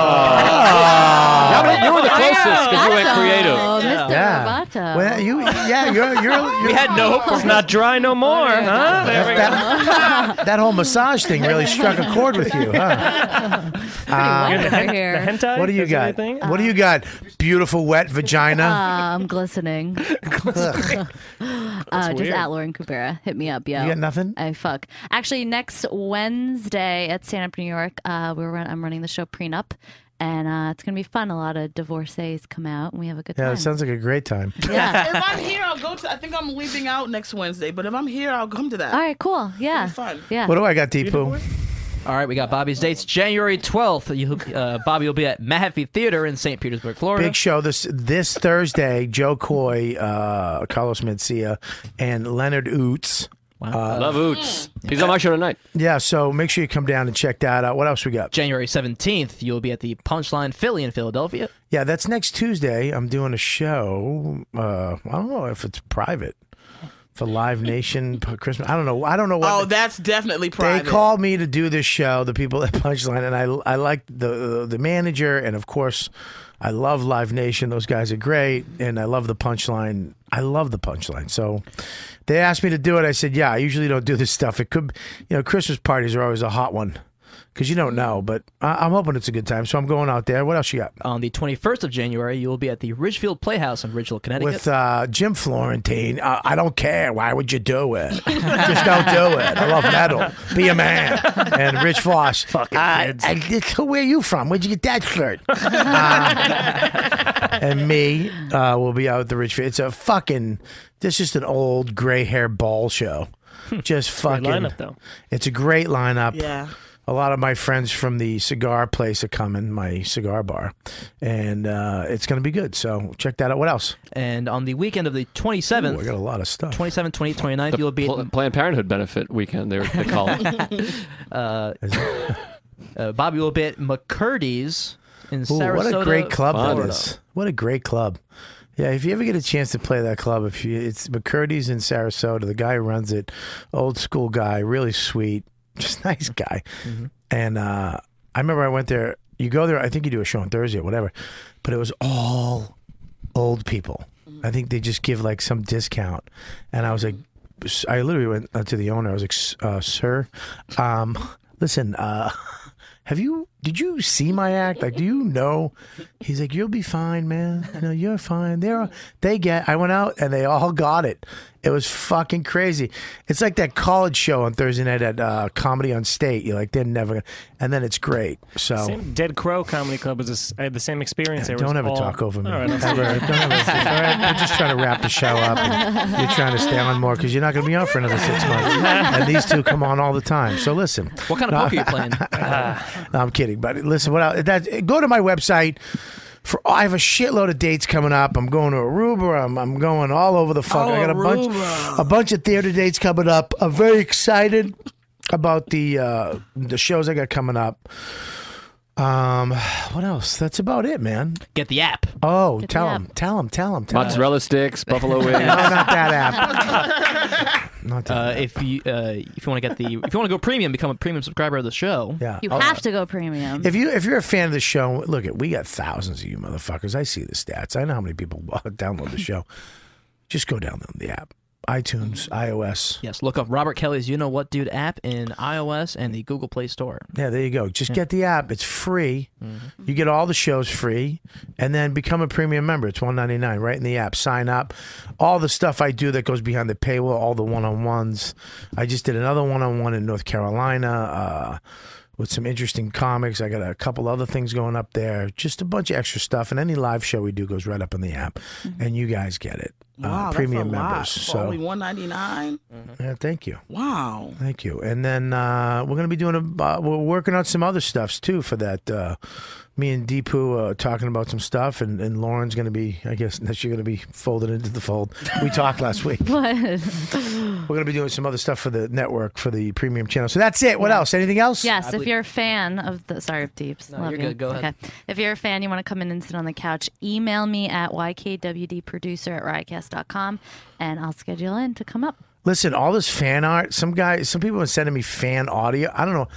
Speaker 4: Ah.
Speaker 9: Dominic, you were the closest because you went creative.
Speaker 10: Oh, Mr.
Speaker 4: Yeah.
Speaker 10: Roboto.
Speaker 4: Well, you, yeah, you're, you're, you're
Speaker 15: We had no hope. It's not dry no more, huh? There we go.
Speaker 4: that, that whole massage thing really struck a chord with you, huh?
Speaker 10: Pretty wet
Speaker 4: uh,
Speaker 10: over
Speaker 15: The
Speaker 10: here.
Speaker 15: hentai?
Speaker 4: What do you
Speaker 15: Is
Speaker 4: got?
Speaker 15: anything?
Speaker 4: What do you got? Beautiful wet vagina.
Speaker 10: Uh, I'm glistening. uh, just
Speaker 4: weird.
Speaker 10: at Lauren Kubera. Hit me up, yo.
Speaker 4: You got nothing?
Speaker 10: I fuck. Actually, next Wednesday at Stand Up New York, uh, we're run- I'm running the show Prenup, and uh, it's gonna be fun. A lot of divorcees come out, and we have a good
Speaker 4: Yeah,
Speaker 10: time.
Speaker 4: it sounds like a great time.
Speaker 11: if I'm here, I'll go to. I think I'm leaving out next Wednesday, but if I'm here, I'll come to that.
Speaker 10: All right, cool. Yeah.
Speaker 11: fun.
Speaker 10: Yeah.
Speaker 4: What do I got, Deepu?
Speaker 6: All right, we got Bobby's dates. January 12th, you, uh, Bobby will be at Mahaffey Theater in St. Petersburg, Florida.
Speaker 4: Big show this this Thursday. Joe Coy, uh, Carlos Mencia, and Leonard Oots. Uh,
Speaker 9: Love Oots. He's on my show tonight.
Speaker 4: Yeah, so make sure you come down and check that out. What else we got?
Speaker 6: January 17th, you'll be at the Punchline Philly in Philadelphia.
Speaker 4: Yeah, that's next Tuesday. I'm doing a show. Uh, I don't know if it's private for Live Nation p- Christmas. I don't know. I don't know what.
Speaker 11: Oh, that's definitely private.
Speaker 4: They called me to do this show, the people at Punchline, and I I like the the manager, and of course, I love Live Nation. Those guys are great, and I love the Punchline. I love the Punchline. So they asked me to do it. I said, yeah, I usually don't do this stuff. It could, you know, Christmas parties are always a hot one because you don't know, but I, I'm hoping it's a good time. So I'm going out there. What else you got?
Speaker 6: On the 21st of January, you will be at the Ridgefield Playhouse in Ridgefield, Connecticut.
Speaker 4: With uh, Jim Florentine, uh, I don't care. Why would you do it? Just don't do it. I love metal. Be a man. And Rich Voss. Uh, Fucking
Speaker 2: kids.
Speaker 4: where are you from? Where'd you get that shirt? Um, and me uh, will be out at the Ridgefield. It's a fucking. This is an old gray hair ball show. Just fucking.
Speaker 15: lineup, though.
Speaker 4: It's a great lineup.
Speaker 15: Yeah.
Speaker 4: A lot of my friends from the cigar place are coming, my cigar bar, and uh, it's going to be good. So check that out. What else?
Speaker 6: and on the weekend of the 27th,
Speaker 4: Ooh, I got a lot of stuff.
Speaker 6: 27th, 28th, 29th,
Speaker 9: The
Speaker 6: you'll be
Speaker 9: Pl- Planned Parenthood benefit weekend, they, were, they call it.
Speaker 6: uh, uh, Bobby will be at McCurdy's in
Speaker 4: Ooh,
Speaker 6: Sarasota.
Speaker 4: what a great club that
Speaker 6: Florida.
Speaker 4: is! What a great club. Yeah, if you ever get a chance to play that club, if you, it's McCurdy's in Sarasota, the guy who runs it, old school guy, really sweet, just nice guy.
Speaker 6: Mm-hmm.
Speaker 4: And uh, I remember I went there. You go there, I think you do a show on Thursday or whatever, but it was all old people. I think they just give like some discount, and I was like, I literally went up to the owner. I was like, "S- uh, "Sir, um, listen." Uh, have you did you see my act like do you know he's like you'll be fine man you know you're fine they're they get i went out and they all got it it was fucking crazy it's like that college show on thursday night at uh, comedy on state you're like they're never gonna and then it's great so
Speaker 15: Same, Dead Crow Comedy Club was. a s I had the same experience. There
Speaker 4: Oh. don't
Speaker 15: was
Speaker 4: ever
Speaker 15: all-
Speaker 4: talk over me.
Speaker 15: All right, I'm
Speaker 4: Ever.
Speaker 15: sorry.
Speaker 4: Don't ever- it's all right. We're just trying to wrap the show up. and you're trying to stay on more because you're not going to be on for another six months. And these two come on all the time. So listen.
Speaker 6: What kind of poker you playing? Uh,
Speaker 4: no, I'm kidding. But listen, what else? That, go to my website. For I have a shitload of dates coming up. I'm going to Aruba. I'm, I'm going all over the fuck. I got
Speaker 15: Oh,
Speaker 4: a bunch, a bunch of theater dates coming up. I'm very excited about the uh, the shows I got coming up. Um, what else? That's about it, man.
Speaker 6: Get the app.
Speaker 4: Oh,
Speaker 6: Get the
Speaker 4: tell
Speaker 6: app.
Speaker 4: him, tell him, tell him, tell him.
Speaker 9: Mozzarella sticks, buffalo wings.
Speaker 4: No, not that app.
Speaker 6: Uh, if you uh, if you want to get the if you want to go premium, become a premium subscriber of the show.
Speaker 4: Yeah, Oh,
Speaker 10: You have to go premium.
Speaker 4: If you if you're a fan of the show, look at we got thousands of you motherfuckers. I see the stats. I know how many people download the show. Just go download the app, iTunes, iOS.
Speaker 6: Yes, look up Robert Kelly's You Know What Dude app in iOS and the Google Play Store.
Speaker 4: Yeah, there you go. Just get the app. It's free.
Speaker 11: Mm-hmm.
Speaker 4: You get all the shows free, and then become a premium member. It's one ninety nine right in the app. Sign up. All the stuff I do that goes behind the paywall. All the one on ones. I just did another one on one in North Carolina. Uh, with some interesting comics. I got a couple other things going up there. Just a bunch of extra stuff. And any live show we do goes right up in the app, and you guys get it.
Speaker 11: Mm-hmm.
Speaker 4: Uh,
Speaker 11: Wow, that's
Speaker 4: premium
Speaker 11: a
Speaker 4: members.
Speaker 11: Lot. For
Speaker 4: So
Speaker 11: only one ninety nine.
Speaker 4: yeah, thank you.
Speaker 11: Wow.
Speaker 4: Thank you. And then uh, we're going to be doing a, uh, we're working on some other stuffs too for that. Uh, me and Deepu uh, talking about some stuff, and, and Lauren's going to be, I guess, that you're going to be folded into the fold. We talked last week.
Speaker 10: What?
Speaker 4: We're going to be doing some other stuff for the network, for the premium channel. So that's it. What else? Anything else?
Speaker 10: Yes, if you're a fan of the sorry of Deeps,
Speaker 6: No,
Speaker 10: love
Speaker 6: you're
Speaker 10: you.
Speaker 6: good. Go ahead.
Speaker 10: Okay. If you're a fan, you want to come in and sit on the couch. Email me at ykwdproducer at riotcast.com and I'll schedule in to come up.
Speaker 4: Listen, all this fan art, some guy, some people have been sending me fan audio. I don't know.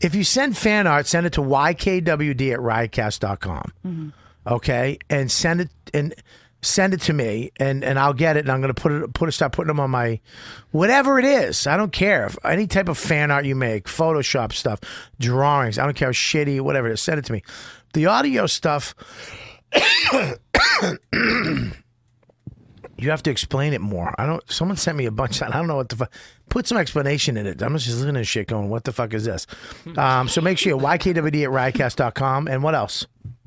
Speaker 4: If you send fan art, send it to ykwd at riotcast.com. okay and send it and send it to me and and i'll get it and i'm going to put it put it start putting them on my whatever it is i don't care if any type of fan art you make photoshop stuff drawings i don't care how shitty whatever it is send it to me the audio stuff you have to explain it more i don't someone sent me a bunch i don't know what the fuck put some explanation in it i'm just listening to this shit going what the fuck is this um, so make sure you're ykwd at riotcast.com and what else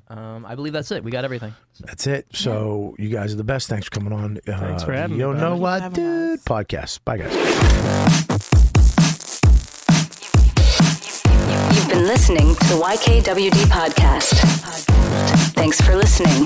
Speaker 6: Um, I believe that's it. We got everything.
Speaker 4: That's it. So you guys are the best. Thanks for coming on. Uh,
Speaker 6: Thanks for having me,
Speaker 4: You
Speaker 6: bud.
Speaker 4: know
Speaker 6: Thanks for
Speaker 4: what, dude? Podcast. Bye, guys.
Speaker 11: You've been listening to the YKWD podcast. Thanks for listening.